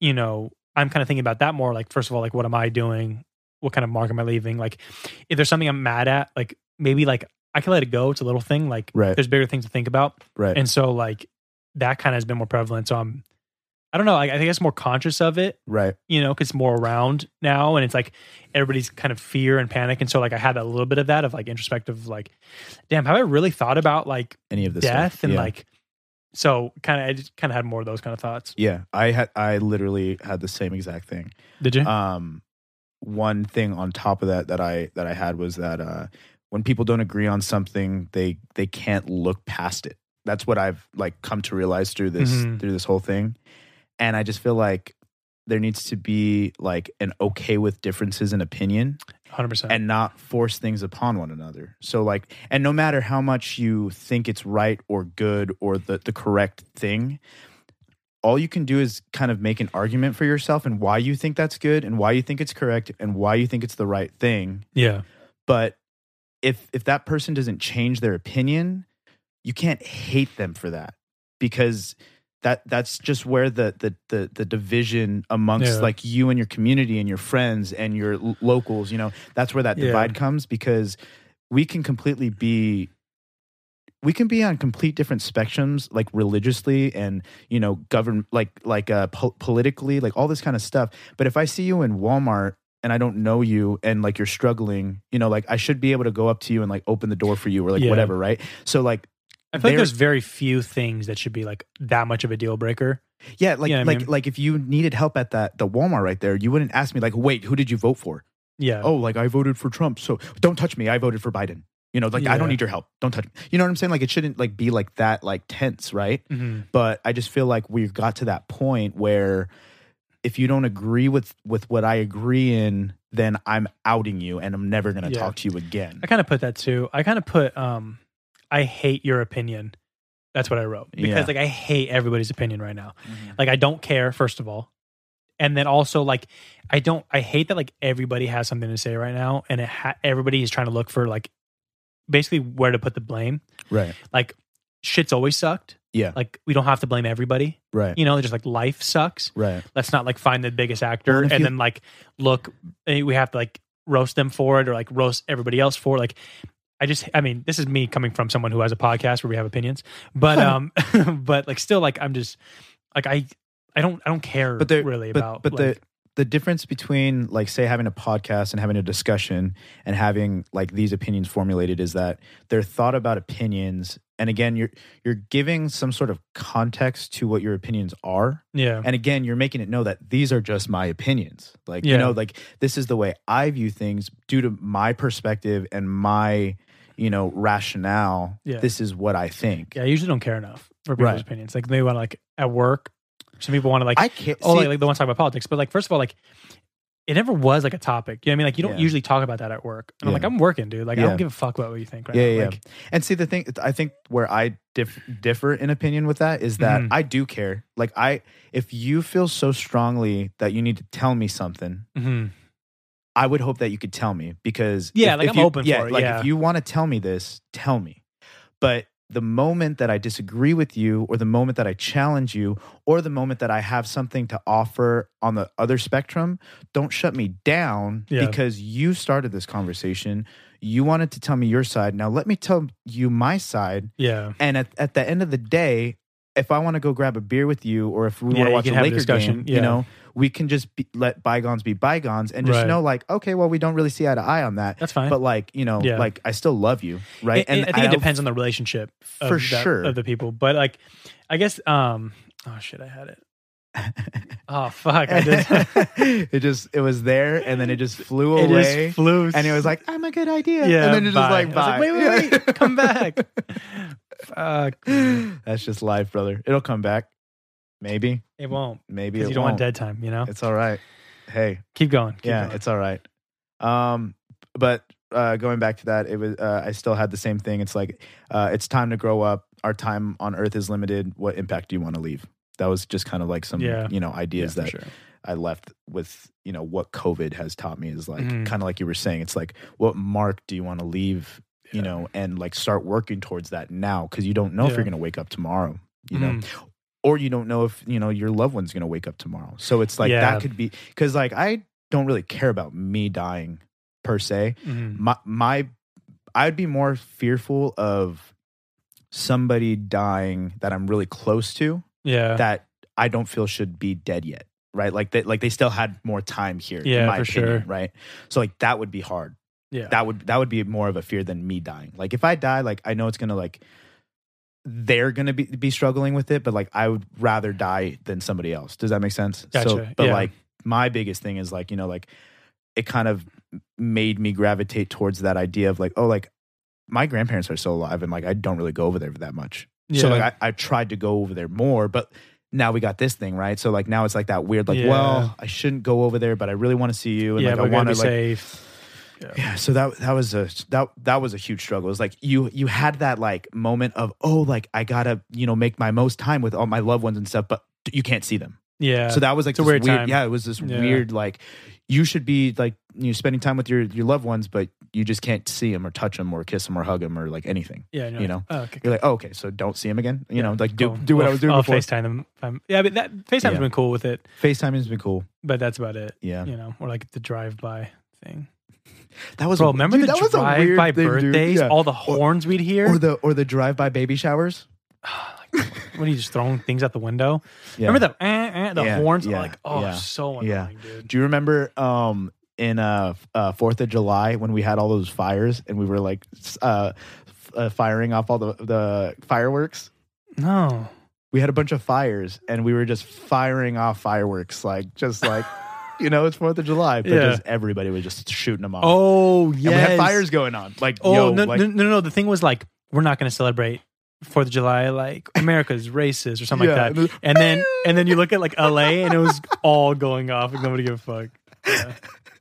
Speaker 2: you know I'm kind of thinking about that more like first of all like what am I doing what kind of mark am I leaving like if there's something I'm mad at like maybe like I can let it go. It's a little thing. Like
Speaker 1: Right.
Speaker 2: there's bigger things to think about.
Speaker 1: Right.
Speaker 2: And so like that kind of has been more prevalent. So I'm, I don't know. Like, I think it's more conscious of it,
Speaker 1: right.
Speaker 2: you know, 'cause it's more around now, and it's like everybody's kind of fear and panic. And so like I had a little bit of that of like introspective, like, damn, have I really thought about like
Speaker 1: Any of this
Speaker 2: death
Speaker 1: stuff.
Speaker 2: and
Speaker 1: yeah.
Speaker 2: like, so kind of I just kind of had more of those kind of thoughts.
Speaker 1: Yeah, I had I literally had the same exact thing.
Speaker 2: Did you?
Speaker 1: um one thing on top of that that i that i had was that uh when people don't agree on something they they can't look past it that's what i've like come to realize through this
Speaker 2: Mhm.
Speaker 1: through this whole thing and i just feel like there needs to be like an okay with differences in opinion
Speaker 2: Hundred percent.
Speaker 1: and not force things upon one another. So like and no matter how much you think it's right or good or the, the correct thing, all you can do is kind of make an argument for yourself and why you think that's good and why you think it's correct and why you think it's the right thing.
Speaker 2: Yeah.
Speaker 1: But if if that person doesn't change their opinion, you can't hate them for that because that that's just where the the the, the division amongst
Speaker 2: Yeah.
Speaker 1: like you and your community and your friends and your l- locals, you know, that's where that
Speaker 2: Yeah.
Speaker 1: divide comes because we can completely be we can be on complete different spectrums like religiously and you know govern like like uh po- politically like all this kind of stuff but if i see you in walmart and i don't know you and like you're struggling you know like i should be able to go up to you and like open the door for you or like
Speaker 2: Yeah.
Speaker 1: whatever right so like
Speaker 2: I feel like
Speaker 1: There-
Speaker 2: there's very few things that should be like that much of a deal breaker.
Speaker 1: yeah like
Speaker 2: Yeah, I
Speaker 1: like
Speaker 2: mean-
Speaker 1: like if you needed help at that the walmart right there you wouldn't ask me like wait who did you vote for
Speaker 2: Yeah.
Speaker 1: oh like i voted for trump so don't touch me i voted for biden you know like i don't
Speaker 2: Yeah.
Speaker 1: need your help don't touch me you know what i'm saying like it shouldn't like be like that like tense right
Speaker 2: Mhm.
Speaker 1: but I just feel like we've got to that point where if you don't agree with with what I agree in, then I'm outing you and I'm never going to
Speaker 2: Yeah.
Speaker 1: talk to you again.
Speaker 2: I kind of put that too. I kind of put um I hate your opinion. That's what I wrote. Because
Speaker 1: Yeah. Mm-hmm.
Speaker 2: like I hate everybody's opinion right now. Like I don't care first of all. And then also like I don't I hate that like everybody has something to say right now and it ha- everybody is trying to look for like basically where to put the blame.
Speaker 1: Right.
Speaker 2: Like shit's always sucked.
Speaker 1: Yeah.
Speaker 2: Like we don't have to blame everybody.
Speaker 1: Right.
Speaker 2: You know, just like life sucks.
Speaker 1: Right.
Speaker 2: let's not like find the biggest actor
Speaker 1: Well, if
Speaker 2: and
Speaker 1: you-
Speaker 2: then like look eh, we have to like roast them for it or like roast everybody else for it. like i just i mean this is me coming from someone who has a podcast where we have opinions but um but like still like i'm just like i i don't i don't care
Speaker 1: But there-
Speaker 2: really
Speaker 1: but
Speaker 2: about
Speaker 1: but
Speaker 2: like,
Speaker 1: the the difference between like say having a podcast and having a discussion and having like these opinions formulated is that they're thought about opinions and again you're you're giving some sort of context to what your opinions are
Speaker 2: yeah
Speaker 1: And again, you're making it know that these are just my opinions. Like,
Speaker 2: Yeah.
Speaker 1: you know, like this is the way I view things due to my perspective and my, you know, rationale.
Speaker 2: Yeah.
Speaker 1: This is what I think.
Speaker 2: yeah i usually don't care enough for people's
Speaker 1: Right.
Speaker 2: opinions like they want to like at work some people want to like
Speaker 1: I can't.
Speaker 2: oh
Speaker 1: see,
Speaker 2: like, like the ones talking about politics but like first of all like it never was like a topic. You know what I mean? Like you don't
Speaker 1: Yeah.
Speaker 2: usually talk about that at work. And I'm
Speaker 1: Yeah.
Speaker 2: like, I'm working, dude. Like I
Speaker 1: Yeah.
Speaker 2: don't give a fuck about what you think right
Speaker 1: Yeah,
Speaker 2: now.
Speaker 1: yeah,
Speaker 2: Like,
Speaker 1: and see the thing. I think where I dif- differ in opinion with that is that
Speaker 2: Mhm.
Speaker 1: I do care. Like I, if you feel so strongly that you need to tell me something,
Speaker 2: mhm.
Speaker 1: I would hope that you could tell me because
Speaker 2: Yeah,
Speaker 1: if-
Speaker 2: like,
Speaker 1: if
Speaker 2: I'm
Speaker 1: you-
Speaker 2: open for it,
Speaker 1: Like
Speaker 2: yeah.
Speaker 1: if you want to tell me this, tell me. But the moment that I disagree with you, or the moment that I challenge you, or the moment that I have something to offer on the other spectrum, don't shut me down
Speaker 2: Yeah.
Speaker 1: because you started this conversation. You wanted to tell me your side. Now let me tell you my side.
Speaker 2: Yeah.
Speaker 1: And at, at the end of the day, if I want to go grab a beer with you, or if we want
Speaker 2: Yeah, you
Speaker 1: to watch
Speaker 2: can
Speaker 1: a
Speaker 2: have a
Speaker 1: Laker
Speaker 2: discussion,
Speaker 1: game,
Speaker 2: yeah.
Speaker 1: you know, we can just be, let bygones be bygones and just
Speaker 2: Right.
Speaker 1: know, like, okay, well, we don't really see eye to eye on that,
Speaker 2: That's fine.
Speaker 1: but like, you know,
Speaker 2: Yeah.
Speaker 1: like I still love you, right?
Speaker 2: And, I think it
Speaker 1: don't-
Speaker 2: depends on the relationship of
Speaker 1: for
Speaker 2: that-
Speaker 1: sure.
Speaker 2: of the people. But like, I guess, um, oh shit, I had it. Oh fuck, I just
Speaker 1: it just it was there, and then it just flew
Speaker 2: it
Speaker 1: away,
Speaker 2: just flew,
Speaker 1: and it was like, I'm a good idea,
Speaker 2: yeah,
Speaker 1: and then it just
Speaker 2: bye.
Speaker 1: like,
Speaker 2: I
Speaker 1: bye,
Speaker 2: was wait, wait, wait, come back. Fuck, man.
Speaker 1: That's just life, brother. It'll come back, maybe,
Speaker 2: it won't
Speaker 1: maybe
Speaker 2: because
Speaker 1: it
Speaker 2: you don't want
Speaker 1: won't.
Speaker 2: dead time. You know,
Speaker 1: It's all right. Hey,
Speaker 2: keep going. keep
Speaker 1: yeah
Speaker 2: going.
Speaker 1: it's all right um but uh going back to that it was uh, i still had the same thing it's like uh it's time to grow up our time on earth is limited what impact do you want to leave that was just kind of like some
Speaker 2: Yeah.
Speaker 1: you know
Speaker 2: Yeah,
Speaker 1: ideas
Speaker 2: for
Speaker 1: that
Speaker 2: sure.
Speaker 1: i left with you know what covid has taught me is like
Speaker 2: Mhm.
Speaker 1: kind of like you were saying it's like what mark do you want to leave you know and like start working towards that now because you don't know if
Speaker 2: Yeah.
Speaker 1: you're going to wake up tomorrow you know
Speaker 2: Mm.
Speaker 1: or you don't know if you know your loved one's going to wake up tomorrow. So it's like
Speaker 2: Yeah.
Speaker 1: that could be because like I don't really care about me dying per se.
Speaker 2: Mhm.
Speaker 1: My my I'd be more fearful of somebody dying that I'm really close to
Speaker 2: Yeah.
Speaker 1: that I don't feel should be dead yet. Right. Like that like they still had more time here.
Speaker 2: Yeah,
Speaker 1: in my
Speaker 2: for
Speaker 1: opinion,
Speaker 2: sure.
Speaker 1: Right. So like that would be hard.
Speaker 2: yeah.
Speaker 1: That would that would be more of a fear than me dying. Like if I die, like I know it's gonna like they're gonna be, be struggling with it, but like I would rather die than somebody else. Does that make sense? So
Speaker 2: Gotcha.
Speaker 1: but
Speaker 2: Yeah.
Speaker 1: like my biggest thing is like, you know, like it kind of made me gravitate towards that idea of like, oh, like my grandparents are still alive and like I don't really go over there that much. So
Speaker 2: Yeah.
Speaker 1: like I, I tried to go over there more, but now we got this thing, right? So like now it's like that weird, like,
Speaker 2: Yeah.
Speaker 1: well, I shouldn't go over there, but I really want to see you and
Speaker 2: yeah,
Speaker 1: like
Speaker 2: but
Speaker 1: I
Speaker 2: we gotta
Speaker 1: want to
Speaker 2: be
Speaker 1: like
Speaker 2: safe.
Speaker 1: yeah, so that that was a that that was a huge struggle. It was like you you had that like moment of oh like I gotta you know make my most time with all my loved ones and stuff, but you can't see them.
Speaker 2: Yeah.
Speaker 1: So that was like
Speaker 2: It's a
Speaker 1: this
Speaker 2: weird
Speaker 1: weird,
Speaker 2: time.
Speaker 1: yeah, it was this
Speaker 2: Yeah.
Speaker 1: weird like you should be like you know, spending time with your your loved ones, but you just can't see them or touch them or kiss them or hug them or like anything.
Speaker 2: yeah, you're
Speaker 1: you
Speaker 2: like,
Speaker 1: know,
Speaker 2: oh, okay.
Speaker 1: You're like oh, okay, so don't see them again. You know, like do
Speaker 2: cool.
Speaker 1: do what
Speaker 2: I'll,
Speaker 1: I was doing
Speaker 2: I'll
Speaker 1: before.
Speaker 2: FaceTime them. If I'm, yeah, but that FaceTime's
Speaker 1: Yeah.
Speaker 2: been cool with it,
Speaker 1: FaceTime has been cool.
Speaker 2: but that's about it.
Speaker 1: Yeah,
Speaker 2: You know, or like the drive by thing.
Speaker 1: that was
Speaker 2: Bro,
Speaker 1: a-
Speaker 2: remember
Speaker 1: dude,
Speaker 2: the
Speaker 1: that was a
Speaker 2: drive
Speaker 1: weird
Speaker 2: by
Speaker 1: thing, dude.
Speaker 2: birthdays?
Speaker 1: Yeah.
Speaker 2: All the horns we'd hear.
Speaker 1: or the or the drive by baby showers.
Speaker 2: when you just throwing things out the window.
Speaker 1: Yeah.
Speaker 2: Remember the eh, eh, the
Speaker 1: Yeah,
Speaker 2: horns?
Speaker 1: yeah,
Speaker 2: like, oh,
Speaker 1: yeah,
Speaker 2: so
Speaker 1: yeah.
Speaker 2: annoying, dude.
Speaker 1: Do you remember um in uh uh Fourth of July when we had all those fires and we were like s- uh, f- uh firing off all the the fireworks?
Speaker 2: No.
Speaker 1: We had a bunch of fires and we were just firing off fireworks like just like you know it's Fourth of July, but
Speaker 2: Yeah.
Speaker 1: just everybody was just shooting them off.
Speaker 2: Oh, yeah.
Speaker 1: and we had fires going on. Like
Speaker 2: Oh,
Speaker 1: yo,
Speaker 2: no,
Speaker 1: like,
Speaker 2: no, no, no. The thing was like, we're not going to celebrate Fourth of July. Like, America's racist or something
Speaker 1: Yeah, and
Speaker 2: like that.
Speaker 1: then-
Speaker 2: And then, and then you look at like LA and it was all going off and nobody gave a fuck. Yeah.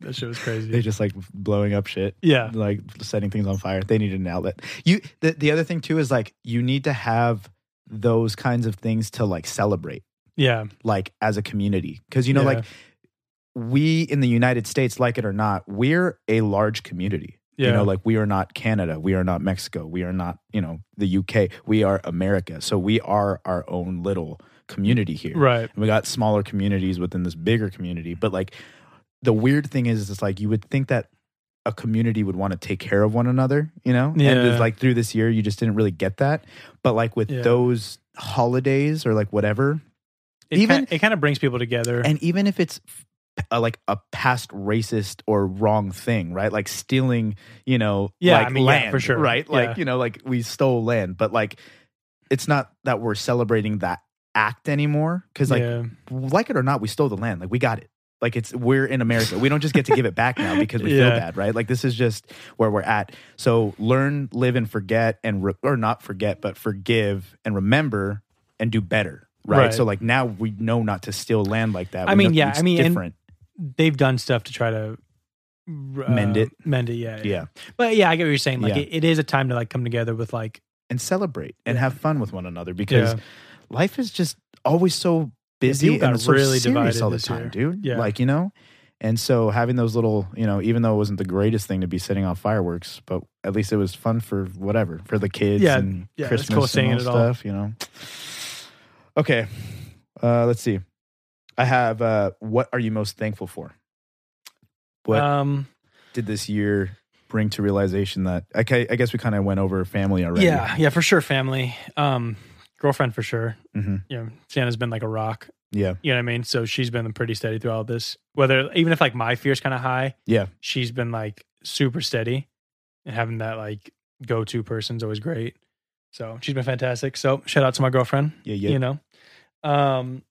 Speaker 2: That shit was crazy.
Speaker 1: they just like blowing up shit.
Speaker 2: yeah.
Speaker 1: like setting things on fire. They needed an outlet. You the, the other thing too is like you need to have those kinds of things to like celebrate.
Speaker 2: Yeah.
Speaker 1: like as a community because you know
Speaker 2: Yeah.
Speaker 1: like we in the united states like it or not we're a large community
Speaker 2: Yeah.
Speaker 1: you know like we are not canada we are not mexico we are not you know the uk we are america so we are our own little community here
Speaker 2: right.
Speaker 1: and we got smaller communities within this bigger community but like the weird thing is it's like you would think that a community would want to take care of one another you know and
Speaker 2: Yeah.
Speaker 1: it's like through this year you just didn't really get that but like with
Speaker 2: Yeah.
Speaker 1: those holidays or like whatever
Speaker 2: It
Speaker 1: Even-
Speaker 2: Even, it kind of brings people together.
Speaker 1: and even if it's uh, like a past racist or wrong thing, right? Like stealing, you know,
Speaker 2: Yeah,
Speaker 1: like
Speaker 2: I mean, yeah,
Speaker 1: land,
Speaker 2: for sure.
Speaker 1: right? Like
Speaker 2: Yeah.
Speaker 1: you know, like we stole land, but like it's not that we're celebrating that act anymore because like
Speaker 2: yeah.
Speaker 1: like it or not, we stole the land. Like we got it. Like it's we're in America. We don't just get to give it back now because we
Speaker 2: Yeah.
Speaker 1: feel bad, right? Like this is just where we're at. So learn, live, and forget, and re- or not forget, but forgive and remember and do better, right?
Speaker 2: Right.
Speaker 1: So like now we know not to steal land like that.
Speaker 2: I
Speaker 1: We
Speaker 2: mean,
Speaker 1: know
Speaker 2: yeah,
Speaker 1: it's
Speaker 2: I mean, and-
Speaker 1: different.
Speaker 2: They've done stuff to try to uh,
Speaker 1: Mend it.
Speaker 2: Mend it. Yeah.
Speaker 1: yeah,
Speaker 2: But yeah, I get what you're saying. Like,
Speaker 1: Yeah.
Speaker 2: it, it is a time to like come together with like,
Speaker 1: and celebrate and
Speaker 2: Yeah.
Speaker 1: have fun with one another because
Speaker 2: Yeah.
Speaker 1: life is just always so busy
Speaker 2: people
Speaker 1: and
Speaker 2: got
Speaker 1: it's so
Speaker 2: really
Speaker 1: serious
Speaker 2: divided
Speaker 1: all the
Speaker 2: this
Speaker 1: time,
Speaker 2: year.
Speaker 1: dude.
Speaker 2: Yeah.
Speaker 1: Like, you know? And so having those little, you know, even though it wasn't the greatest thing to be setting off fireworks, but at least it was fun for whatever, for the kids
Speaker 2: Yeah,
Speaker 1: and
Speaker 2: yeah, it's
Speaker 1: Christmas
Speaker 2: cool seeing
Speaker 1: and
Speaker 2: it
Speaker 1: all
Speaker 2: at all.
Speaker 1: stuff, you know. Okay. Uh, let's see. I have uh, what are you most thankful for? What
Speaker 2: um,
Speaker 1: did this year bring to realization that okay, I guess we kind of went over family already.
Speaker 2: Yeah, yeah, for sure. Family, um, girlfriend for sure.
Speaker 1: hmm
Speaker 2: You know, Santa's been like a rock.
Speaker 1: Yeah.
Speaker 2: You know what I mean? So she's been pretty steady through all this. Whether even if like my fear's kind of high,
Speaker 1: Yeah.
Speaker 2: she's been like super steady, and having that like go to person's always great. So she's been fantastic. So shout out to my girlfriend.
Speaker 1: Yeah. Yeah.
Speaker 2: You know, um,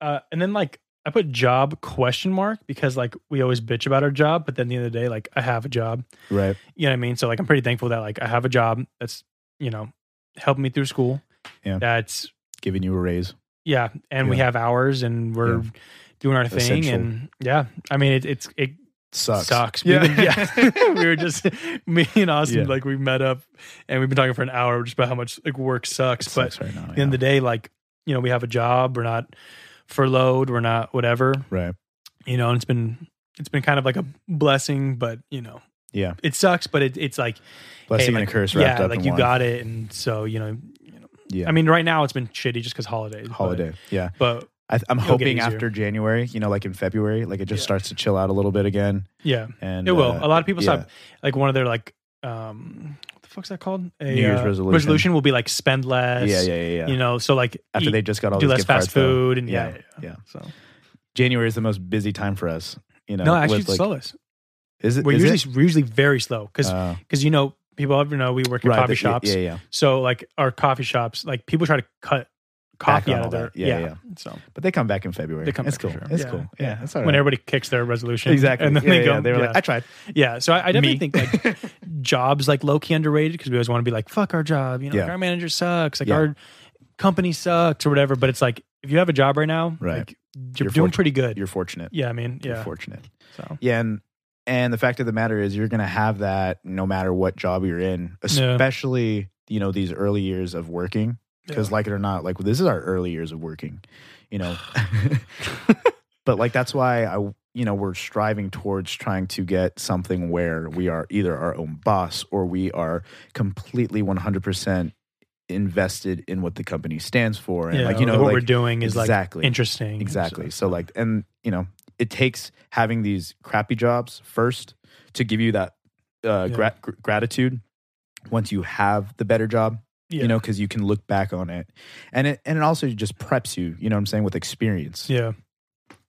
Speaker 2: uh, and then like I put job question mark because like we always bitch about our job, but then the other day like I have a job.
Speaker 1: Right.
Speaker 2: you know what I mean? So like I'm pretty thankful that like I have a job that's, you know, helping me through school.
Speaker 1: Yeah.
Speaker 2: That's
Speaker 1: Giving you a raise.
Speaker 2: yeah, and we
Speaker 1: Yeah.
Speaker 2: have hours and we're doing our thing
Speaker 1: Essential.
Speaker 2: and yeah. I mean it it's it
Speaker 1: Sucks.
Speaker 2: sucks.
Speaker 1: Yeah.
Speaker 2: We've been- yeah. we were just me and Austin
Speaker 1: Yeah.
Speaker 2: like we met up and we've been talking for an hour just about how much like work sucks.
Speaker 1: It
Speaker 2: but
Speaker 1: sucks right now.
Speaker 2: at the end of the day, like, you know, we have a job, we're not furloughed, we're not whatever.
Speaker 1: Right.
Speaker 2: you know, and it's been it's been kind of like a blessing, but you know,
Speaker 1: Yeah.
Speaker 2: it sucks, but it, it's like
Speaker 1: Blessing
Speaker 2: hey,
Speaker 1: and
Speaker 2: like,
Speaker 1: a curse wrapped
Speaker 2: yeah,
Speaker 1: up
Speaker 2: like
Speaker 1: in
Speaker 2: you
Speaker 1: one.
Speaker 2: got it, and so you know, you know.
Speaker 1: Yeah.
Speaker 2: I mean, right now it's been shitty just because holidays, but-
Speaker 1: holiday. Yeah.
Speaker 2: but,
Speaker 1: I, I'm
Speaker 2: It'll get
Speaker 1: hoping
Speaker 2: easier.
Speaker 1: after January, you know, like in February, like it just
Speaker 2: Yeah.
Speaker 1: starts to chill out a little bit again.
Speaker 2: yeah,
Speaker 1: And
Speaker 2: it will.
Speaker 1: uh,
Speaker 2: a lot of people
Speaker 1: yeah.
Speaker 2: stop like one of their like um, what the fuck's that called? A
Speaker 1: New Year's
Speaker 2: uh,
Speaker 1: resolution.
Speaker 2: will be like spend less.
Speaker 1: yeah, yeah, yeah, yeah.
Speaker 2: You know, so like
Speaker 1: After
Speaker 2: eat-
Speaker 1: they just got all
Speaker 2: do
Speaker 1: this
Speaker 2: less
Speaker 1: gift
Speaker 2: fast
Speaker 1: card stuff.
Speaker 2: food and yeah,
Speaker 1: Yeah,
Speaker 2: yeah, yeah.
Speaker 1: yeah.
Speaker 2: So
Speaker 1: January is the most busy time for us. You know,
Speaker 2: no, actually,
Speaker 1: with,
Speaker 2: it's slowest.
Speaker 1: Is it?
Speaker 2: We're
Speaker 1: is
Speaker 2: usually
Speaker 1: it?
Speaker 2: we're usually very slow because
Speaker 1: Uh,
Speaker 2: you know people ever know we work in
Speaker 1: right,
Speaker 2: coffee
Speaker 1: the-
Speaker 2: shops.
Speaker 1: Yeah, yeah, yeah.
Speaker 2: So like our coffee shops, like people try to cut
Speaker 1: Back
Speaker 2: coffee
Speaker 1: on
Speaker 2: out of
Speaker 1: all
Speaker 2: there.
Speaker 1: that. Yeah, yeah.
Speaker 2: So
Speaker 1: But they come back in February.
Speaker 2: they come.
Speaker 1: It's
Speaker 2: back
Speaker 1: cool.
Speaker 2: for sure.
Speaker 1: It's cool. Yeah, that's all right.
Speaker 2: When everybody kicks their resolution,
Speaker 1: exactly.
Speaker 2: and then
Speaker 1: Yeah,
Speaker 2: they
Speaker 1: yeah,
Speaker 2: go.
Speaker 1: yeah. They were like, I tried.
Speaker 2: Yeah, so I, I
Speaker 1: Me.
Speaker 2: definitely think like jobs like low key underrated because we always want to be like fuck our job, you know, like
Speaker 1: Yeah.
Speaker 2: our manager sucks, like
Speaker 1: Yeah.
Speaker 2: our company sucks or whatever. But it's like if you have a job right now,
Speaker 1: Right.
Speaker 2: like, you're,
Speaker 1: You're
Speaker 2: doing
Speaker 1: fortunate.
Speaker 2: pretty good.
Speaker 1: You're fortunate.
Speaker 2: yeah, I mean,
Speaker 1: You're
Speaker 2: yeah.
Speaker 1: fortunate.
Speaker 2: So
Speaker 1: Yeah, and and the fact of the matter is you're going to have that no matter what job you're in,
Speaker 2: Yeah.
Speaker 1: especially you know these early years of working because
Speaker 2: Yeah.
Speaker 1: like it or not, like this is our early years of working, you know. but like that's why I you know we're striving towards trying to get something where we are either our own boss or we are completely 100% invested in what the company stands for and
Speaker 2: yeah,
Speaker 1: like you know
Speaker 2: what
Speaker 1: like,
Speaker 2: we're doing is
Speaker 1: exactly
Speaker 2: like interesting.
Speaker 1: Exactly. So like and you know, it takes having these crappy jobs first to give you that uh
Speaker 2: Yeah.
Speaker 1: grat- gr- gratitude once you have the better job,
Speaker 2: yeah.
Speaker 1: you know, cuz you can look back on it. And it and it also just preps you, you know what I'm saying, with experience.
Speaker 2: yeah,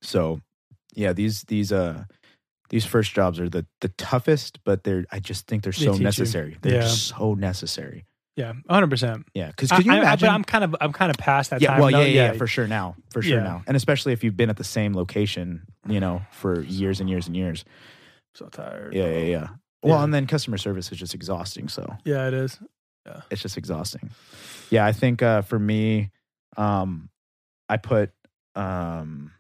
Speaker 1: So, yeah, these these uh these first jobs are the the toughest, but they're I just think they're
Speaker 2: They
Speaker 1: so
Speaker 2: teach you.
Speaker 1: necessary. They're
Speaker 2: Yeah.
Speaker 1: so necessary.
Speaker 2: yeah, hundred percent.
Speaker 1: Yeah, cuz
Speaker 2: I,
Speaker 1: could you
Speaker 2: I- I-
Speaker 1: imagine
Speaker 2: but I'm kind of I'm kind of past that
Speaker 1: yeah,
Speaker 2: time.
Speaker 1: well,
Speaker 2: though.
Speaker 1: yeah, yeah, yeah, for sure now, for sure
Speaker 2: Yeah.
Speaker 1: now, and especially if you've been at the same location, you know, for years and years and years.
Speaker 2: So tired.
Speaker 1: Yeah, yeah, yeah. Well,
Speaker 2: Yeah.
Speaker 1: and then customer service is just exhausting. So
Speaker 2: yeah, it is.
Speaker 1: it's just exhausting. Yeah, I think uh, for me, um, I put, um,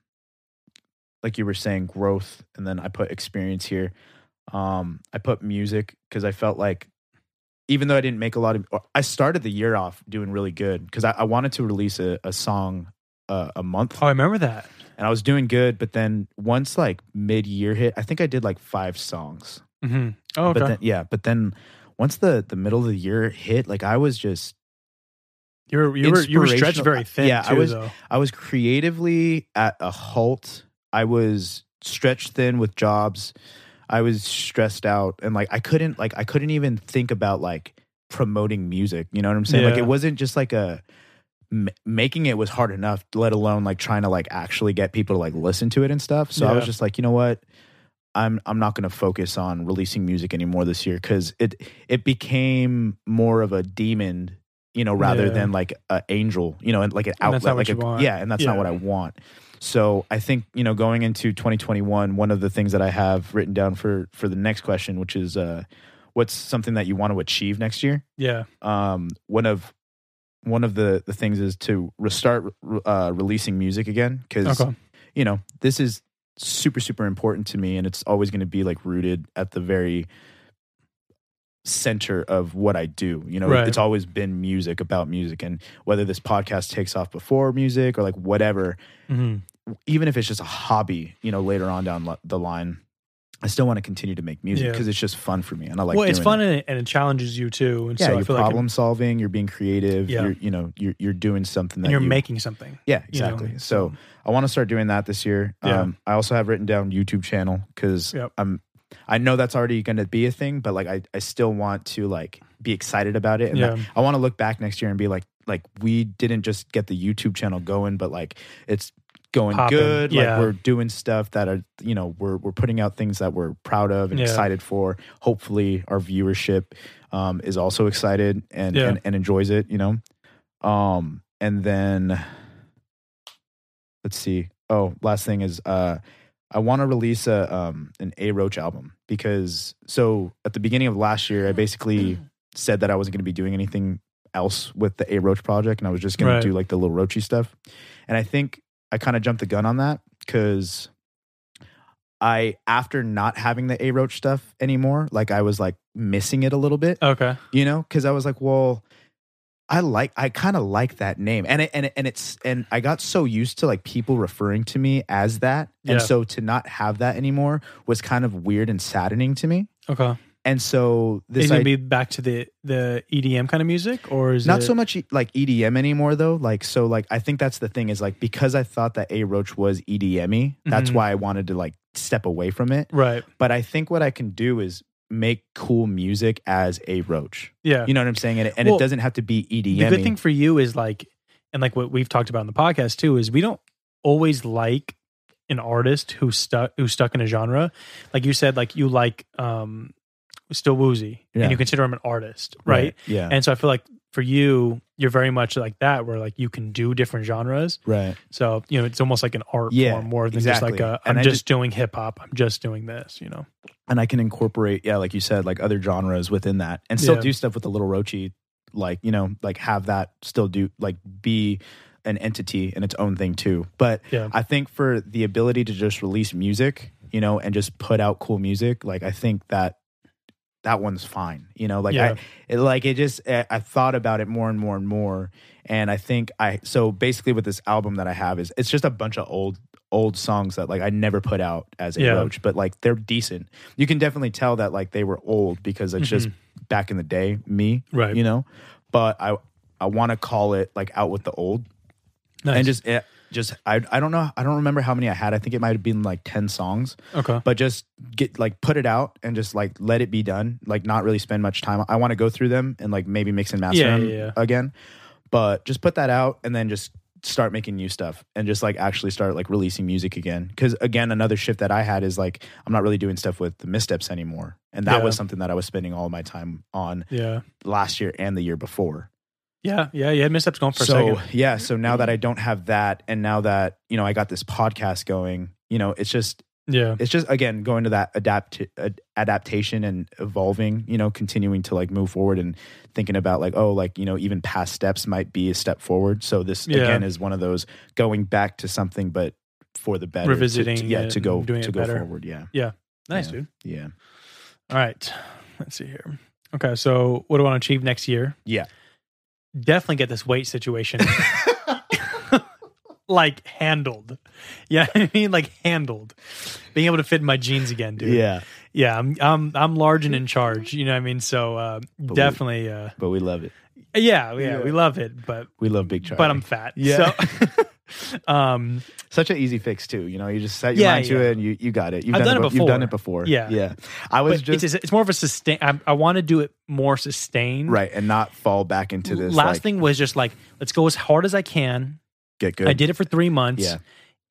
Speaker 1: like you were saying, growth, and then I put experience here. Um, I put music because I felt like, even though I didn't make a lot of, or I started the year off doing really good because I, I wanted to release a, a song uh, a month.
Speaker 2: Oh, I remember that.
Speaker 1: and I was doing good. But then once like mid year hit, I think I did like five songs.
Speaker 2: hmm Oh, okay.
Speaker 1: But then, yeah, but then once the the middle of the year hit, like I was just
Speaker 2: you were you were you were stretched
Speaker 1: inspirational-
Speaker 2: very thin.
Speaker 1: Yeah, I
Speaker 2: too,
Speaker 1: was-
Speaker 2: Though.
Speaker 1: I was creatively at a halt. I was stretched thin with jobs. I was stressed out and like I couldn't like I couldn't even think about like promoting music. You know what I'm saying? Like
Speaker 2: Yeah.
Speaker 1: it wasn't just like a m- making it was hard enough, let alone like trying to like actually get people to like listen to it and stuff. So I
Speaker 2: Yeah.
Speaker 1: was just like, you know what? I'm I'm not going to focus on releasing music anymore this year cuz it it became more of a demon, you know, rather
Speaker 2: Yeah.
Speaker 1: than like an angel, you know, and like an
Speaker 2: And
Speaker 1: outlet
Speaker 2: that's not
Speaker 1: like
Speaker 2: what you
Speaker 1: a-
Speaker 2: want.
Speaker 1: yeah, and that's
Speaker 2: Yeah.
Speaker 1: not what I want. So I think you know, going into 2021, one of the things that I have written down for for the next question, which is uh, what's something that you want to achieve next year?
Speaker 2: Yeah,
Speaker 1: Um, one of one of the the things is to restart uh, releasing music again because
Speaker 2: okay.
Speaker 1: you know this is super super important to me, and it's always going to be like rooted at the very center of what I do. You know,
Speaker 2: Right.
Speaker 1: it's always been music about music, and whether this podcast takes off before music or like whatever,
Speaker 2: hmm
Speaker 1: even if it's just a hobby, you know, later on down li- the line, I still want to continue to make music
Speaker 2: Yeah.
Speaker 1: because it's just fun for me, and I like.
Speaker 2: well, it's
Speaker 1: doing
Speaker 2: fun
Speaker 1: It.
Speaker 2: and it, and it challenges you too. And
Speaker 1: Yeah,
Speaker 2: so I
Speaker 1: you're
Speaker 2: feel like it-
Speaker 1: problem solving. You're being creative.
Speaker 2: Yeah.
Speaker 1: You're, you know, you're you're doing something that
Speaker 2: and you're
Speaker 1: you-
Speaker 2: making something.
Speaker 1: Yeah,
Speaker 2: you know,
Speaker 1: exactly. So I want to start doing that this year.
Speaker 2: Yeah.
Speaker 1: Um, I also have written down YouTube channel because
Speaker 2: Yep.
Speaker 1: I'm. I know that's already going to be a thing, but like I, I still want to like be excited about it, and
Speaker 2: Yeah.
Speaker 1: that- I want to look back next year and be like, like we didn't just get the YouTube channel going, but like it's going
Speaker 2: Popping.
Speaker 1: good.
Speaker 2: Yeah.
Speaker 1: Like we're doing stuff that are you know we're we're putting out things that we're proud of and
Speaker 2: Yeah.
Speaker 1: excited for. Hopefully, our viewership um, is also excited and,
Speaker 2: Yeah.
Speaker 1: and and enjoys it. You know, um, and then let's see. Oh, last thing is uh I want to release a um an A Roach album because so at the beginning of last year I basically said that I wasn't going to be doing anything else with the A Roach project and I was just going
Speaker 2: Right.
Speaker 1: to do like the little Roachy stuff. And I think I kind of jumped the gun on that cuz I after not having the A Roach stuff anymore, like I was like missing it a little bit
Speaker 2: okay,
Speaker 1: you know because i was like well i like i kind of like that name and it, and it, and it's and i got so used to like people referring to me as that and
Speaker 2: Yeah.
Speaker 1: so to not have that anymore was kind of weird and saddening to me
Speaker 2: okay.
Speaker 1: and so this
Speaker 2: Is it gonna
Speaker 1: I-
Speaker 2: be back to the the EDM kind of music, or is
Speaker 1: not
Speaker 2: it,
Speaker 1: so much E, like EDM anymore though. Like so, like I think that's the thing is like because I thought that A Roach was EDM-y, that's
Speaker 2: Mhm.
Speaker 1: why I wanted to like step away from it.
Speaker 2: Right.
Speaker 1: But I think what I can do is make cool music as a roach.
Speaker 2: yeah.
Speaker 1: You know E what I'm saying? And it, and
Speaker 2: Well,
Speaker 1: it doesn't have to be EDM.
Speaker 2: the good thing for you is like, and like what we've talked about in the podcast too is we don't always like an artist who's stuck who's stuck in a genre. Like you said, like you like um still woozy,
Speaker 1: Yeah.
Speaker 2: and you consider him an artist, right?
Speaker 1: Yeah.
Speaker 2: And so I feel like for you, you're very much like that, where like you can do different genres.
Speaker 1: right.
Speaker 2: So you know, it's almost like an art
Speaker 1: Yeah,
Speaker 2: form more than just
Speaker 1: exactly.
Speaker 2: like a, I'm
Speaker 1: And I
Speaker 2: just
Speaker 1: just-
Speaker 2: doing hip hop. I'm just doing this. You know,
Speaker 1: And I can incorporate, yeah, like you said, like other genres within that and still
Speaker 2: Yeah.
Speaker 1: do stuff with the little roachy, like, you know, like have that still do, like be an entity and its own thing too. But
Speaker 2: Yeah.
Speaker 1: I think for the ability to just release music, you know, and just put out cool music, like I think that that one's fine. You know, like
Speaker 2: Yeah.
Speaker 1: I, it, like it just, I I thought about it more and more and more. And I think I, so basically with this album that I have is it's just a bunch of old, old songs that like I never put out as a
Speaker 2: Yeah.
Speaker 1: roach, but like they're decent. You can definitely tell that like they were old because it's just back in the day, me,
Speaker 2: Mm-hmm. Right.
Speaker 1: You know, but I, I want to call it like out with the old
Speaker 2: nice.
Speaker 1: and just it, just I I don't know I don't remember how many I had. I think it might have been like ten songs,
Speaker 2: okay,
Speaker 1: but just get like put it out and just like let it be done. Like not really spend much time. I want to go through them and like maybe mix and master
Speaker 2: Yeah,
Speaker 1: them
Speaker 2: yeah, yeah.
Speaker 1: again, but just put that out and then just start making new stuff and just like actually start like releasing music again because again another shift that i had is like i'm not really doing stuff with the missteps anymore and that
Speaker 2: Yeah.
Speaker 1: was something that i was spending all my time on
Speaker 2: yeah,
Speaker 1: last year and the year before
Speaker 2: yeah, yeah, yeah. Missteps gone Oh, for
Speaker 1: so
Speaker 2: a second.
Speaker 1: yeah so now that i don't have that and now that you know i got this podcast going you know it's just
Speaker 2: Yeah,
Speaker 1: it's just again going to that adapt ad- adaptation and evolving you know continuing to like move forward and thinking about like oh like you know even past steps might be a step forward so this
Speaker 2: Yeah.
Speaker 1: again is one of those going back to something but for the better to-
Speaker 2: Revisiting
Speaker 1: to, yeah
Speaker 2: it
Speaker 1: to go
Speaker 2: and doing
Speaker 1: to
Speaker 2: it
Speaker 1: go
Speaker 2: better.
Speaker 1: forward yeah
Speaker 2: nice,
Speaker 1: yeah.
Speaker 2: dude.
Speaker 1: yeah
Speaker 2: All right, let's see here. Okay, so what do I want to achieve next year?
Speaker 1: Yeah.
Speaker 2: definitely get this weight situation like handled. Yeah, I mean like handled. Being able to fit in my jeans again, dude.
Speaker 1: yeah
Speaker 2: yeah. I'm I'm I'm large and in charge. You know what I mean? So uh,
Speaker 1: we-
Speaker 2: definitely, uh,
Speaker 1: but we love it
Speaker 2: yeah, yeah,
Speaker 1: Yeah.
Speaker 2: we love it, but
Speaker 1: we love big Charlie.
Speaker 2: but I'm fat.
Speaker 1: Yeah.
Speaker 2: So, um,
Speaker 1: such an easy fix too. You know, you just set your
Speaker 2: Yeah,
Speaker 1: mind to
Speaker 2: yeah.
Speaker 1: it and you, you got it. You've
Speaker 2: I've
Speaker 1: done,
Speaker 2: done
Speaker 1: it
Speaker 2: it
Speaker 1: be- You've done it
Speaker 2: before.
Speaker 1: before.
Speaker 2: Yeah.
Speaker 1: yeah. I was
Speaker 2: but
Speaker 1: just
Speaker 2: it's it's more of a sustain. I, I want to do it more sustained.
Speaker 1: right and not fall back into this.
Speaker 2: Last
Speaker 1: like,
Speaker 2: thing was just like let's go as hard as I can.
Speaker 1: get good.
Speaker 2: I did it for three months.
Speaker 1: Yeah.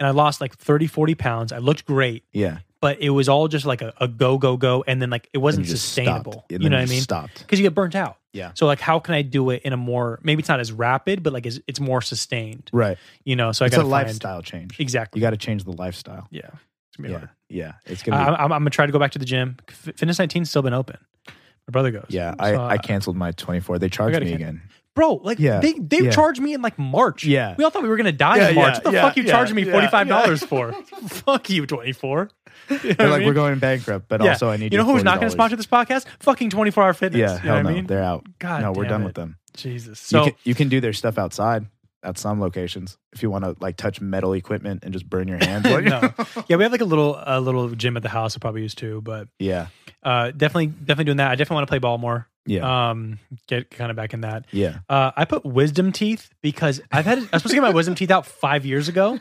Speaker 2: And I lost like 30, 40 pounds. I looked great,
Speaker 1: Yeah,
Speaker 2: but it was all just like a, a go, go, go. And then like it
Speaker 1: And
Speaker 2: wasn't
Speaker 1: you just
Speaker 2: sustainable.
Speaker 1: stopped. And
Speaker 2: You
Speaker 1: then
Speaker 2: know what I
Speaker 1: just
Speaker 2: mean?
Speaker 1: Stopped.
Speaker 2: Because you get burnt out.
Speaker 1: Yeah.
Speaker 2: So like how can I do it in a more maybe it's not as rapid, but like it's, it's more sustained.
Speaker 1: Right.
Speaker 2: You know, so I
Speaker 1: It's
Speaker 2: got
Speaker 1: a
Speaker 2: to
Speaker 1: lifestyle change.
Speaker 2: Exactly.
Speaker 1: You got to change the lifestyle.
Speaker 2: yeah. It's gonna be
Speaker 1: Yeah.
Speaker 2: hard.
Speaker 1: Yeah. It's
Speaker 2: I,
Speaker 1: gonna. Be,
Speaker 2: I'm, I'm gonna try to go back to the gym. F- Fitness 19's still been open. My brother goes.
Speaker 1: yeah.
Speaker 2: So,
Speaker 1: I,
Speaker 2: uh,
Speaker 1: I canceled my twenty four. They charged
Speaker 2: gotta
Speaker 1: me
Speaker 2: can-
Speaker 1: again.
Speaker 2: bro. Like
Speaker 1: Yeah.
Speaker 2: they they
Speaker 1: Yeah.
Speaker 2: charged me in like March.
Speaker 1: Yeah.
Speaker 2: we all thought we were gonna die
Speaker 1: Yeah,
Speaker 2: in March.
Speaker 1: yeah,
Speaker 2: what the
Speaker 1: yeah,
Speaker 2: fuck you
Speaker 1: yeah,
Speaker 2: charging me
Speaker 1: yeah,
Speaker 2: forty five dollars for? Fuck you, twenty four.
Speaker 1: They're like, we're going bankrupt, but also I need.
Speaker 2: You know
Speaker 1: your
Speaker 2: who's not
Speaker 1: going
Speaker 2: going to sponsor this podcast? Fucking twenty four hour fitness.
Speaker 1: Yeah.
Speaker 2: you
Speaker 1: Hell
Speaker 2: know
Speaker 1: no.
Speaker 2: what I mean?
Speaker 1: They're out.
Speaker 2: God
Speaker 1: no, we're
Speaker 2: damn
Speaker 1: done
Speaker 2: it.
Speaker 1: with them.
Speaker 2: Jesus.
Speaker 1: So
Speaker 2: So
Speaker 1: you can, you can do their stuff outside at some locations if you want to like touch metal equipment and just burn your hands. Like-
Speaker 2: no, yeah, we have like a little a little gym at the house. I probably used to, but
Speaker 1: Yeah.
Speaker 2: uh, definitely definitely doing that. I definitely want to play ball more.
Speaker 1: Yeah.
Speaker 2: Um, get kind of back in that.
Speaker 1: yeah.
Speaker 2: Uh, I put wisdom teeth because I've had I was supposed to get my wisdom teeth out five years ago.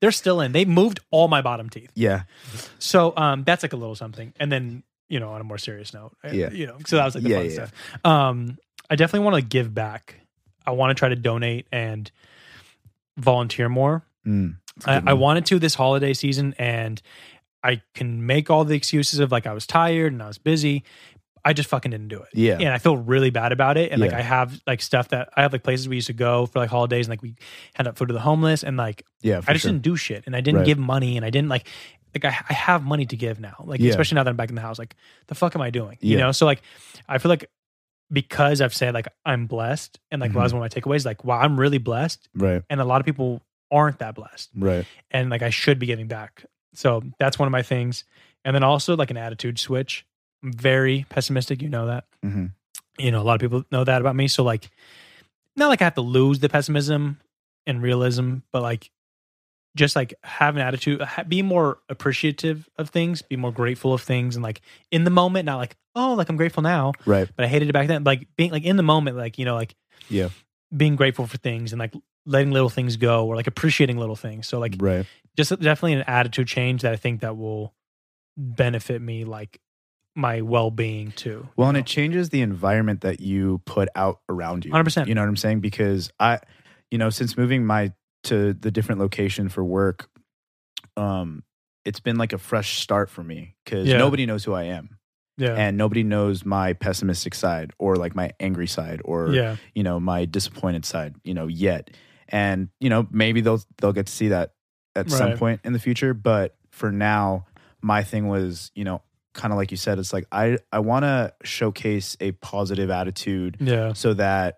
Speaker 2: They're still in. They moved all my bottom teeth.
Speaker 1: Yeah.
Speaker 2: So um, that's like a little something. And then you know, on a more serious note, I-
Speaker 1: Yeah.
Speaker 2: you know, so that was like the
Speaker 1: Yeah,
Speaker 2: fun
Speaker 1: yeah.
Speaker 2: stuff. Um, I definitely want to give back. I want to try to donate and volunteer more.
Speaker 1: Mm.
Speaker 2: I,
Speaker 1: good
Speaker 2: I
Speaker 1: one.
Speaker 2: wanted to this holiday season, and I can make all the excuses of like I was tired and I was busy. I just fucking didn't do it.
Speaker 1: Yeah.
Speaker 2: And I feel really bad about it. And like
Speaker 1: Yeah.
Speaker 2: I have like stuff that I have like places we used to go for like holidays and like we had up food to the homeless and like
Speaker 1: Yeah. for
Speaker 2: I just
Speaker 1: sure.
Speaker 2: didn't do shit and I didn't
Speaker 1: Right.
Speaker 2: give money and I didn't like like I, I have money to give now like
Speaker 1: Yeah.
Speaker 2: especially now that I'm back in the house like the fuck am I doing you
Speaker 1: Yeah.
Speaker 2: know so like I feel like because I've said like I'm blessed and like that
Speaker 1: Mm-hmm.
Speaker 2: was one of my takeaways like wow I'm really blessed
Speaker 1: Right.
Speaker 2: and a lot of people aren't that blessed
Speaker 1: Right.
Speaker 2: and like I should be giving back so that's one of my things and then also like an attitude switch I'm very pessimistic you know that
Speaker 1: Mm-hmm.
Speaker 2: you know a lot of people know that about me so like not like i have to lose the pessimism and realism but like just like have an attitude ha- be more appreciative of things be more grateful of things and like in the moment not like oh like i'm grateful now
Speaker 1: Right.
Speaker 2: but i hated it back then like being like in the moment like you know like
Speaker 1: Yeah.
Speaker 2: being grateful for things and like letting little things go or like appreciating little things so like
Speaker 1: right.
Speaker 2: just definitely an attitude change that i think that will benefit me like my well being too.
Speaker 1: Well, and it changes the environment that you put out around you.
Speaker 2: 100%.
Speaker 1: You know what I'm saying? Because I, you know, since moving my to the different location for work, um, it's been like a fresh start for me because
Speaker 2: Yeah.
Speaker 1: nobody knows who I am
Speaker 2: Yeah,
Speaker 1: and nobody knows my pessimistic side or like my angry side or
Speaker 2: yeah,
Speaker 1: you know my disappointed side you know yet and you know maybe they'll they'll get to see that at some
Speaker 2: Right.
Speaker 1: point in the future but for now my thing was you know kind of like you said it's like i i want to showcase a positive attitude
Speaker 2: yeah.
Speaker 1: so that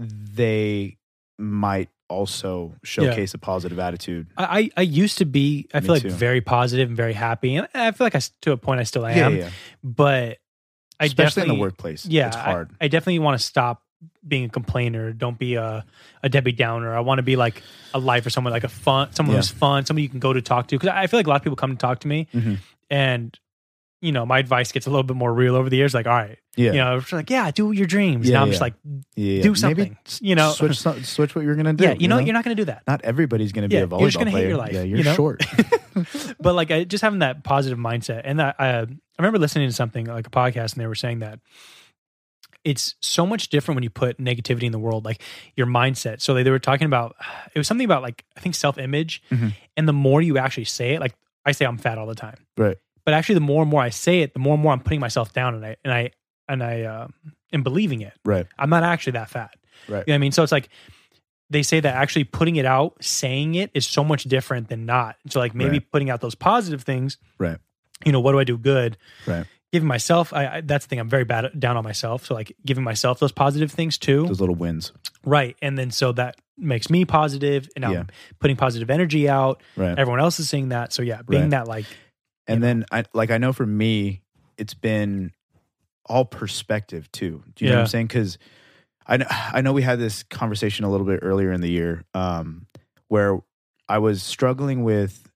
Speaker 1: they might also showcase a positive attitude
Speaker 2: I, I I used to be I
Speaker 1: Me
Speaker 2: feel like
Speaker 1: too.
Speaker 2: very positive and very happy, and I feel like I s- to a point I still am.
Speaker 1: yeah, yeah.
Speaker 2: But I
Speaker 1: especially in
Speaker 2: definitely
Speaker 1: the workplace
Speaker 2: yeah
Speaker 1: it's
Speaker 2: I-
Speaker 1: hard
Speaker 2: I, definitely want to stop being a complainer. Don't be a a Debbie Downer. I want to be like a life or someone like a fun someone
Speaker 1: Yeah.
Speaker 2: who's fun, someone you can go to talk to. Because I I feel like a lot of people come to talk to me,
Speaker 1: Mhm.
Speaker 2: and you know my advice gets a little bit more real over the years. Like all right,
Speaker 1: yeah
Speaker 2: you know, it's like yeah, do your dreams.
Speaker 1: Yeah,
Speaker 2: now I'm
Speaker 1: yeah.
Speaker 2: just like
Speaker 1: yeah
Speaker 2: do
Speaker 1: Maybe
Speaker 2: something. you know,
Speaker 1: switch some- switch what you're gonna do
Speaker 2: yeah, you know, you're not going to do that.
Speaker 1: not everybody's gonna be
Speaker 2: Yeah,
Speaker 1: a volleyball
Speaker 2: you're just gonna hate
Speaker 1: player
Speaker 2: your life,
Speaker 1: yeah you're
Speaker 2: you know?
Speaker 1: short
Speaker 2: but like I just having that positive mindset and that I, I remember listening to something like a podcast and they were saying that it's so much different when you put negativity in the world like your mindset so they, they were talking about it was something about like i think self-image
Speaker 1: Mhm.
Speaker 2: and the more you actually say it like i say i'm fat all the time
Speaker 1: Right.
Speaker 2: but actually the more and more i say it the more and more i'm putting myself down and i and i and i uh, am believing it
Speaker 1: right
Speaker 2: i'm not actually that fat
Speaker 1: right
Speaker 2: you know what I mean? So it's like they say that actually putting it out, saying it is so much different than not. So like maybe putting out those positive things.
Speaker 1: Right.
Speaker 2: You know, what do I do good?
Speaker 1: Right.
Speaker 2: Giving myself, I, I that's the thing. I'm very bad at, down on myself. So like giving myself those positive things too.
Speaker 1: those little wins
Speaker 2: right. And then so that makes me positive and now
Speaker 1: Yeah.
Speaker 2: I'm putting positive energy out.
Speaker 1: right
Speaker 2: Everyone else is seeing that. So yeah, being
Speaker 1: Right.
Speaker 2: that like,
Speaker 1: and then i like i know for me it's been all perspective too do you know what i'm
Speaker 2: Yeah.
Speaker 1: saying because I know, I know we had this conversation a little bit earlier in the year um, where i was struggling with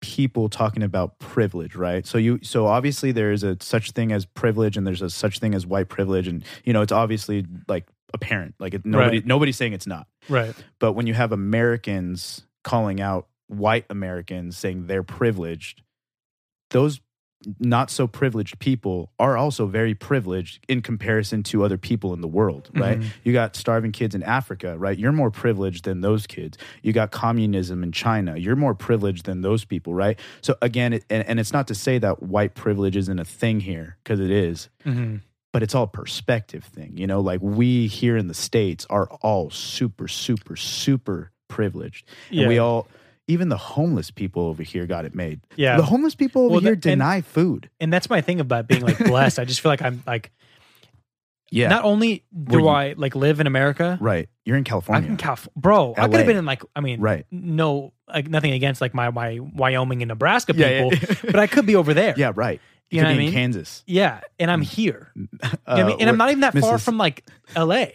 Speaker 1: people talking about privilege right so you so obviously there is a such thing as privilege and there's a such thing as white privilege and you know it's obviously like apparent like it, nobody
Speaker 2: Right.
Speaker 1: nobody's saying it's not
Speaker 2: right.
Speaker 1: But when you have Americans calling out white Americans saying they're privileged, those not so privileged people are also very privileged in comparison to other people in the world, right?
Speaker 2: Mhm.
Speaker 1: You got starving kids in Africa, right? You're more privileged than those kids. You got communism in China. You're more privileged than those people, right? So again, it, and, and it's not to say that white privilege isn't a thing here because it is
Speaker 2: hmm
Speaker 1: but it's all perspective thing you know like we here in the states are all super super super privileged
Speaker 2: Yeah.
Speaker 1: and we all even the homeless people over here got it made
Speaker 2: yeah.
Speaker 1: the homeless people over
Speaker 2: Well,
Speaker 1: here
Speaker 2: that- and-
Speaker 1: deny food
Speaker 2: and that's my thing about being like blessed. I just feel like I'm like,
Speaker 1: yeah
Speaker 2: not only do
Speaker 1: Well, you-
Speaker 2: I like live in America,
Speaker 1: right you're in
Speaker 2: I'm
Speaker 1: california
Speaker 2: in California, bro. I could
Speaker 1: LA.
Speaker 2: have been in like, I mean,
Speaker 1: right
Speaker 2: no, like nothing against like my my Wyoming and Nebraska people,
Speaker 1: yeah,
Speaker 2: but I could be over there.
Speaker 1: yeah right you,
Speaker 2: You
Speaker 1: could
Speaker 2: know what I
Speaker 1: be in
Speaker 2: mean?
Speaker 1: kansas
Speaker 2: yeah, and I'm here. You know what I
Speaker 1: Uh,
Speaker 2: mean? And I'm
Speaker 1: or-
Speaker 2: not even that far
Speaker 1: Mrs.
Speaker 2: from like L.A.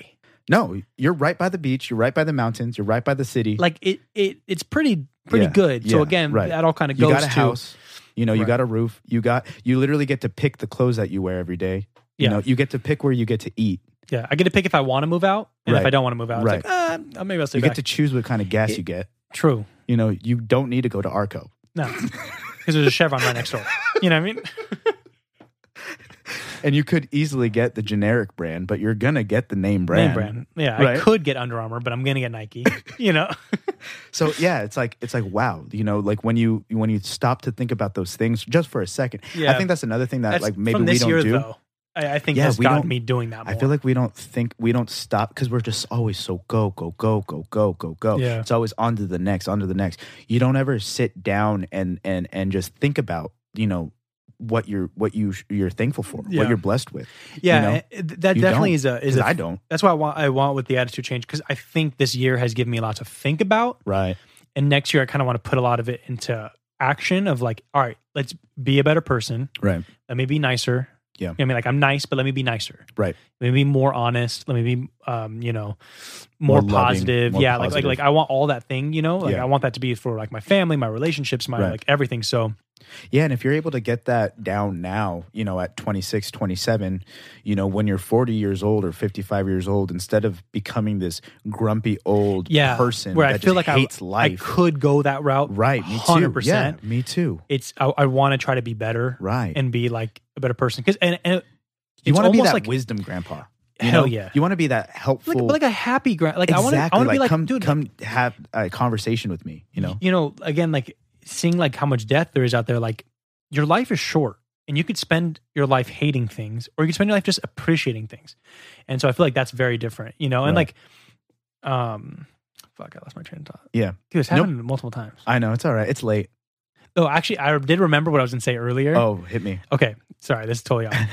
Speaker 1: no you're right by the beach you're right by the mountains you're right by the city
Speaker 2: Like it it it's pretty pretty
Speaker 1: Yeah,
Speaker 2: good. So
Speaker 1: yeah,
Speaker 2: again,
Speaker 1: right.
Speaker 2: that all kind of
Speaker 1: you
Speaker 2: goes
Speaker 1: got a
Speaker 2: to
Speaker 1: house you know you
Speaker 2: Right.
Speaker 1: got a roof you got you literally get to pick the clothes that you wear every day you
Speaker 2: Yeah.
Speaker 1: know you get to pick where you get to eat
Speaker 2: yeah. I get to pick if I want to move out and if
Speaker 1: Right.
Speaker 2: I don't want to move out,
Speaker 1: Right.
Speaker 2: it's like uh, maybe I'll stay
Speaker 1: you
Speaker 2: back.
Speaker 1: get to choose what kind of gas you get
Speaker 2: True,
Speaker 1: you know, you don't need to go to Arco.
Speaker 2: no, because there's a Chevron right next door. You know what I mean?
Speaker 1: And you could easily get the generic brand, but you're gonna get the name brand.
Speaker 2: Name brand. Yeah,
Speaker 1: Right.
Speaker 2: I could get Under Armour, but I'm gonna get Nike. You know?
Speaker 1: So yeah, it's like it's like wow, you know, like when you when you stop to think about those things just for a second. I
Speaker 2: Yeah.
Speaker 1: think that's another thing that
Speaker 2: That's
Speaker 1: like maybe
Speaker 2: from
Speaker 1: we
Speaker 2: this
Speaker 1: don't
Speaker 2: year,
Speaker 1: do.
Speaker 2: Though, I, I think
Speaker 1: Yeah,
Speaker 2: that's
Speaker 1: we
Speaker 2: gotten
Speaker 1: don't-
Speaker 2: me doing that. More.
Speaker 1: I feel like we don't think we don't stop because we're just always so go go go go go go go.
Speaker 2: Yeah.
Speaker 1: It's always on to the next, on to the next. You don't ever sit down and and and just think about you know what you're what you you're thankful for,
Speaker 2: Yeah.
Speaker 1: what you're blessed with.
Speaker 2: yeah,
Speaker 1: you know,
Speaker 2: eh, th- that
Speaker 1: you
Speaker 2: definitely
Speaker 1: don't,
Speaker 2: is a is
Speaker 1: 'Cause
Speaker 2: a
Speaker 1: I don't.
Speaker 2: That's why I want I want with the attitude change because I think this year has given me a lot to think about,
Speaker 1: Right.
Speaker 2: and next year I kind of want to put a lot of it into action of like, all right, let's be a better person.
Speaker 1: Right.
Speaker 2: Let me be nicer.
Speaker 1: Yeah.
Speaker 2: You know what I mean, like I'm nice, but let me be nicer.
Speaker 1: Right.
Speaker 2: Let me be more honest. Let me be, um, you know,
Speaker 1: More
Speaker 2: more,
Speaker 1: loving,
Speaker 2: positive.
Speaker 1: more
Speaker 2: yeah, like
Speaker 1: positive.
Speaker 2: like like I want all that thing. You know, like
Speaker 1: Yeah.
Speaker 2: I want that to be for like my family, my relationships, my
Speaker 1: Right.
Speaker 2: like everything. So
Speaker 1: Yeah, and if you're able to get that down now, you know, at 26, 27, you know, when you're 40 years old or 55 years old, instead of becoming this grumpy old
Speaker 2: Yeah,
Speaker 1: person
Speaker 2: where
Speaker 1: that
Speaker 2: I feel
Speaker 1: just
Speaker 2: like
Speaker 1: hates
Speaker 2: I,
Speaker 1: life.
Speaker 2: I could go that route.
Speaker 1: right, me
Speaker 2: hundred
Speaker 1: too. Yeah,
Speaker 2: percent.
Speaker 1: me too.
Speaker 2: It's I, I want to try to be better
Speaker 1: Right.
Speaker 2: and be like a better person because and, and
Speaker 1: you
Speaker 2: it's
Speaker 1: want to be
Speaker 2: almost
Speaker 1: that
Speaker 2: like-
Speaker 1: wisdom grandpa. You
Speaker 2: hell
Speaker 1: know?
Speaker 2: yeah,
Speaker 1: You want to be that helpful.
Speaker 2: like like a happy grant. Like
Speaker 1: exactly.
Speaker 2: I want to I want to be like
Speaker 1: come,
Speaker 2: dude,
Speaker 1: come have a conversation with me, you know?
Speaker 2: you know again like seeing like how much death there is out there like your life is short and you could spend your life hating things or you could spend your life just appreciating things and so i feel like that's very different you know and
Speaker 1: Right.
Speaker 2: like um fuck i lost my train of thought
Speaker 1: Yeah.
Speaker 2: dude it's
Speaker 1: Nope.
Speaker 2: happened multiple times
Speaker 1: I know. It's all right. It's late.
Speaker 2: oh actually i did remember what i was gonna say earlier
Speaker 1: Oh, hit me.
Speaker 2: okay sorry this is totally off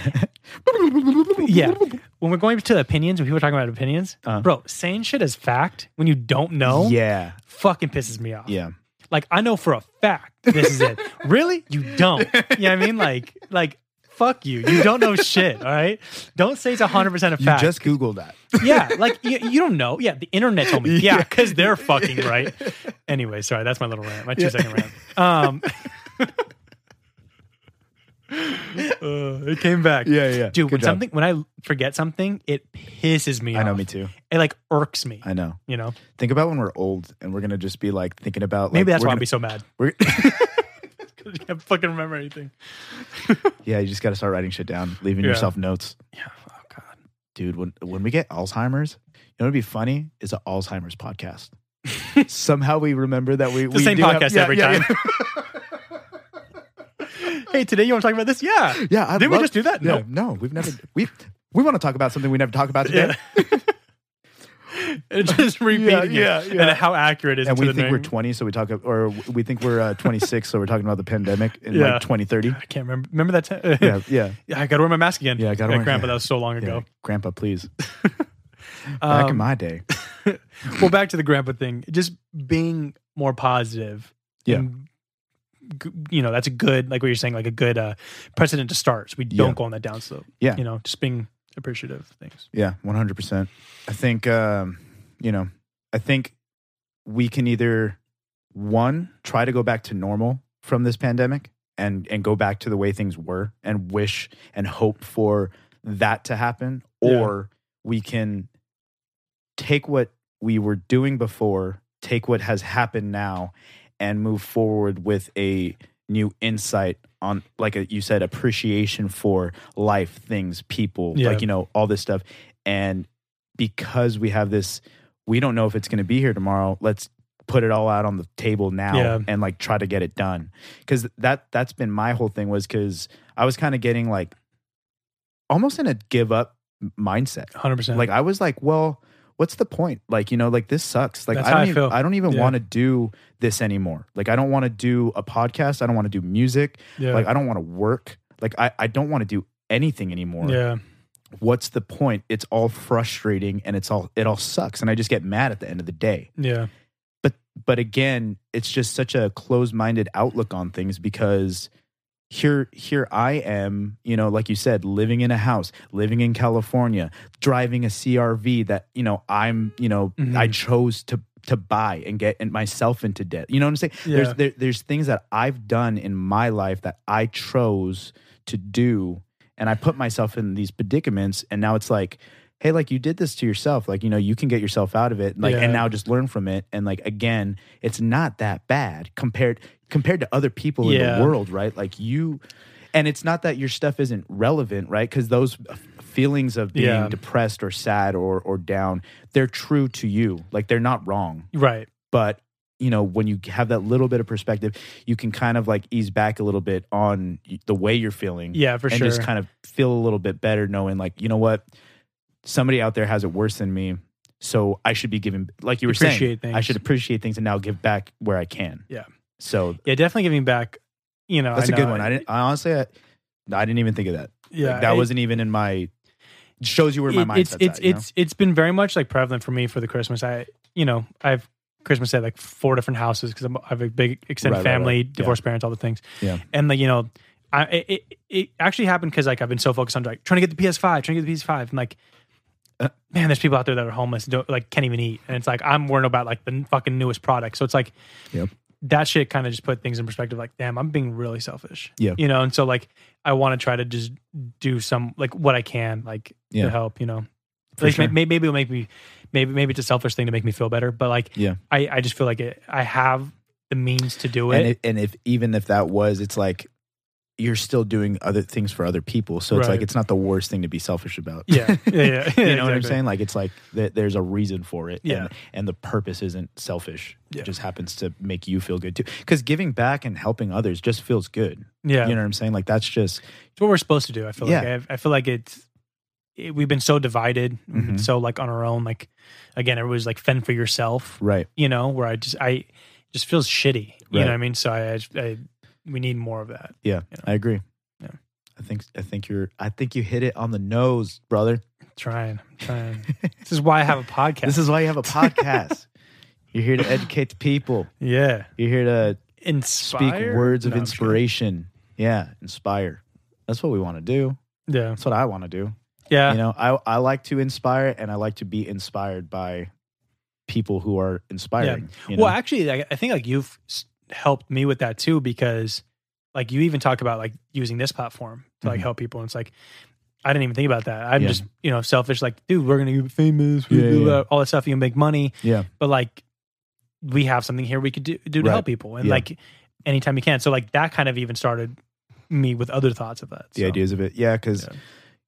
Speaker 2: yeah when we're going to opinions when people are talking about opinions
Speaker 1: Uh-huh.
Speaker 2: bro saying shit as fact when you don't know
Speaker 1: Yeah.
Speaker 2: fucking pisses me off
Speaker 1: Yeah.
Speaker 2: Like I know for a fact this is it. really? You don't. You know what I mean? Like like fuck you. You don't know shit, all right? Don't say it's 100% a
Speaker 1: You
Speaker 2: fact.
Speaker 1: just Googled that.
Speaker 2: yeah, like you, you don't know. Yeah, the internet told me. Yeah, cuz they're fucking right. Anyway, sorry, that's my little rant. My 2 second rant. Um Uh, it came back.
Speaker 1: Yeah, yeah.
Speaker 2: Dude,
Speaker 1: Good
Speaker 2: when
Speaker 1: job.
Speaker 2: something when I forget something, it pisses me
Speaker 1: I know,
Speaker 2: off.
Speaker 1: me too.
Speaker 2: It like irks me,
Speaker 1: I know.
Speaker 2: you know?
Speaker 1: Think about when we're old and we're gonna just be like thinking about like,
Speaker 2: Maybe that's
Speaker 1: we're
Speaker 2: why I'll
Speaker 1: gonna-
Speaker 2: be so mad.
Speaker 1: we're-
Speaker 2: Cuz I can't fucking remember anything.
Speaker 1: yeah, you just gotta start writing shit down, leaving
Speaker 2: Yeah.
Speaker 1: yourself notes,
Speaker 2: Yeah. Oh god.
Speaker 1: dude. When when we get Alzheimer's, you know what'd be funny is an Alzheimer's podcast. Somehow we remember that we
Speaker 2: The
Speaker 1: we
Speaker 2: same
Speaker 1: do have-
Speaker 2: podcast
Speaker 1: yeah,
Speaker 2: every
Speaker 1: yeah,
Speaker 2: time. hey, today you want to talk about this? Yeah.
Speaker 1: Yeah, I
Speaker 2: Didn't we
Speaker 1: love-
Speaker 2: just do that?
Speaker 1: Yeah,
Speaker 2: Nope.
Speaker 1: no, we've never we we want to talk about something we never talk about today,
Speaker 2: And just repeating
Speaker 1: yeah,
Speaker 2: it.
Speaker 1: yeah.
Speaker 2: And how accurate it is
Speaker 1: and
Speaker 2: to
Speaker 1: we
Speaker 2: the
Speaker 1: think we're
Speaker 2: name.
Speaker 1: twenty, so we talk or we think we're uh, twenty six, so we're talking about the pandemic in
Speaker 2: Yeah.
Speaker 1: like twenty thirty.
Speaker 2: I can't remember. Remember that time?
Speaker 1: Yeah, yeah,
Speaker 2: Yeah, I got to wear my mask again.
Speaker 1: Yeah, I gotta
Speaker 2: Yeah,
Speaker 1: wear-
Speaker 2: Grandpa,
Speaker 1: yeah.
Speaker 2: that was so long
Speaker 1: yeah.
Speaker 2: ago.
Speaker 1: Grandpa, please. Back in
Speaker 2: Um,
Speaker 1: my day,
Speaker 2: well, back to the grandpa thing. Just being more positive.
Speaker 1: Yeah.
Speaker 2: and g- you know, that's a good, like what you're saying, like a good uh, precedent to start. So we
Speaker 1: Yeah.
Speaker 2: don't go on that downslope.
Speaker 1: Yeah.
Speaker 2: You know, just being appreciative of things.
Speaker 1: Yeah, one hundred percent. I think um, you know, I think we can either one try to go back to normal from this pandemic and and go back to the way things were and wish and hope for that to happen,
Speaker 2: Yeah.
Speaker 1: or we can take what we were doing before, take what has happened now, and move forward with a new insight on like a, you said appreciation for life things people
Speaker 2: Yeah.
Speaker 1: like you know all this stuff and because we have this we don't know if it's going to be here tomorrow let's put it all out on the table now
Speaker 2: Yeah.
Speaker 1: and like try to get it done because that that's been my whole thing was because i was kind of getting like almost in a give up mindset
Speaker 2: 100%.
Speaker 1: like I was like, well, what's the point? Like, you know, like this sucks. Like
Speaker 2: That's
Speaker 1: I
Speaker 2: how
Speaker 1: don't
Speaker 2: I
Speaker 1: even
Speaker 2: feel.
Speaker 1: I don't even
Speaker 2: Yeah.
Speaker 1: want to do this anymore. Like I don't want to do a podcast. I don't want to do music.
Speaker 2: yeah.
Speaker 1: Like I don't want to work. Like I, I don't want to do anything anymore.
Speaker 2: yeah.
Speaker 1: What's the point? It's all frustrating and it's all it all sucks. And I just get mad at the end of the day.
Speaker 2: Yeah.
Speaker 1: But but again, it's just such a closed minded outlook on things because here here I am, you know, like you said, living in a house, living in California, driving a CRV that, you know, I'm, you know,
Speaker 2: Mhm.
Speaker 1: I chose to to buy and get and myself into debt. You know what I'm saying?
Speaker 2: Yeah.
Speaker 1: There's there, there's things that I've done in my life that I chose to do and I put myself in these predicaments and now it's like hey like you did this to yourself like you know you can get yourself out of it like
Speaker 2: Yeah.
Speaker 1: and now just learn from it and like again it's not that bad compared compared to other people in
Speaker 2: Yeah.
Speaker 1: the world right like you and it's not that your stuff isn't relevant right because those f- feelings of being
Speaker 2: Yeah.
Speaker 1: depressed or sad or or down they're true to you like they're not wrong
Speaker 2: Right.
Speaker 1: but you know when you have that little bit of perspective you can kind of like ease back a little bit on y- the way you're feeling
Speaker 2: Yeah, for
Speaker 1: and
Speaker 2: sure.
Speaker 1: just kind of feel a little bit better knowing like you know what somebody out there has it worse than me so i should be giving like you were saying
Speaker 2: Appreciate things.
Speaker 1: i should appreciate things and now give back where i can
Speaker 2: Yeah.
Speaker 1: so
Speaker 2: yeah, definitely giving back. You know,
Speaker 1: that's
Speaker 2: a
Speaker 1: a good one i didn't I honestly I, I didn't even think of that
Speaker 2: Yeah,
Speaker 1: Like, that
Speaker 2: it-
Speaker 1: wasn't even in my shows you where my
Speaker 2: it-
Speaker 1: mindset's
Speaker 2: it's it's
Speaker 1: at, you know?
Speaker 2: it's it's been very much like prevalent for me for the Christmas. I you know I've Christmas at like four different houses because I have a big
Speaker 1: Right,
Speaker 2: extended
Speaker 1: right,
Speaker 2: family,
Speaker 1: right. Yeah.
Speaker 2: divorced parents, all the things.
Speaker 1: Yeah.
Speaker 2: and like you know, I it it, it actually happened because like I've been so focused on like trying to get the PS5, trying to get the PS5, and like. uh, Man, there's people out there that are homeless, don't, like can't even eat, and it's like I'm worried about like the fucking newest product. So it's like,
Speaker 1: Yep.
Speaker 2: that shit kind of just put things in perspective. Like, damn, I'm being really selfish.
Speaker 1: Yeah.
Speaker 2: you know. And so like, I want to try to just do some like what I can like
Speaker 1: Yeah.
Speaker 2: to help. You know,
Speaker 1: For
Speaker 2: like
Speaker 1: sure.
Speaker 2: maybe, maybe it'll make me maybe maybe it's a selfish thing to make me feel better. But like,
Speaker 1: Yeah.
Speaker 2: I I just feel like it, I have the means to do it.
Speaker 1: and if, and if even if that was, it's like you're still doing other things for other people. So it's like
Speaker 2: Right.
Speaker 1: it's not the worst thing to be selfish about.
Speaker 2: yeah, yeah, yeah. yeah
Speaker 1: you know what I'm
Speaker 2: exactly.
Speaker 1: saying? Like it's like th- there's a reason for it.
Speaker 2: Yeah.
Speaker 1: And, and the purpose isn't selfish.
Speaker 2: Yeah.
Speaker 1: It just happens to make you feel good too. Because giving back and helping others just feels good.
Speaker 2: Yeah,
Speaker 1: You know what I'm saying? Like that's just
Speaker 2: it's what we're supposed to do. I feel
Speaker 1: Yeah.
Speaker 2: like I, I feel like it's it, we've been so divided, we've been
Speaker 1: Mhm.
Speaker 2: so like on our own. Like again, everybody's like fend for yourself.
Speaker 1: right.
Speaker 2: you know, where I just I just feels shitty. You know
Speaker 1: Right.
Speaker 2: what I mean? So I, I, I we need more of that.
Speaker 1: Yeah,
Speaker 2: Yeah.
Speaker 1: I agree.
Speaker 2: Yeah.
Speaker 1: I think I think you're I think you hit it on the nose, brother.
Speaker 2: trying, trying. this is why I have a podcast.
Speaker 1: This is why you have a podcast. you're here to educate the people.
Speaker 2: yeah,
Speaker 1: You're here to
Speaker 2: inspire
Speaker 1: speak words of
Speaker 2: No, I'm just kidding.
Speaker 1: inspiration. Yeah, inspire. That's what we want to do.
Speaker 2: Yeah,
Speaker 1: That's what I want to do.
Speaker 2: yeah,
Speaker 1: You know, I I like to inspire and I like to be inspired by people who are inspiring. you know?
Speaker 2: Well, actually, I, I think like you've s- helped me with that too because like you even talk about like using this platform to like
Speaker 1: Mhm.
Speaker 2: help people. And it's like I didn't even think about that. I'm
Speaker 1: Yeah.
Speaker 2: just you know selfish. Like, dude, we're gonna get famous. We
Speaker 1: Yeah,
Speaker 2: do
Speaker 1: yeah.
Speaker 2: that, all that stuff. You can make money.
Speaker 1: Yeah.
Speaker 2: But like, we have something here we could do, do to
Speaker 1: Right.
Speaker 2: help people, and
Speaker 1: Yeah.
Speaker 2: like anytime you can. So like that kind of even started me with other thoughts of that.
Speaker 1: the
Speaker 2: So,
Speaker 1: ideas of it. Yeah, because
Speaker 2: Yeah.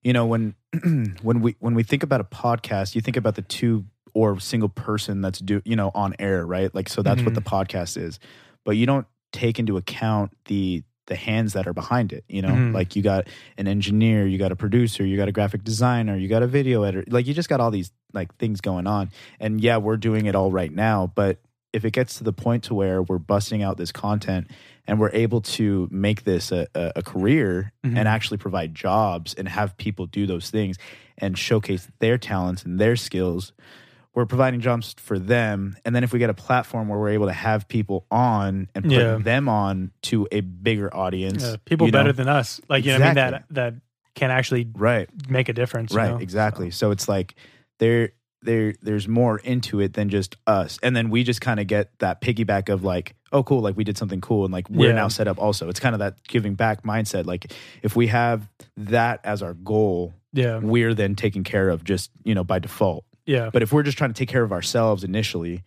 Speaker 1: you know when when we when we think about a podcast, you think about the two or single person that's do you know on air, right? Like so that's what the
Speaker 2: Mhm.
Speaker 1: podcast is, but you don't take into account the the hands that are behind it. You know,
Speaker 2: Mhm.
Speaker 1: like you got an engineer, you got a producer, you got a graphic designer, you got a video editor. Like you just got all these like things going on. And yeah, we're doing it all right now, but if it gets to the point to where we're busting out this content and we're able to make this a, a, a career
Speaker 2: Mhm.
Speaker 1: and actually provide jobs and have people do those things and showcase their talents and their skills we're providing jobs for them and then if we get a platform where we're able to have people on and put
Speaker 2: Yeah.
Speaker 1: them on to a bigger audience
Speaker 2: Yeah, people
Speaker 1: you know?
Speaker 2: better than us. Like you know, what I mean
Speaker 1: Exactly.
Speaker 2: that that can actually
Speaker 1: right
Speaker 2: make a difference. you
Speaker 1: right
Speaker 2: know?
Speaker 1: exactly so. it's like there there there's more into it than just us and then we just kind of get that piggyback of like oh cool like we did something cool and like we're
Speaker 2: Yeah.
Speaker 1: now set up also it's kind of that giving back mindset like if we have that as our goal
Speaker 2: Yeah,
Speaker 1: we're then taken care of just you know by default
Speaker 2: yeah.
Speaker 1: but if we're just trying to take care of ourselves initially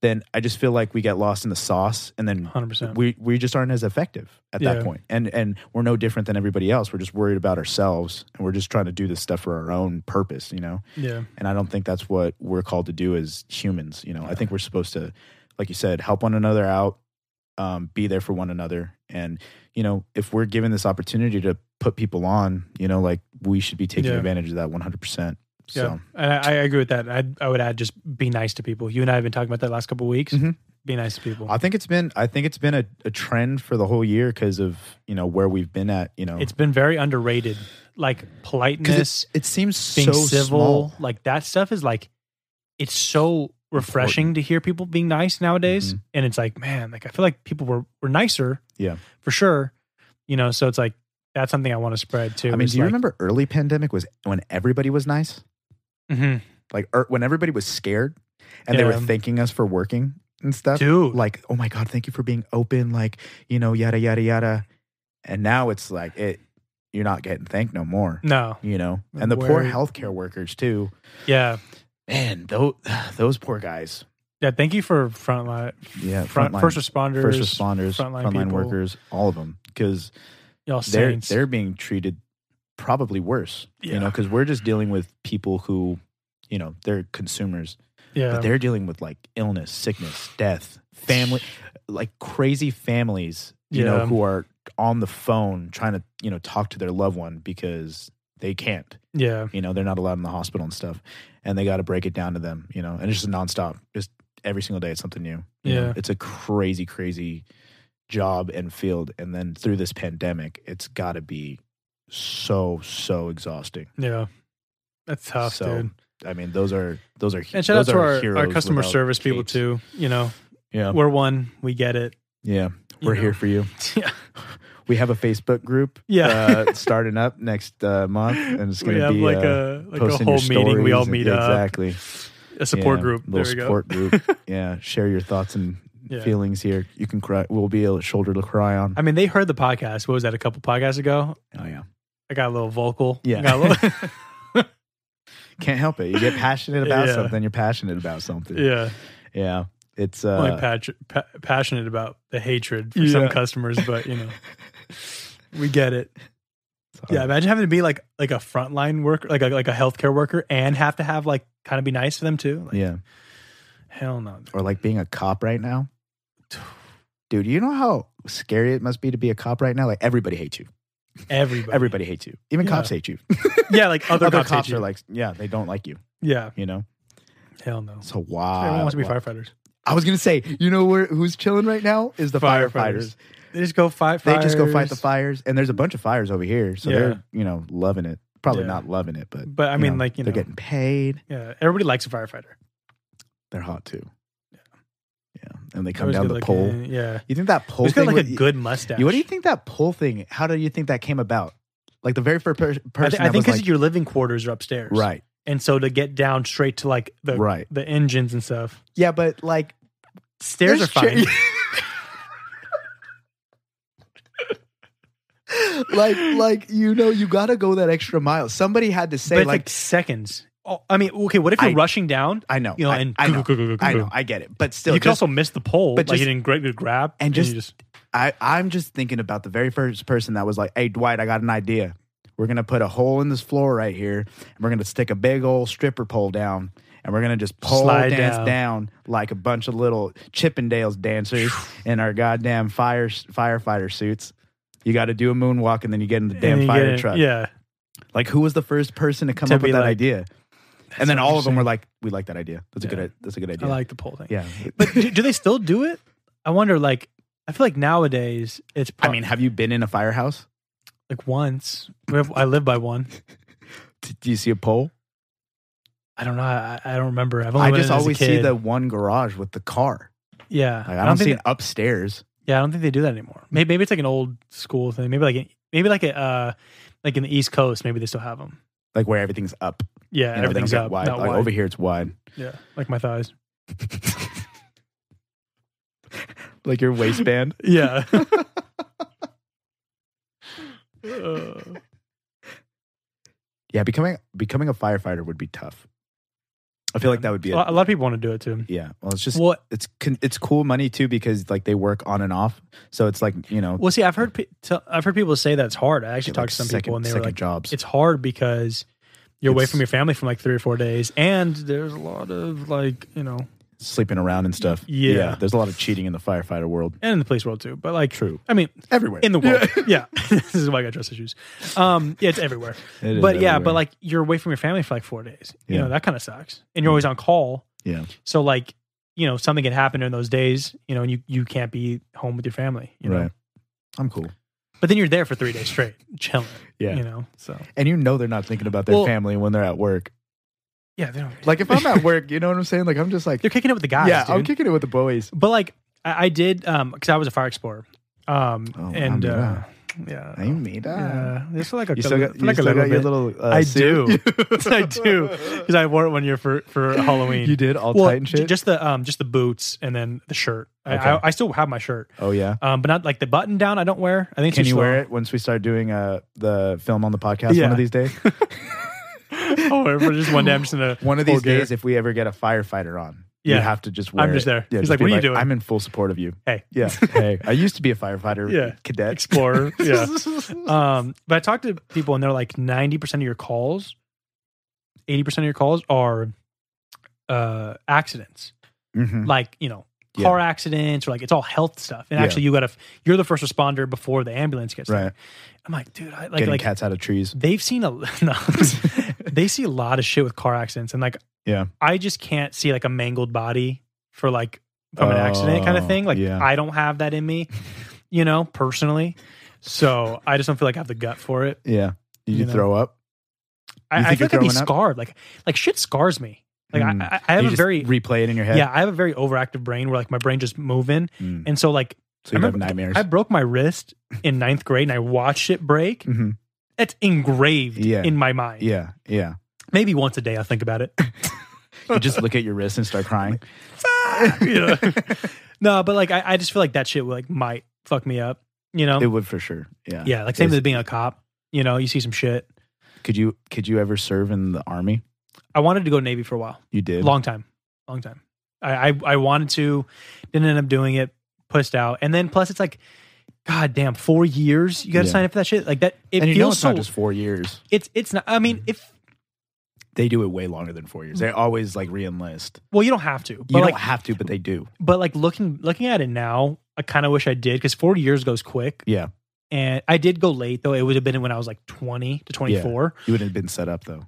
Speaker 1: then i just feel like we get lost in the sauce and then
Speaker 2: 100%.
Speaker 1: we we just aren't as effective at
Speaker 2: Yeah.
Speaker 1: that point and and we're no different than everybody else we're just worried about ourselves and we're just trying to do this stuff for our own purpose you know
Speaker 2: Yeah.
Speaker 1: and i don't think that's what we're called to do as humans you know i think we're supposed to like you said help one another out um, be there for one another and you know if we're given this opportunity to put people on you know like we should be taking
Speaker 2: Yeah.
Speaker 1: advantage of that 100% so
Speaker 2: Yeah, and I, I agree with that. I I would add just be nice to people. You and I have been talking about that last couple of weeks.
Speaker 1: Mhm.
Speaker 2: Be nice to people.
Speaker 1: I think it's been I think it's been a, a trend for the whole year because of you know where we've been at you know
Speaker 2: It's been very underrated, like politeness,
Speaker 1: it, it seems so
Speaker 2: being civil,
Speaker 1: small.
Speaker 2: like that stuff is like it's so refreshing to hear people being nice nowadays.
Speaker 1: Mhm.
Speaker 2: And it's like, man, like I feel like people were were nicer,
Speaker 1: Yeah.
Speaker 2: for sure. You know, so it's like that's something I want to spread too.
Speaker 1: I mean,
Speaker 2: is
Speaker 1: do you
Speaker 2: like-
Speaker 1: remember early pandemic was when everybody was nice,
Speaker 2: Mhm.
Speaker 1: like er, when everybody was scared and they were
Speaker 2: Yeah.
Speaker 1: thanking us for working and stuff.
Speaker 2: dude?
Speaker 1: Like, oh my god, thank you for being open. Like, you know, yada yada yada. And now it's like it, you're not getting thanked no more.
Speaker 2: no,
Speaker 1: You know, and the poor
Speaker 2: Where-
Speaker 1: healthcare workers too.
Speaker 2: yeah,
Speaker 1: Man, those those poor guys.
Speaker 2: yeah. Thank you for frontline,
Speaker 1: Yeah,
Speaker 2: front,
Speaker 1: frontline-
Speaker 2: first responders,
Speaker 1: first responders,
Speaker 2: frontline
Speaker 1: frontline,
Speaker 2: people.
Speaker 1: workers, all of them, because
Speaker 2: y'all
Speaker 1: they're
Speaker 2: saints.
Speaker 1: they're being treated probably worse.
Speaker 2: Yeah.
Speaker 1: You know, because we're just dealing with people who, you know, they're consumers,
Speaker 2: yeah,
Speaker 1: but they're dealing with like illness, sickness, death, family, like crazy families. You
Speaker 2: Yeah.
Speaker 1: know, who are on the phone trying to you know talk to their loved one because they can't.
Speaker 2: yeah.
Speaker 1: You know, they're not allowed in the hospital and stuff, and they got to break it down to them. You know, and it's just nonstop. Just every single day, it's something new. you know?
Speaker 2: Yeah.
Speaker 1: it's a crazy, crazy job and field. And then through this pandemic, it's got to be so, so exhausting.
Speaker 2: Yeah. That's tough,
Speaker 1: So,
Speaker 2: dude.
Speaker 1: I mean, those are those are he-
Speaker 2: And shout out
Speaker 1: those
Speaker 2: to
Speaker 1: are
Speaker 2: our, our
Speaker 1: heroes
Speaker 2: customer
Speaker 1: without
Speaker 2: service people
Speaker 1: capes.
Speaker 2: too. You know,
Speaker 1: Yeah,
Speaker 2: we're one. We get it.
Speaker 1: yeah,
Speaker 2: you
Speaker 1: we're
Speaker 2: know.
Speaker 1: here for you.
Speaker 2: yeah.
Speaker 1: We have a Facebook group.
Speaker 2: Yeah.
Speaker 1: uh, starting up next uh, month, and it's going
Speaker 2: we
Speaker 1: to
Speaker 2: have
Speaker 1: be
Speaker 2: like
Speaker 1: uh,
Speaker 2: a like a
Speaker 1: posting your
Speaker 2: whole meeting. We
Speaker 1: stories
Speaker 2: all
Speaker 1: and-
Speaker 2: meet
Speaker 1: yeah,
Speaker 2: up.
Speaker 1: exactly
Speaker 2: A support
Speaker 1: Yeah,
Speaker 2: group. There
Speaker 1: little
Speaker 2: we go.
Speaker 1: support group. yeah, share your thoughts and
Speaker 2: Yeah.
Speaker 1: feelings here. You can cry. We'll be a shoulder to cry on.
Speaker 2: I mean, they heard the podcast. What was that? A couple podcasts ago,
Speaker 1: oh yeah,
Speaker 2: I got a little vocal.
Speaker 1: Yeah.
Speaker 2: I got a little-
Speaker 1: can't help it. You get passionate about
Speaker 2: Yeah.
Speaker 1: something. You're passionate about something.
Speaker 2: yeah.
Speaker 1: Yeah. It's uh,
Speaker 2: I'm like patr- pa- passionate about the hatred for some
Speaker 1: Yeah.
Speaker 2: customers, but you know, we get it.
Speaker 1: it's
Speaker 2: Yeah,
Speaker 1: hard.
Speaker 2: imagine having to be like like a frontline worker, like a, like a healthcare worker, and have to have like kind of be nice to them too. Like,
Speaker 1: yeah.
Speaker 2: Hell no.
Speaker 1: Or like being a cop right now, dude. You know how scary it must be to be a cop right now. Like everybody hates you.
Speaker 2: Everybody.
Speaker 1: Everybody hates you. Even
Speaker 2: Yeah.
Speaker 1: cops hate you.
Speaker 2: Yeah, like other, cops, hate you.
Speaker 1: are like, yeah, they don't like you.
Speaker 2: yeah,
Speaker 1: You know.
Speaker 2: hell no.
Speaker 1: So wow.
Speaker 2: Everyone wants to be firefighters.
Speaker 1: I was gonna say, you know where who's chilling right now is the firefighters.
Speaker 2: Firefighters. They just go fight.
Speaker 1: They just go fight
Speaker 2: fires.
Speaker 1: the fires, and there's a bunch of fires over here, so
Speaker 2: Yeah.
Speaker 1: they're you know loving it. Probably
Speaker 2: Yeah.
Speaker 1: not loving it, but
Speaker 2: But I
Speaker 1: you
Speaker 2: mean,
Speaker 1: know,
Speaker 2: like you know,
Speaker 1: they're getting paid.
Speaker 2: yeah, everybody likes a firefighter.
Speaker 1: They're hot too. Yeah, and they come
Speaker 2: Always
Speaker 1: down the
Speaker 2: good
Speaker 1: pole.
Speaker 2: looking, Yeah,
Speaker 1: You think that pole
Speaker 2: he's
Speaker 1: thing?
Speaker 2: got like
Speaker 1: would-
Speaker 2: a good mustache.
Speaker 1: you- what do you think that pole thing? How do you think that came about? Like the very first per- person,
Speaker 2: I, thi- I
Speaker 1: that
Speaker 2: think
Speaker 1: was
Speaker 2: because
Speaker 1: like,
Speaker 2: your living quarters are upstairs,
Speaker 1: right,
Speaker 2: And so to get down straight to like the
Speaker 1: right,
Speaker 2: the engines and stuff,
Speaker 1: yeah, but like
Speaker 2: stairs are
Speaker 1: There's
Speaker 2: fine.
Speaker 1: cha- like, like you know, you gotta go that extra mile. Somebody had to
Speaker 2: but
Speaker 1: say,
Speaker 2: it's like,
Speaker 1: like,
Speaker 2: seconds. Oh, I mean, okay, what if you're
Speaker 1: I-
Speaker 2: rushing down?
Speaker 1: I know,
Speaker 2: You know,
Speaker 1: I,
Speaker 2: and
Speaker 1: I know,
Speaker 2: go, go, go, go,
Speaker 1: I
Speaker 2: go.
Speaker 1: know, I get it, but still,
Speaker 2: you can
Speaker 1: just,
Speaker 2: also miss the pole,
Speaker 1: but
Speaker 2: but like you
Speaker 1: just-
Speaker 2: didn't gra- you grab
Speaker 1: and
Speaker 2: you
Speaker 1: just- I, I'm just thinking about the very first person that was like, "Hey, Dwight, I got an idea. We're gonna put a hole in this floor right here, and we're gonna stick a big old stripper pole down." And we're gonna just pole
Speaker 2: Slide
Speaker 1: dance
Speaker 2: down.
Speaker 1: down. like a bunch of little Chippendales dancers in our goddamn fire firefighter suits. You got to do a moonwalk and then you get in the
Speaker 2: and
Speaker 1: damn
Speaker 2: you
Speaker 1: fire
Speaker 2: get-
Speaker 1: truck.
Speaker 2: Yeah,
Speaker 1: Like, who was the first person to come
Speaker 2: To
Speaker 1: up
Speaker 2: be
Speaker 1: with that
Speaker 2: like,
Speaker 1: idea? And then
Speaker 2: what
Speaker 1: all
Speaker 2: you're
Speaker 1: of them were
Speaker 2: saying.
Speaker 1: like, "We like that idea. That's a
Speaker 2: Yeah.
Speaker 1: good. That's a good
Speaker 2: I
Speaker 1: idea."
Speaker 2: like the pole thing.
Speaker 1: yeah.
Speaker 2: but do, do they still do it? I wonder. Like, I feel like nowadays it's.
Speaker 1: I
Speaker 2: Pro-
Speaker 1: mean, have you been in a firehouse?
Speaker 2: like once we have, I live by one.
Speaker 1: D- Do you see a pole?
Speaker 2: I don't know. I, I don't remember. I've only
Speaker 1: I
Speaker 2: been
Speaker 1: just
Speaker 2: in as a
Speaker 1: always see
Speaker 2: kid.
Speaker 1: the one garage with the car.
Speaker 2: Yeah,
Speaker 1: Like, I, don't, see
Speaker 2: think.
Speaker 1: an upstairs.
Speaker 2: yeah, I don't think they do that anymore. Maybe, maybe it's like an old school thing. Maybe like maybe like a uh, like in the East Coast. Maybe they still have them.
Speaker 1: Like where everything's up. You
Speaker 2: Yeah,
Speaker 1: know, they don't
Speaker 2: everything's
Speaker 1: get
Speaker 2: up.
Speaker 1: Wide.
Speaker 2: Not
Speaker 1: Like,
Speaker 2: wide.
Speaker 1: Over here, it's wide.
Speaker 2: Yeah, like my thighs.
Speaker 1: like your waistband.
Speaker 2: Yeah. Uh,
Speaker 1: yeah, becoming becoming a firefighter would be tough. I feel like that would be.
Speaker 2: a, lot,
Speaker 1: A,
Speaker 2: a lot of people want to do it too.
Speaker 1: yeah. Well, it's just
Speaker 2: Well,
Speaker 1: it's con- it's cool money too because like they work on and off. So it's like you know.
Speaker 2: well, see, I've heard pe- t- I've heard people say that it's hard. I actually
Speaker 1: get,
Speaker 2: talked
Speaker 1: like,
Speaker 2: to some
Speaker 1: second,
Speaker 2: people and they were
Speaker 1: second
Speaker 2: like,
Speaker 1: jobs.
Speaker 2: it's hard because you're away
Speaker 1: It's-
Speaker 2: from your family from like three or four days, and there's a lot of like you know,
Speaker 1: sleeping around and stuff.
Speaker 2: Yeah.
Speaker 1: there's a lot of cheating in the firefighter world.
Speaker 2: and in the police world too. But like,
Speaker 1: True.
Speaker 2: I mean,
Speaker 1: Everywhere
Speaker 2: in the world, yeah. this is why I got trust issues. Um, yeah, it's everywhere.
Speaker 1: It is
Speaker 2: but yeah,
Speaker 1: everywhere.
Speaker 2: but like you're away from your family for like four days. You
Speaker 1: Yeah.
Speaker 2: know that kind of sucks, and you're always on call.
Speaker 1: Yeah.
Speaker 2: So like, you know, something can happen in those days. You know, and you you can't be home with your family. You know,
Speaker 1: right. I'm cool.
Speaker 2: but then you're there for three days straight, chilling.
Speaker 1: Yeah.
Speaker 2: You know, so
Speaker 1: And you know they're not thinking about their
Speaker 2: Well-
Speaker 1: family when they're at work.
Speaker 2: yeah, they don't,
Speaker 1: Like if I'm at work, you know what I'm saying? Like I'm just like
Speaker 2: they're kicking it with the guys.
Speaker 1: yeah,
Speaker 2: dude.
Speaker 1: I'm kicking it with the boys.
Speaker 2: But like I, I did, um, because I was a fire explorer. Um,
Speaker 1: Oh,
Speaker 2: and uh,
Speaker 1: mira.
Speaker 2: yeah,
Speaker 1: Ay, mira.
Speaker 2: yeah, this is like a
Speaker 1: You
Speaker 2: col-
Speaker 1: still got,
Speaker 2: for
Speaker 1: you
Speaker 2: like a
Speaker 1: still got your
Speaker 2: bit.
Speaker 1: little. Uh,
Speaker 2: I
Speaker 1: suit?
Speaker 2: do, I do, because I wore it one year for for Halloween.
Speaker 1: You did all
Speaker 2: well,
Speaker 1: tight and
Speaker 2: j-
Speaker 1: shit.
Speaker 2: just the um, just the boots and then the shirt. I,
Speaker 1: Okay.
Speaker 2: I, I still have my shirt,
Speaker 1: oh yeah.
Speaker 2: um, but not like the button down. I don't wear. I think
Speaker 1: Can you wear it once we start doing uh, the film on the podcast
Speaker 2: Yeah.
Speaker 1: one of these days?
Speaker 2: oh, or just one day I'm just in a
Speaker 1: One of these
Speaker 2: full gear.
Speaker 1: days, if we ever get a firefighter on,
Speaker 2: Yeah.
Speaker 1: you have to just wear
Speaker 2: I'm just
Speaker 1: it.
Speaker 2: there. He's
Speaker 1: just
Speaker 2: like,
Speaker 1: be
Speaker 2: "What are you doing?"
Speaker 1: I'm in full support of you.
Speaker 2: Hey.
Speaker 1: Yeah. hey, I used to be a firefighter
Speaker 2: Yeah.
Speaker 1: cadet. Uh,
Speaker 2: Explorer, yeah. Um, but I talked to people and they're like ninety percent of your calls, eighty percent of your calls are uh accidents.
Speaker 1: Mhm.
Speaker 2: Like, you know,
Speaker 1: Yeah.
Speaker 2: car accidents or like it's all health stuff. And
Speaker 1: Yeah.
Speaker 2: actually you gotta f- you're the first responder before the ambulance gets
Speaker 1: Right.
Speaker 2: there. I'm like, dude, I like
Speaker 1: Getting
Speaker 2: like
Speaker 1: cats out of trees.
Speaker 2: they've seen a no, they see a lot of shit with car accidents and like
Speaker 1: Yeah.
Speaker 2: I just can't see like a mangled body for like from an accident kind of
Speaker 1: Oh,
Speaker 2: thing. Like
Speaker 1: yeah.
Speaker 2: I don't have that in me, you know, personally. So I just don't feel like I have the gut for it.
Speaker 1: Yeah. Did you,
Speaker 2: You know?
Speaker 1: throw up? You
Speaker 2: I, I
Speaker 1: think you're
Speaker 2: feel like I'd be
Speaker 1: throwing up?
Speaker 2: scarred. Like like shit scars me. Like
Speaker 1: Mm.
Speaker 2: I I, I have
Speaker 1: you
Speaker 2: a
Speaker 1: just
Speaker 2: very
Speaker 1: replay it in your head.
Speaker 2: yeah I have a very overactive brain where like my brain just moving,
Speaker 1: Mm.
Speaker 2: and so like
Speaker 1: So you
Speaker 2: I
Speaker 1: have
Speaker 2: remember-
Speaker 1: nightmares.
Speaker 2: I broke my wrist in ninth grade and I watched it break.
Speaker 1: Mhm.
Speaker 2: It's engraved
Speaker 1: Yeah.
Speaker 2: in my mind.
Speaker 1: Yeah. Yeah.
Speaker 2: Maybe once a day I'll think about it.
Speaker 1: You just look at your wrist and start crying.
Speaker 2: You know? No, but like I, I just feel like that shit like might fuck me up. You know?
Speaker 1: It would for sure. Yeah.
Speaker 2: Um, yeah, like same
Speaker 1: Is-
Speaker 2: with being a cop. You know, you see some shit.
Speaker 1: Could you could you ever serve in the army?
Speaker 2: I wanted to go Navy for a while.
Speaker 1: You did.
Speaker 2: Long time. Long time. I, I I wanted to, didn't end up doing it, pushed out. And then plus it's like, god damn, four years you gotta
Speaker 1: Yeah.
Speaker 2: sign up for that shit. Like that it
Speaker 1: and you
Speaker 2: feels
Speaker 1: know it's
Speaker 2: so
Speaker 1: not just Mm. four years.
Speaker 2: it's it's not I mean if
Speaker 1: They do it way longer than four years. They always like re-enlist.
Speaker 2: well you don't have to. But
Speaker 1: You
Speaker 2: like
Speaker 1: don't have to, but they do.
Speaker 2: but like looking looking at it now, I kinda wish I did because four years goes quick.
Speaker 1: Yeah.
Speaker 2: And I did go late though. It would have been when I was like twenty to twenty four.
Speaker 1: You wouldn't have been set up though.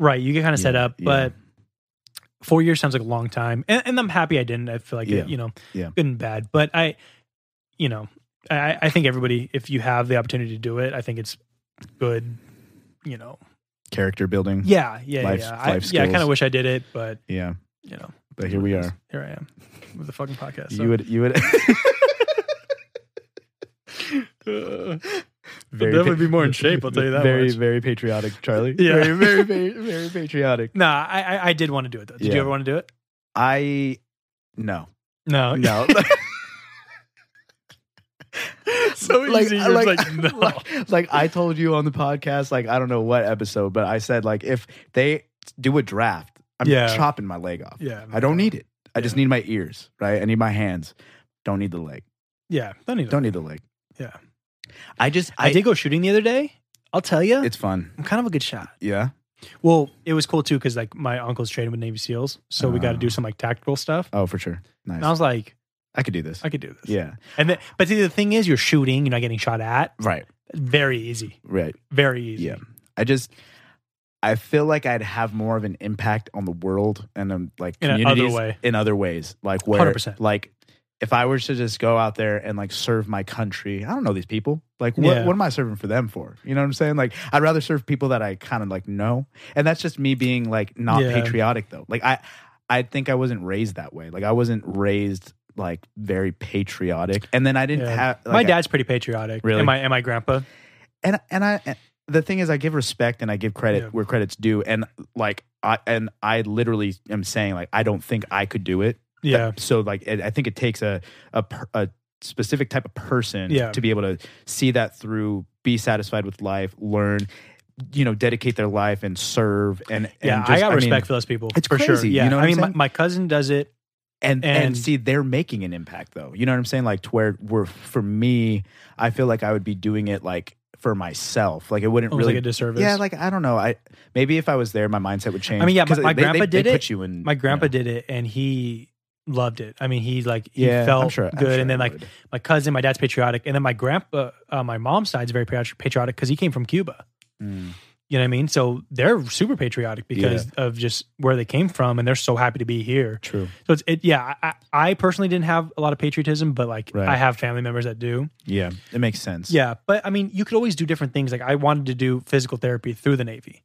Speaker 2: Right. You get kind of set
Speaker 1: Yeah,
Speaker 2: up,
Speaker 1: yeah.
Speaker 2: but four years sounds like a long time. And, and I'm happy I didn't. I feel like,
Speaker 1: Yeah,
Speaker 2: it, you know,
Speaker 1: yeah.
Speaker 2: good and bad. But I, you know, I, I think everybody, if you have the opportunity to do it, I think it's good, you know.
Speaker 1: Character building.
Speaker 2: Yeah. Yeah.
Speaker 1: Life-
Speaker 2: yeah. I,
Speaker 1: life
Speaker 2: yeah. I kind of
Speaker 1: skills.
Speaker 2: wish I did it, but,
Speaker 1: Yeah.
Speaker 2: you know,
Speaker 1: But here we are.
Speaker 2: here I am with the fucking podcast. so.
Speaker 1: You would you would
Speaker 2: I'd definitely be more in shape, I'll tell you that
Speaker 1: Very,
Speaker 2: much.
Speaker 1: very patriotic, Charlie.
Speaker 2: Yeah.
Speaker 1: Very, very, very, very patriotic.
Speaker 2: No, I, I- I did want to do it though. Did you
Speaker 1: Yeah.
Speaker 2: ever want to do it?
Speaker 1: I no.
Speaker 2: No.
Speaker 1: No.
Speaker 2: so easy.
Speaker 1: like,
Speaker 2: You're
Speaker 1: like,
Speaker 2: just like, no.
Speaker 1: like, like I told you on the podcast, like I don't know what episode, but I said like if they do a draft, I'm
Speaker 2: Yeah.
Speaker 1: chopping my leg off.
Speaker 2: yeah.
Speaker 1: I don't need it. I just need my ears, right? I need my hands. Don't need the leg.
Speaker 2: Yeah. Don't need it.
Speaker 1: Don't need the leg.
Speaker 2: Yeah.
Speaker 1: I just I,
Speaker 2: I, did go shooting the other day. I'll tell you,
Speaker 1: it's fun.
Speaker 2: I'm kind of a good shot.
Speaker 1: Yeah.
Speaker 2: Well, it was cool too because like my uncle's training with Navy SEALs, so we got
Speaker 1: Oh.
Speaker 2: to do some like tactical stuff.
Speaker 1: Oh, for sure. Nice.
Speaker 2: And I was like,
Speaker 1: I could do this.
Speaker 2: I could do this.
Speaker 1: yeah.
Speaker 2: And then, but see, the thing is, you're shooting, you're not getting shot at.
Speaker 1: Right.
Speaker 2: Very easy.
Speaker 1: Right.
Speaker 2: Very easy.
Speaker 1: Yeah. I just I feel like I'd have more of an impact on the world and um, like
Speaker 2: In another
Speaker 1: communities
Speaker 2: way.
Speaker 1: in other ways. Like where
Speaker 2: 100%.
Speaker 1: like if I were to just go out there and like serve my country, I don't know these people. Like what,
Speaker 2: Yeah.
Speaker 1: what am I serving for them for? You know what I'm saying? Like I'd rather serve people that I kind of like know. And that's just me being like not
Speaker 2: Yeah.
Speaker 1: patriotic though. Like I I think I wasn't raised that way. Like I wasn't raised like very patriotic. And then I didn't
Speaker 2: Yeah.
Speaker 1: have
Speaker 2: my
Speaker 1: like, I-
Speaker 2: dad's pretty patriotic.
Speaker 1: Really?
Speaker 2: And my and my grandpa.
Speaker 1: and and I and the thing is I give respect and I give credit
Speaker 2: Yeah.
Speaker 1: where credit's due and like I and I literally am saying like I don't think I could do it.
Speaker 2: Yeah.
Speaker 1: So like it, I think it takes a a per- a specific type of person
Speaker 2: Yeah.
Speaker 1: to be able to see that through, be satisfied with life, learn, you know, dedicate their life and serve and
Speaker 2: Yeah.
Speaker 1: and
Speaker 2: I got
Speaker 1: mean,
Speaker 2: respect for those people.
Speaker 1: it's
Speaker 2: for sure.
Speaker 1: crazy, you
Speaker 2: Yeah.
Speaker 1: know what
Speaker 2: I
Speaker 1: I'm
Speaker 2: mean, my,
Speaker 1: saying?
Speaker 2: my cousin does it.
Speaker 1: and, and
Speaker 2: And-
Speaker 1: see they're making an impact though you know what i'm saying like to where where for me i feel like i would be doing it like for myself like it wouldn't
Speaker 2: Almost
Speaker 1: really
Speaker 2: Oh, like a disservice.
Speaker 1: yeah like i don't know i maybe if i was there my mindset would change
Speaker 2: I mean, yeah, my-
Speaker 1: 'Cause
Speaker 2: my
Speaker 1: they- they-
Speaker 2: grandpa
Speaker 1: they
Speaker 2: did
Speaker 1: put
Speaker 2: it.
Speaker 1: you in,
Speaker 2: My grandpa
Speaker 1: you know.
Speaker 2: did it, and he loved it. I mean, he like he
Speaker 1: yeah I'm
Speaker 2: felt
Speaker 1: sure- I'm
Speaker 2: good,
Speaker 1: sure
Speaker 2: and then
Speaker 1: I
Speaker 2: like
Speaker 1: would.
Speaker 2: my cousin, my dad's patriotic, and then my grandpa, uh, my mom's side's very patri- patriotic because he came from Cuba.
Speaker 1: Mm.
Speaker 2: You know what I mean? So they're super patriotic because of just where they came from, and they're so happy to be here.
Speaker 1: true
Speaker 2: So it's it, yeah. I, I personally didn't have a lot of patriotism, but like
Speaker 1: Right.
Speaker 2: I have family members that do.
Speaker 1: yeah it makes sense
Speaker 2: Yeah, but I mean, you could always do different things. Like I wanted to do physical therapy through the Navy.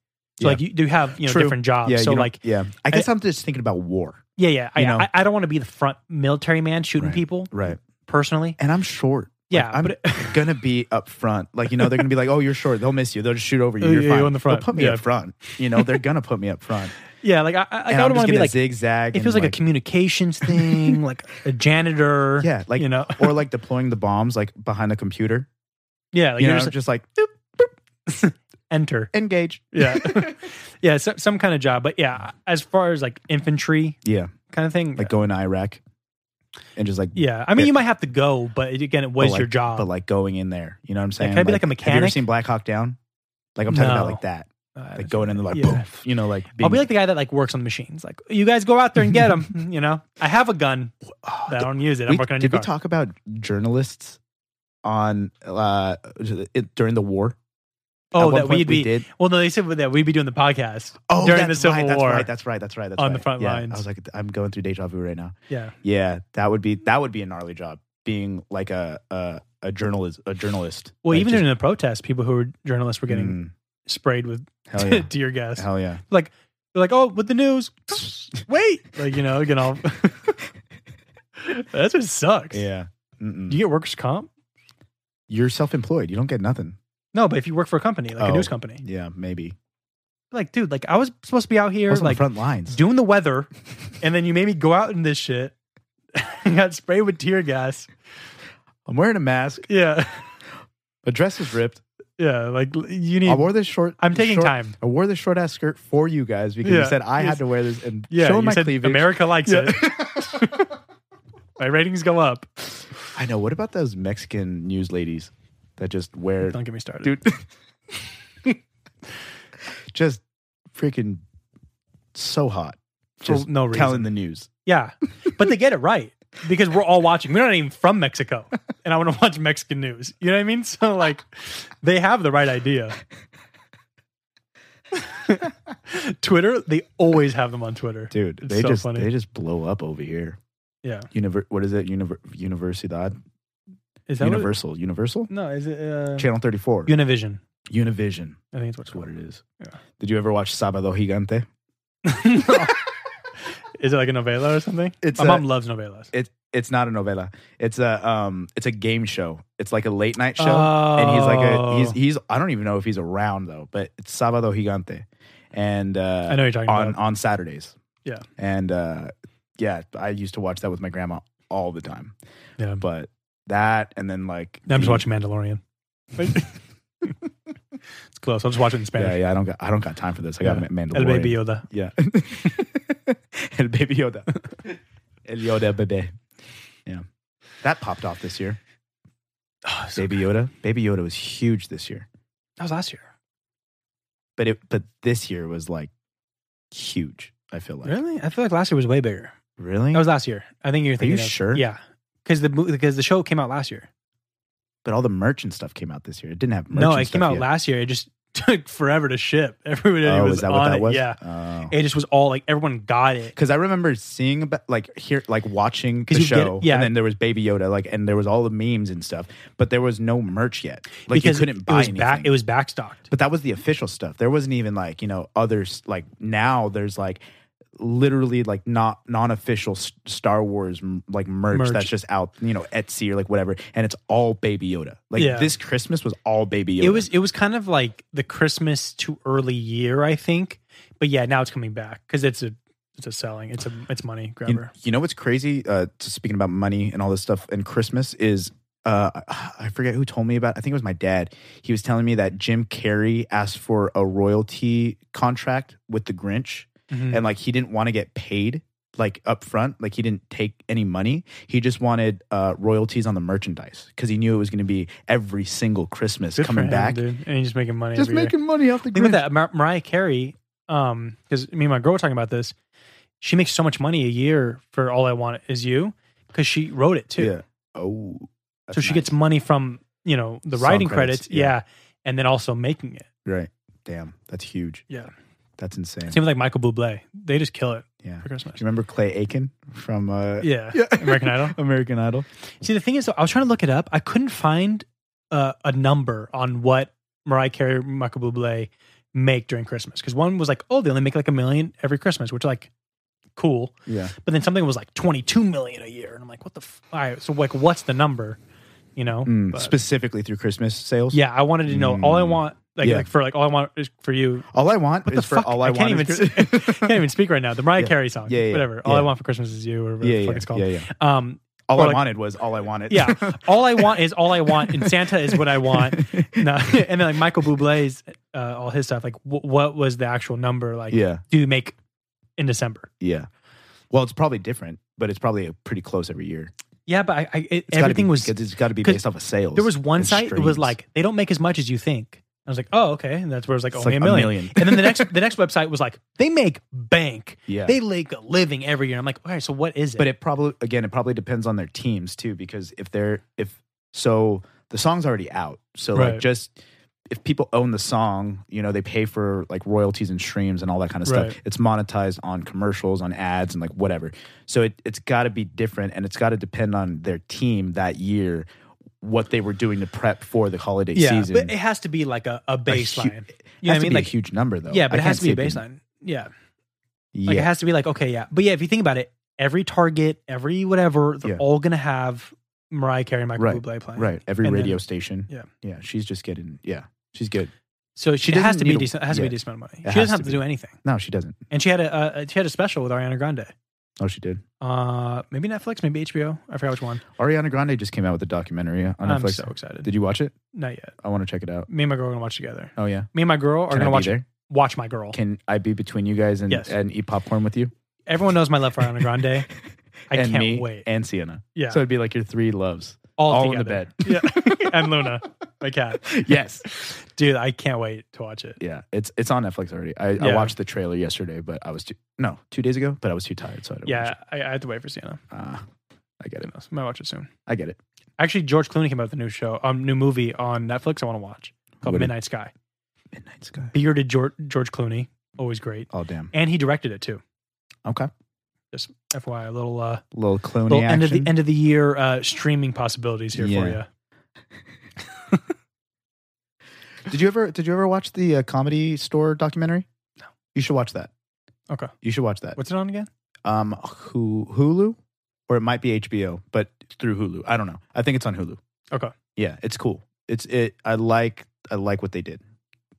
Speaker 1: Yeah.
Speaker 2: So like you do have you know
Speaker 1: True.
Speaker 2: different jobs.
Speaker 1: yeah
Speaker 2: so
Speaker 1: you don't-
Speaker 2: like
Speaker 1: yeah i guess I, am just thinking about war
Speaker 2: yeah, yeah. I,
Speaker 1: you know.
Speaker 2: I, I don't want to be the front military man shooting
Speaker 1: Right.
Speaker 2: people
Speaker 1: right
Speaker 2: personally.
Speaker 1: and i'm short
Speaker 2: Yeah,
Speaker 1: I'm
Speaker 2: but it-
Speaker 1: gonna be up front. Like you know, they're gonna be like, "Oh, you're short. They'll miss you. They'll just shoot over you.
Speaker 2: Oh,
Speaker 1: You're
Speaker 2: yeah,
Speaker 1: fine.
Speaker 2: you on the front.
Speaker 1: They'll put me
Speaker 2: Yeah.
Speaker 1: up front. You know, they're gonna put me up front.
Speaker 2: yeah, like I, I,
Speaker 1: and I'm
Speaker 2: like, I would
Speaker 1: just
Speaker 2: want to
Speaker 1: gonna
Speaker 2: be like
Speaker 1: zigzag.
Speaker 2: it feels
Speaker 1: and,
Speaker 2: like a communications thing, like a janitor.
Speaker 1: yeah, like
Speaker 2: you know,
Speaker 1: or like deploying the bombs like behind a computer.
Speaker 2: yeah, like
Speaker 1: you
Speaker 2: you're
Speaker 1: know,
Speaker 2: just
Speaker 1: just,
Speaker 2: like,
Speaker 1: like
Speaker 2: enter.
Speaker 1: engage.
Speaker 2: Yeah, yeah, so, some kind of job. But yeah, as far as like infantry
Speaker 1: Yeah,
Speaker 2: kind of thing,
Speaker 1: like going to Iraq and just like
Speaker 2: yeah. I mean, you might have to go, but again, it
Speaker 1: but,
Speaker 2: was
Speaker 1: like-
Speaker 2: your job.
Speaker 1: but like going in there. You know what I'm saying?
Speaker 2: can I be, like, a
Speaker 1: Have you ever
Speaker 2: mechanic?
Speaker 1: seen Black Hawk Down? Like I'm talking about
Speaker 2: No.
Speaker 1: like that,
Speaker 2: Uh,
Speaker 1: like going in there like
Speaker 2: Yeah.
Speaker 1: boom. You know, like being,
Speaker 2: I'll be like the guy that like works on the machines. Like, you guys go out there and get them. you know, I have a gun,
Speaker 1: Oh,
Speaker 2: but I don't use it. I'm
Speaker 1: we,
Speaker 2: working on
Speaker 1: did
Speaker 2: your
Speaker 1: we
Speaker 2: car.
Speaker 1: talk about journalists on uh it, during the war? At
Speaker 2: oh,
Speaker 1: one
Speaker 2: that
Speaker 1: point
Speaker 2: we'd be.
Speaker 1: did.
Speaker 2: Well, no, they said that we'd be doing the podcast.
Speaker 1: Oh,
Speaker 2: during the
Speaker 1: that's
Speaker 2: Civil
Speaker 1: right, that's
Speaker 2: War
Speaker 1: right, That's right. That's right. That's
Speaker 2: on the
Speaker 1: right.
Speaker 2: front
Speaker 1: yeah,
Speaker 2: lines.
Speaker 1: I was like, I'm going through deja vu right now.
Speaker 2: Yeah,
Speaker 1: Yeah, that would be that would be a gnarly job being like a a, a journalist a journalist.
Speaker 2: Well,
Speaker 1: Like,
Speaker 2: even
Speaker 1: just-
Speaker 2: during the protests, people who were journalists were getting
Speaker 1: Mm,
Speaker 2: sprayed with
Speaker 1: hell yeah,
Speaker 2: tear gas.
Speaker 1: hell yeah.
Speaker 2: Like, they're like, oh, with the news, wait, like you know, you know, that just sucks.
Speaker 1: Yeah.
Speaker 2: Do
Speaker 1: Mm-mm.
Speaker 2: you get workers' comp?
Speaker 1: You're self employed. You don't get nothing.
Speaker 2: No, but if you work for a company, like a
Speaker 1: Oh.
Speaker 2: news company,
Speaker 1: Yeah, maybe.
Speaker 2: like, dude, like I was supposed to be out
Speaker 1: I
Speaker 2: here,
Speaker 1: was on
Speaker 2: like
Speaker 1: the front lines.
Speaker 2: doing the weather, and then you made me go out in this shit. got sprayed with tear gas.
Speaker 1: I'm wearing a mask.
Speaker 2: Yeah,
Speaker 1: The dress is ripped.
Speaker 2: yeah. Like l- you need.
Speaker 1: I wore this short.
Speaker 2: I'm taking
Speaker 1: short-
Speaker 2: time.
Speaker 1: I wore this short ass skirt for you guys because you
Speaker 2: Yeah.
Speaker 1: said I
Speaker 2: Yes.
Speaker 1: had to wear this and
Speaker 2: yeah,
Speaker 1: show
Speaker 2: you
Speaker 1: my
Speaker 2: said
Speaker 1: cleavage.
Speaker 2: America likes
Speaker 1: Yeah.
Speaker 2: it. My ratings go up.
Speaker 1: I know. What about those Mexican news ladies that just wear
Speaker 2: Don't get me started.
Speaker 1: dude? just freaking so hot.
Speaker 2: For
Speaker 1: Just
Speaker 2: no
Speaker 1: telling
Speaker 2: reason.
Speaker 1: the news.
Speaker 2: Yeah, but they get it right because we're all watching. We're not even from Mexico, and I want to watch Mexican news. You know what I mean? So like, they have the right idea. Twitter, they always have them on Twitter.
Speaker 1: Dude,
Speaker 2: It's
Speaker 1: they
Speaker 2: so
Speaker 1: just
Speaker 2: funny.
Speaker 1: they just blow up over here.
Speaker 2: Yeah,
Speaker 1: Univer- what is it? Univer- Universidad?
Speaker 2: is that what it-
Speaker 1: Universal. Universal?
Speaker 2: no? Is it uh,
Speaker 1: Channel 34.
Speaker 2: Univision?
Speaker 1: Univision.
Speaker 2: I think it's what's
Speaker 1: That's what
Speaker 2: called.
Speaker 1: it is.
Speaker 2: Yeah.
Speaker 1: Did you ever watch Sábado Gigante?
Speaker 2: Is it like a novela or something?
Speaker 1: It's
Speaker 2: My
Speaker 1: a-
Speaker 2: mom loves novelas.
Speaker 1: It, it's not a novela. It's a um it's a game show. It's like a late night show.
Speaker 2: Oh.
Speaker 1: and he's like a he's e-, he's I don't even know if he's around though, but it's Sábado Gigante, and uh,
Speaker 2: I know what you're talking
Speaker 1: on
Speaker 2: about.
Speaker 1: on Saturdays.
Speaker 2: Yeah.
Speaker 1: and uh, yeah, I used to watch that with my grandma all the time.
Speaker 2: Yeah, but
Speaker 1: But that and then like
Speaker 2: I'm just
Speaker 1: the-
Speaker 2: watching Mandalorian. it's close. I'll just watch it in Spanish.
Speaker 1: Yeah, yeah, I don't got I don't got time for this. I got
Speaker 2: Yeah.
Speaker 1: yeah. Mandalorian.
Speaker 2: El Baby Yoda.
Speaker 1: Yeah, El Baby Yoda, El Yoda Bebe. Yeah, that popped off this year.
Speaker 2: Oh, so-
Speaker 1: Baby Yoda, Baby Yoda was huge this year,
Speaker 2: that was last year.
Speaker 1: but it but this year was like huge. I feel like
Speaker 2: Really? I feel like last year was way bigger.
Speaker 1: Really?
Speaker 2: That was last year. I think you're
Speaker 1: Are you
Speaker 2: thinking. of-
Speaker 1: sure?
Speaker 2: Yeah, because the mo- because the show came out last year.
Speaker 1: but all the merch and stuff came out this year. It didn't have merch.
Speaker 2: no,
Speaker 1: and
Speaker 2: it
Speaker 1: stuff
Speaker 2: came out
Speaker 1: yet.
Speaker 2: last year. It just took forever to ship. Everybody
Speaker 1: Oh,
Speaker 2: was
Speaker 1: is that
Speaker 2: on
Speaker 1: what that
Speaker 2: it.
Speaker 1: was?
Speaker 2: Yeah, it just was all like everyone got it.
Speaker 1: Because I remember seeing about like here, like watching
Speaker 2: 'Cause
Speaker 1: the
Speaker 2: you get it-
Speaker 1: show,
Speaker 2: yeah.
Speaker 1: and then there was Baby Yoda, like, and there was all the memes and stuff, but there was no merch yet. Like
Speaker 2: because
Speaker 1: you couldn't buy
Speaker 2: it was
Speaker 1: anything.
Speaker 2: back. It was backstocked.
Speaker 1: but that was the official stuff. There wasn't even like you know others like now. There's like literally like not non-official S- Star Wars m- like merch,
Speaker 2: Merch.
Speaker 1: that's just out, you know, Etsy or like whatever, and it's all Baby Yoda. Like
Speaker 2: Yeah.
Speaker 1: this Christmas was all Baby Yoda.
Speaker 2: It was it was kind of like the Christmas too early year, I think. But yeah, now it's coming back because it's a it's a selling. It's a it's money
Speaker 1: You-
Speaker 2: grabber.
Speaker 1: You, know what's crazy? Uh, to- speaking about money and all this stuff and Christmas is, uh, I forget who told me about. I think it was my dad. He was telling me that Jim Carrey asked for a royalty contract with the Grinch,
Speaker 2: Mhm.
Speaker 1: and like he didn't want to get paid like up front. Like he didn't take any money. He just wanted uh, royalties on the merchandise because he knew it was going to be every single Christmas
Speaker 2: Good for
Speaker 1: coming
Speaker 2: him,
Speaker 1: back.
Speaker 2: dude. and he's just making money.
Speaker 1: Just
Speaker 2: every year.
Speaker 1: making money off the
Speaker 2: Think
Speaker 1: Grinch.
Speaker 2: about that, Mar- Mariah Carey. Um, because me and my girl were talking about this. She makes so much money a year for "All I Want Is You" because she wrote it too.
Speaker 1: Yeah. Oh.
Speaker 2: so she gets money from you know the
Speaker 1: Song
Speaker 2: writing
Speaker 1: credits,
Speaker 2: credits,
Speaker 1: yeah.
Speaker 2: yeah. and then also making it.
Speaker 1: right. Damn, that's huge.
Speaker 2: Yeah,
Speaker 1: That's insane.
Speaker 2: same with like Michael Bublé. They just kill it
Speaker 1: Yeah.
Speaker 2: for
Speaker 1: Do
Speaker 2: Christmas.
Speaker 1: you remember Clay Aiken from uh,
Speaker 2: Yeah, American Idol.
Speaker 1: American Idol?
Speaker 2: See, the thing is, though, I was trying to look it up. I couldn't find uh, a number on what Mariah Carey, Michael Bublé make during Christmas because one was like, oh, they only make like a million every Christmas, which like cool.
Speaker 1: Yeah.
Speaker 2: but then something was like 22 million a year and i'm like what the f- all right so like what's the number you know
Speaker 1: Mm,
Speaker 2: But-
Speaker 1: Specifically through Christmas sales.
Speaker 2: yeah i wanted to know all i want like,
Speaker 1: Mm, Yeah.
Speaker 2: like for like all i want is for you
Speaker 1: All I want
Speaker 2: what
Speaker 1: is
Speaker 2: the
Speaker 1: for
Speaker 2: fuck
Speaker 1: all I,
Speaker 2: can't
Speaker 1: want.
Speaker 2: even
Speaker 1: is
Speaker 2: s-
Speaker 1: Chris-
Speaker 2: can't even speak right now the mariah
Speaker 1: Yeah.
Speaker 2: carey song
Speaker 1: Yeah, yeah,
Speaker 2: whatever all i
Speaker 1: yeah.
Speaker 2: want for christmas is you or whatever
Speaker 1: yeah,
Speaker 2: the fuck
Speaker 1: yeah,
Speaker 2: it's called
Speaker 1: yeah, yeah.
Speaker 2: um
Speaker 1: All
Speaker 2: or
Speaker 1: I
Speaker 2: like-
Speaker 1: wanted was all I wanted.
Speaker 2: yeah all i want is all i want and santa is what i want no. and then like michael buble's uh, all his stuff like wh- what was the actual number like
Speaker 1: yeah.
Speaker 2: do you make in december
Speaker 1: Yeah. Well, it's probably different, but it's probably pretty close every year.
Speaker 2: yeah but i, I it,
Speaker 1: It's gotta
Speaker 2: everything
Speaker 1: be,
Speaker 2: was
Speaker 1: because it's got to be
Speaker 2: 'cause
Speaker 1: based off of sales.
Speaker 2: There was one
Speaker 1: and
Speaker 2: site that was
Speaker 1: streams.
Speaker 2: like they don't make as much as you think. I was like, oh okay, and that's where it was like
Speaker 1: It's
Speaker 2: only
Speaker 1: like
Speaker 2: a
Speaker 1: a
Speaker 2: million.
Speaker 1: million.
Speaker 2: and then the next the next website was like they make bank.
Speaker 1: Yeah.
Speaker 2: They make a living every year. I'm like, okay, so what is it?
Speaker 1: But it probably again, it probably depends on their teams too, because if they're if so the song's already out. So like
Speaker 2: Right.
Speaker 1: just if people own the song, you know, they pay for like royalties and streams and all that kind of
Speaker 2: Right.
Speaker 1: stuff. It's monetized on commercials, on ads and like whatever. So it, it's gotta be different and it's gotta depend on their team that year, what they were doing to prep for the holiday
Speaker 2: yeah,
Speaker 1: season.
Speaker 2: but it has to be like a, a
Speaker 1: A hu-
Speaker 2: baseline.
Speaker 1: it
Speaker 2: you know what
Speaker 1: has
Speaker 2: I
Speaker 1: to
Speaker 2: mean?
Speaker 1: be
Speaker 2: Like
Speaker 1: a huge number though.
Speaker 2: yeah, but
Speaker 1: I
Speaker 2: it
Speaker 1: can't
Speaker 2: has to be
Speaker 1: see
Speaker 2: a
Speaker 1: being-
Speaker 2: baseline. Yeah,
Speaker 1: Yeah.
Speaker 2: like it has to be like okay, yeah, but yeah, if you think about it, every Target, every whatever, they're
Speaker 1: Yeah.
Speaker 2: all gonna have Mariah Carey, and Michael
Speaker 1: Right,
Speaker 2: Bublé playing.
Speaker 1: right. Every
Speaker 2: And then-
Speaker 1: radio station.
Speaker 2: Yeah.
Speaker 1: Yeah. She's just getting yeah. She's good.
Speaker 2: So
Speaker 1: She
Speaker 2: she it has
Speaker 1: doesn't
Speaker 2: to be
Speaker 1: need a-
Speaker 2: decent. It has to be
Speaker 1: yeah.
Speaker 2: a decent amount of money.
Speaker 1: It
Speaker 2: she
Speaker 1: has
Speaker 2: doesn't have
Speaker 1: to
Speaker 2: to,
Speaker 1: be.
Speaker 2: do anything.
Speaker 1: No, she doesn't.
Speaker 2: And she had a uh, she had a special with Ariana Grande.
Speaker 1: Oh, she did.
Speaker 2: Uh, maybe Netflix, maybe HBO. I forgot which one.
Speaker 1: Ariana Grande just came out with a documentary on
Speaker 2: I'm
Speaker 1: Netflix.
Speaker 2: so excited.
Speaker 1: Did you watch it?
Speaker 2: Not yet.
Speaker 1: I want to check it out.
Speaker 2: Me and my girl are gonna watch together.
Speaker 1: Oh yeah.
Speaker 2: Me and my girl are
Speaker 1: Can I
Speaker 2: gonna
Speaker 1: be
Speaker 2: watch
Speaker 1: there?
Speaker 2: watch my girl.
Speaker 1: Can I be between you guys and,
Speaker 2: Yes.
Speaker 1: and eat popcorn with you?
Speaker 2: Everyone knows my love for Ariana Grande. I
Speaker 1: and
Speaker 2: can't
Speaker 1: me
Speaker 2: wait.
Speaker 1: And Sienna.
Speaker 2: yeah,
Speaker 1: So it'd be like your three loves.
Speaker 2: all,
Speaker 1: all in the
Speaker 2: together. Yeah, and Luna, my cat.
Speaker 1: yes.
Speaker 2: Dude, I can't wait to watch it.
Speaker 1: Yeah. It's it's on Netflix already. I, I
Speaker 2: Yeah.
Speaker 1: watched the trailer yesterday, but I was too no two days ago, but I was too tired, so I didn't.
Speaker 2: Yeah, I, I have to wait for Sienna.
Speaker 1: Watch it. Ah, I get
Speaker 2: Who
Speaker 1: it.
Speaker 2: knows? Might watch it soon.
Speaker 1: I get it.
Speaker 2: Actually, George Clooney came out with a new show, um, new movie on Netflix. I want to watch called
Speaker 1: What did-
Speaker 2: Midnight Sky.
Speaker 1: Midnight Sky.
Speaker 2: Bearded George, George Clooney, always great,
Speaker 1: Oh damn.
Speaker 2: and he directed it too.
Speaker 1: Okay.
Speaker 2: FYI, a little uh,
Speaker 1: Little clone
Speaker 2: little end of the
Speaker 1: action.
Speaker 2: end of the year uh, streaming possibilities here for
Speaker 1: Yeah.
Speaker 2: you.
Speaker 1: Did you ever did you ever watch the uh, comedy store documentary?
Speaker 2: No.
Speaker 1: You should watch that.
Speaker 2: Okay.
Speaker 1: You should watch that.
Speaker 2: What's it on again?
Speaker 1: Um Hu- Hulu or it might be HBO, but through Hulu. I don't know. I think it's on Hulu.
Speaker 2: Okay.
Speaker 1: Yeah, it's cool. It's it I like I like what they did.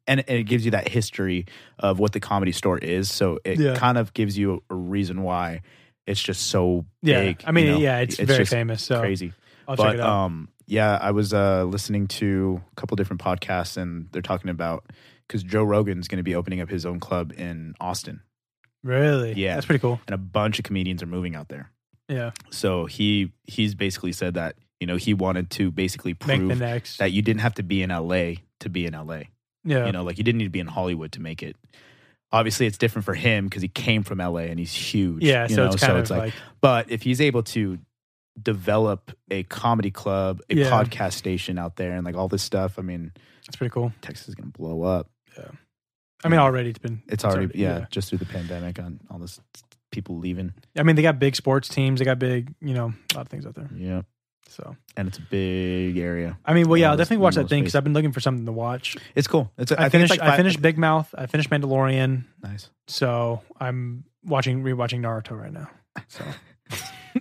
Speaker 1: And and it gives you that history of what the comedy store is, so it
Speaker 2: Yeah.
Speaker 1: kind of gives you a reason why it's just so
Speaker 2: Yeah,
Speaker 1: big.
Speaker 2: I mean,
Speaker 1: you know?
Speaker 2: yeah, it's, very
Speaker 1: just
Speaker 2: famous. So
Speaker 1: crazy
Speaker 2: I'll
Speaker 1: but
Speaker 2: check it out.
Speaker 1: um yeah i was uh listening to a couple different podcasts and they're talking about because joe rogan's going to be opening up his own club in austin
Speaker 2: really?
Speaker 1: yeah.
Speaker 2: that's pretty cool.
Speaker 1: and a bunch of comedians are moving out there
Speaker 2: Yeah,
Speaker 1: so he he's basically said that you know he wanted to basically
Speaker 2: make the
Speaker 1: prove
Speaker 2: next.
Speaker 1: that you didn't have to be in la to be in la
Speaker 2: yeah,
Speaker 1: you know like you didn't need to be in hollywood to make it obviously it's different for him because he came from la and he's huge
Speaker 2: yeah.
Speaker 1: you
Speaker 2: So
Speaker 1: know?
Speaker 2: it's kind of like,
Speaker 1: But if he's able to develop a comedy club, a
Speaker 2: Yeah.
Speaker 1: podcast station out there, and like all this stuff, I mean,
Speaker 2: that's pretty cool.
Speaker 1: Texas is going to blow up.
Speaker 2: I mean, already it's been.
Speaker 1: It's already, yeah, just through the pandemic on all this people leaving.
Speaker 2: yeah. I mean, they got big sports teams. They got big, you know, a lot of things out there.
Speaker 1: Yeah.
Speaker 2: So
Speaker 1: And it's a big area.
Speaker 2: I mean, well, yeah,
Speaker 1: Yeah,
Speaker 2: I'll
Speaker 1: there's
Speaker 2: definitely watch that
Speaker 1: minimal
Speaker 2: thing because
Speaker 1: space.
Speaker 2: I've been looking for something to watch.
Speaker 1: It's cool. It's, a-
Speaker 2: I,
Speaker 1: I think it's
Speaker 2: finished.
Speaker 1: like five-
Speaker 2: I finished Big Mouth. I finished Mandalorian.
Speaker 1: Nice.
Speaker 2: So I'm watching rewatching Naruto right now. So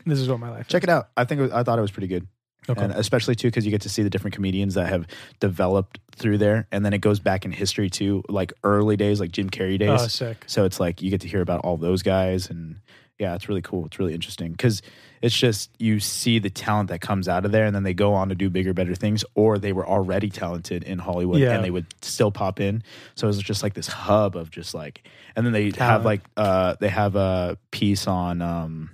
Speaker 2: this is what my life.
Speaker 1: Check it out. I think it was, I thought it was pretty good.
Speaker 2: Is. Okay.
Speaker 1: And uh, especially too, because you get to see the different comedians that have developed through there. And then it goes back in history too, like early days, like Jim Carrey days.
Speaker 2: oh, sick.
Speaker 1: So it's like you get to hear about all those guys, and yeah, it's really cool. It's really interesting because it's just you see the talent that comes out of there, and then they go on to do bigger, better things, or they were already talented in Hollywood
Speaker 2: Yeah.
Speaker 1: and they would still pop in. So it's just like this hub of just like, and then they
Speaker 2: Talent.
Speaker 1: have like uh they have a piece on um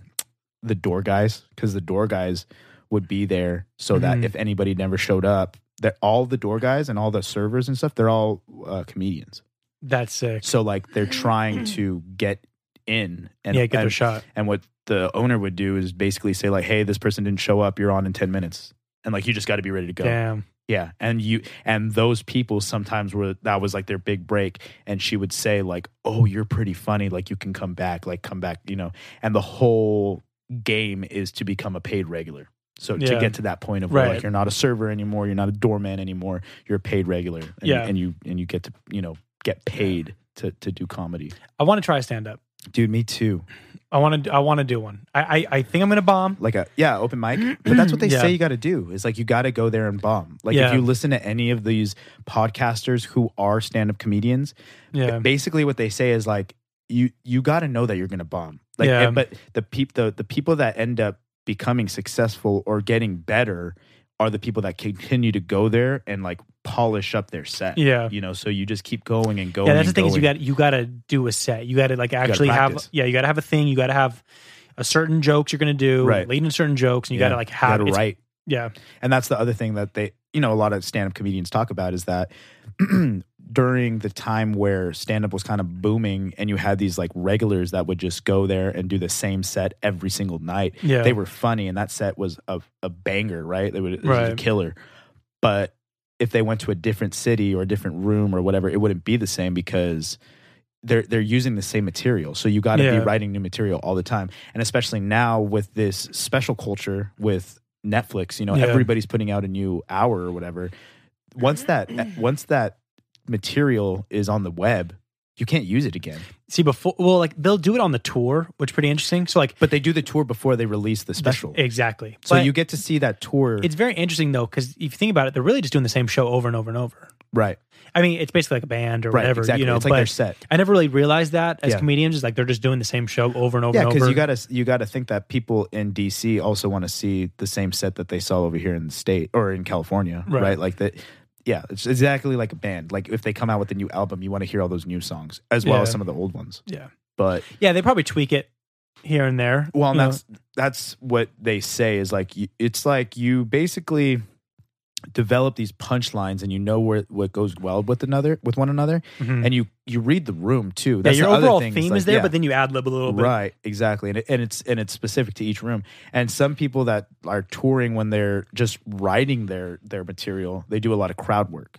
Speaker 1: the door guys because the door guys would be there so that
Speaker 2: Mhm.
Speaker 1: if anybody never showed up. That all the door guys and all the servers and stuff, they're all uh, comedians.
Speaker 2: That's sick.
Speaker 1: So like they're trying to get in and
Speaker 2: yeah, get their
Speaker 1: and,
Speaker 2: shot.
Speaker 1: and what the owner would do is basically say like, "Hey, this person didn't show up. You're on in 10 minutes." And like you just got to be ready to go.
Speaker 2: Damn.
Speaker 1: Yeah, and you and those people sometimes were that was like their big break and she would say like, "Oh, you're pretty funny. Like you can come back. Like come back, you know." And the whole game is to become a paid regular. So
Speaker 2: Yeah.
Speaker 1: to get to that point of where
Speaker 2: Right.
Speaker 1: like you're not a server anymore, you're not a doorman anymore, you're a paid regular and,
Speaker 2: Yeah.
Speaker 1: and you and you get to, you know, get paid to to do comedy.
Speaker 2: I want to try stand up.
Speaker 1: Dude, me too.
Speaker 2: I want to. I want to do one. I, I I think I'm gonna bomb.
Speaker 1: Like a yeah, open mic. But that's what they
Speaker 2: Yeah.
Speaker 1: say you got to do. Is like you got to go there and bomb. Like
Speaker 2: Yeah.
Speaker 1: if you listen to any of these podcasters who are stand up comedians,
Speaker 2: Yeah.
Speaker 1: basically what they say is like you you got to know that you're going to bomb. Like
Speaker 2: Yeah.
Speaker 1: and- but the peop the the people that end up becoming successful or getting better are the people that continue to go there and like polish up their set.
Speaker 2: Yeah.
Speaker 1: You know, so you just keep going and going.
Speaker 2: Yeah, that's the
Speaker 1: and
Speaker 2: thing is you
Speaker 1: going.
Speaker 2: got you got to do a set. You got to like actually have
Speaker 1: practice.
Speaker 2: yeah, you got to have a thing. You got to have a certain jokes you're going to do,
Speaker 1: Right.
Speaker 2: lead in certain jokes and you
Speaker 1: Yeah.
Speaker 2: got to like
Speaker 1: You
Speaker 2: have
Speaker 1: gotta
Speaker 2: it's-
Speaker 1: write.
Speaker 2: yeah.
Speaker 1: And that's the other thing that they, you know, a lot of stand up comedians talk about is that during the time where stand up was kind of booming and you had these like regulars that would just go there and do the same set every single night,
Speaker 2: Yeah.
Speaker 1: they were funny and that set was a, a banger, right? They would, it was a
Speaker 2: Right.
Speaker 1: killer. But if they went to a different city or a different room or whatever, it wouldn't be the same because they're they're using the same material. So you got to be
Speaker 2: Yeah.
Speaker 1: writing new material all the time, and especially now with this special culture with Netflix, you know,
Speaker 2: Yeah.
Speaker 1: everybody's putting out a new hour eh, or whatever. Once that once that material is on the web, you can't use it again.
Speaker 2: See before well, like they'll do it on the tour, which is pretty interesting. So like
Speaker 1: But they do the tour before they release the special.
Speaker 2: exactly.
Speaker 1: so
Speaker 2: But
Speaker 1: you get to see that tour.
Speaker 2: it's very interesting though, because if you think about it, they're really just doing the same show over and over and over.
Speaker 1: right.
Speaker 2: I mean, it's basically like a band or
Speaker 1: Right,
Speaker 2: whatever,
Speaker 1: exactly.
Speaker 2: you know.
Speaker 1: It's like
Speaker 2: but
Speaker 1: their set.
Speaker 2: I never really realized that as
Speaker 1: Yeah.
Speaker 2: comedians, is like they're just doing the same show over and over
Speaker 1: Yeah,
Speaker 2: and
Speaker 1: because
Speaker 2: over.
Speaker 1: you gotta you gotta think that people in DC also want to see the same set that they saw over here in the state or in California,
Speaker 2: Right.
Speaker 1: right? Like that. Yeah, it's exactly like a band. Like if they come out with a new album, you want to hear all those new songs as well as
Speaker 2: Yeah.
Speaker 1: some of the old ones.
Speaker 2: yeah,
Speaker 1: But
Speaker 2: yeah, they probably tweak it here and there.
Speaker 1: well, and
Speaker 2: you know.
Speaker 1: that's that's what they say is like you, it's like you basically develop these punchlines and you know where what goes well with another with one another,
Speaker 2: Mhm.
Speaker 1: and you you read the room too.
Speaker 2: yeah,
Speaker 1: That's
Speaker 2: your
Speaker 1: the other
Speaker 2: overall
Speaker 1: thing
Speaker 2: theme is
Speaker 1: like,
Speaker 2: there,
Speaker 1: yeah.
Speaker 2: but then you ad lib a little bit.
Speaker 1: Right, exactly, and it, and it's and it's specific to each room. And some people that are touring when they're just writing their their material, they do a lot of crowd work.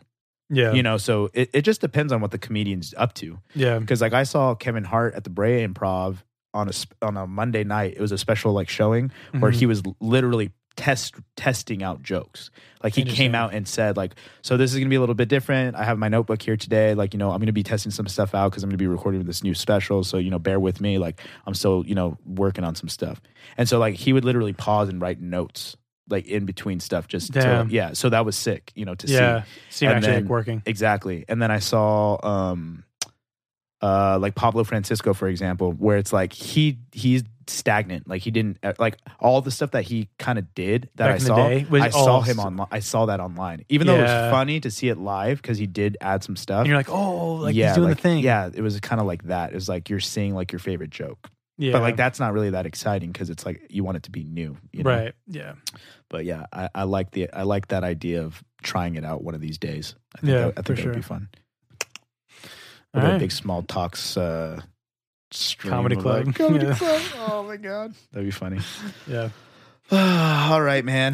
Speaker 2: Yeah,
Speaker 1: You know, so it, it just depends on what the comedian's up to.
Speaker 2: yeah,
Speaker 1: Because like I saw Kevin Hart at the Brea Improv on a sp- on a Monday night. It was a special like showing where
Speaker 2: Mhm.
Speaker 1: he was literally test testing out jokes. Like he
Speaker 2: Interesting.
Speaker 1: came out and said like, "So this is gonna be a little bit different. I have my notebook here today. Like you know, I'm gonna be testing some stuff out because I'm gonna be recording this new special. So you know, bear with me. Like I'm still you know working on some stuff. And so like he would literally pause and write notes like in between stuff just to,
Speaker 2: Damn.
Speaker 1: yeah. So that was sick. You know to see
Speaker 2: yeah. See,
Speaker 1: And
Speaker 2: actually,
Speaker 1: then-
Speaker 2: like working.
Speaker 1: Exactly. And then I saw um uh like Pablo Francisco for example where it's like he he's stagnant like he didn't uh, like all the stuff that he kind of did that
Speaker 2: Back
Speaker 1: I
Speaker 2: in the
Speaker 1: saw
Speaker 2: day was
Speaker 1: I
Speaker 2: all-
Speaker 1: saw him online I saw that online even though it
Speaker 2: Yeah.
Speaker 1: was funny to see it live cuz he did add some stuff
Speaker 2: And you're like, oh, like he's doing
Speaker 1: like,
Speaker 2: the thing.
Speaker 1: yeah it was kind of like that it was like you're seeing like your favorite joke
Speaker 2: yeah,
Speaker 1: but like that's not really that exciting cuz it's like you want it to be new you know?
Speaker 2: Right. Yeah.
Speaker 1: but yeah I, I like the I like that idea of trying it out one of these days I think
Speaker 2: Yeah,
Speaker 1: that, I
Speaker 2: for
Speaker 1: think that would be
Speaker 2: sure.
Speaker 1: fun
Speaker 2: All
Speaker 1: What a
Speaker 2: right.
Speaker 1: big small talks uh, stream
Speaker 2: Comedy
Speaker 1: of,
Speaker 2: club.
Speaker 1: like, comedy
Speaker 2: Yeah.
Speaker 1: club. Oh my god, that'd be funny.
Speaker 2: Yeah.
Speaker 1: All right, man.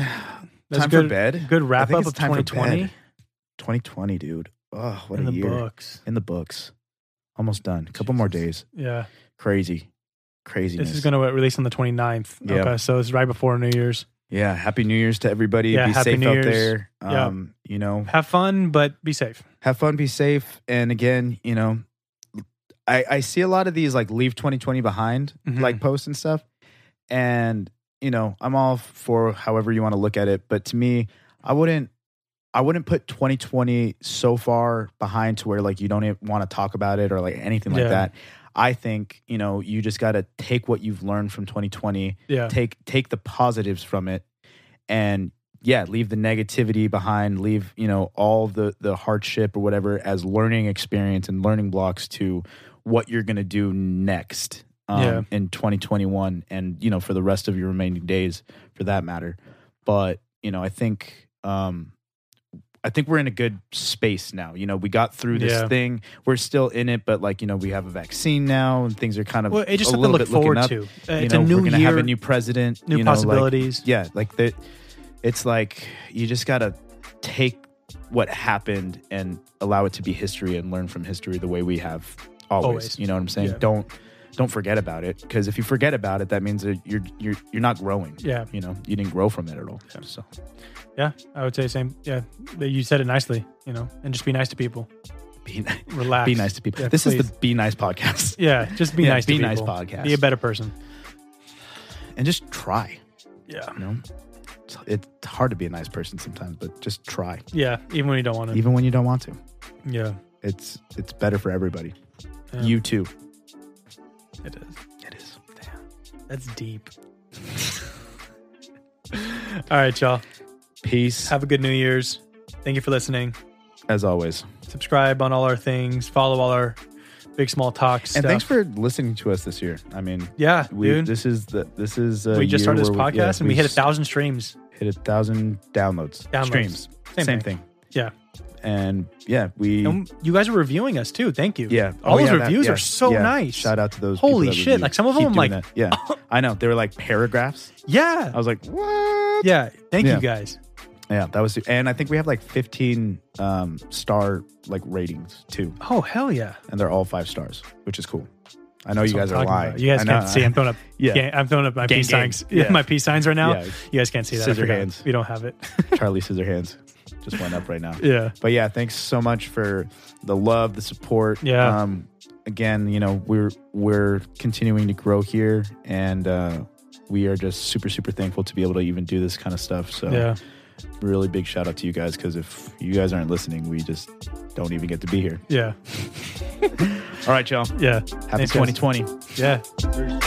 Speaker 2: That's
Speaker 1: time
Speaker 2: good,
Speaker 1: for bed.
Speaker 2: Good wrap
Speaker 1: think
Speaker 2: up
Speaker 1: it's
Speaker 2: of
Speaker 1: time for
Speaker 2: 2020
Speaker 1: bed. 2020, dude. Oh, what
Speaker 2: in
Speaker 1: a
Speaker 2: the
Speaker 1: year
Speaker 2: books.
Speaker 1: in the books. Almost done. A couple more days.
Speaker 2: Yeah.
Speaker 1: Crazy, craziness.
Speaker 2: This is going to release on the 29th.
Speaker 1: Yeah.
Speaker 2: Okay. So it's right before New Year's.
Speaker 1: yeah. Happy New Year's to everybody.
Speaker 2: Yeah,
Speaker 1: be
Speaker 2: Happy
Speaker 1: safe
Speaker 2: New
Speaker 1: out
Speaker 2: Year's.
Speaker 1: there.
Speaker 2: Yeah.
Speaker 1: Um, you know,
Speaker 2: Have fun, but be safe.
Speaker 1: have fun, be safe. And again, you know, I, I see a lot of these like leave 2020 behind,
Speaker 2: Mhm.
Speaker 1: like posts and stuff. And, you know, I'm all for however you want to look at it. But to me, I wouldn't, I wouldn't put 2020 so far behind to where like you don't even want to talk about it or like anything like
Speaker 2: Yeah.
Speaker 1: that. I think, you know, you just got to take what you've learned from 2020
Speaker 2: Yeah.
Speaker 1: take take the positives from it and yeah leave the negativity behind leave you know all the the hardship or whatever as learning experience and learning blocks to what you're going to do next um,
Speaker 2: Yeah.
Speaker 1: in 2021 and you know for the rest of your remaining days for that matter but you know i think um i think we're in a good space now you know we got through this
Speaker 2: Yeah.
Speaker 1: thing we're still in it but like you know we have a vaccine now and things are kind of
Speaker 2: Well, it's just
Speaker 1: a
Speaker 2: something to
Speaker 1: little
Speaker 2: look
Speaker 1: bit looking
Speaker 2: forward
Speaker 1: up
Speaker 2: to. Uh,
Speaker 1: you
Speaker 2: it's
Speaker 1: know,
Speaker 2: a new
Speaker 1: we're gonna
Speaker 2: year,
Speaker 1: have a new president,
Speaker 2: new
Speaker 1: you know, like-
Speaker 2: possibilities.
Speaker 1: yeah, like that. It's like you just gotta take what happened and allow it to be history and learn from history the way we have always.
Speaker 2: Always.
Speaker 1: You know what I'm saying?
Speaker 2: Yeah.
Speaker 1: Don't don't forget about it because if you forget about it, that means that you're you're you're not growing.
Speaker 2: Yeah.
Speaker 1: you know, you didn't grow from it at all. So
Speaker 2: yeah. I would say the same. Yeah. That You said it nicely, you know, and just be nice to people.
Speaker 1: be nice.
Speaker 2: Relax.
Speaker 1: Be nice to people.
Speaker 2: Yeah,
Speaker 1: this is
Speaker 2: please.
Speaker 1: the Be Nice podcast.
Speaker 2: Yeah. Just be
Speaker 1: Yeah,
Speaker 2: nice
Speaker 1: be
Speaker 2: to
Speaker 1: nice
Speaker 2: people.
Speaker 1: podcast.
Speaker 2: Be a better person.
Speaker 1: And just try.
Speaker 2: Yeah.
Speaker 1: You know, it's, it's hard to be a nice person sometimes, but just try,
Speaker 2: Yeah. Even when you don't want to.
Speaker 1: even when you don't want to.
Speaker 2: Yeah.
Speaker 1: It's it's better for everybody.
Speaker 2: Yeah.
Speaker 1: You too.
Speaker 2: It is.
Speaker 1: It is.
Speaker 2: That's deep. All right, y'all.
Speaker 1: Peace.
Speaker 2: Have a good New Year's. Thank you for listening.
Speaker 1: as always.
Speaker 2: Subscribe on all our things. Follow all our big small talks.
Speaker 1: And thanks for listening to us this year. I mean,
Speaker 2: yeah,
Speaker 1: we
Speaker 2: dude.
Speaker 1: this is the this is uh
Speaker 2: we just started this podcast and we hit a
Speaker 1: thousand
Speaker 2: thousand streams.
Speaker 1: hit a thousand downloads,
Speaker 2: Downloads.
Speaker 1: streams,
Speaker 2: Same
Speaker 1: same,
Speaker 2: thing.
Speaker 1: thing.
Speaker 2: Yeah,
Speaker 1: And yeah, we
Speaker 2: and you guys are reviewing us too. Thank you.
Speaker 1: yeah.
Speaker 2: all
Speaker 1: Oh,
Speaker 2: those
Speaker 1: yeah, that-
Speaker 2: reviews
Speaker 1: yeah,
Speaker 2: are so
Speaker 1: yeah.
Speaker 2: nice.
Speaker 1: Shout out to those. people
Speaker 2: Holy
Speaker 1: that
Speaker 2: shit,
Speaker 1: reviewed.
Speaker 2: like, some of
Speaker 1: Keep
Speaker 2: them,
Speaker 1: doing
Speaker 2: like-
Speaker 1: that. yeah, I know they were like paragraphs.
Speaker 2: Yeah,
Speaker 1: I was like, what?
Speaker 2: yeah. Thank
Speaker 1: Yeah.
Speaker 2: you guys.
Speaker 1: yeah, that was. And I think we have like fifteen um star like ratings too,
Speaker 2: Oh hell yeah!
Speaker 1: and they're all five stars, which is cool. I know
Speaker 2: That's
Speaker 1: you
Speaker 2: what
Speaker 1: guys
Speaker 2: I'm
Speaker 1: are
Speaker 2: talking
Speaker 1: lying.
Speaker 2: about. You guys
Speaker 1: I
Speaker 2: can't
Speaker 1: know.
Speaker 2: see. I'm throwing up.
Speaker 1: Yeah.
Speaker 2: gang- I'm throwing up my
Speaker 1: Gang,
Speaker 2: peace
Speaker 1: gang.
Speaker 2: signs. Yeah,
Speaker 1: Yeah.
Speaker 2: my peace signs right now.
Speaker 1: Yeah.
Speaker 2: You guys can't see that. I
Speaker 1: Scissor
Speaker 2: forgot.
Speaker 1: hands.
Speaker 2: We don't have it.
Speaker 1: Charlie Scissorhands just went up right now.
Speaker 2: yeah.
Speaker 1: But yeah, thanks so much for the love, the support.
Speaker 2: Yeah.
Speaker 1: Um, again, you know, we're we're continuing to grow here, and uh, we are just super super thankful to be able to even do this kind of stuff. So
Speaker 2: Yeah.
Speaker 1: really big shout out to you guys because if you guys aren't listening, we just don't even get to be here.
Speaker 2: Yeah.
Speaker 1: All right, y'all.
Speaker 2: Yeah.
Speaker 1: Happy
Speaker 2: Thanks, guys.
Speaker 1: 2020.
Speaker 2: Yeah.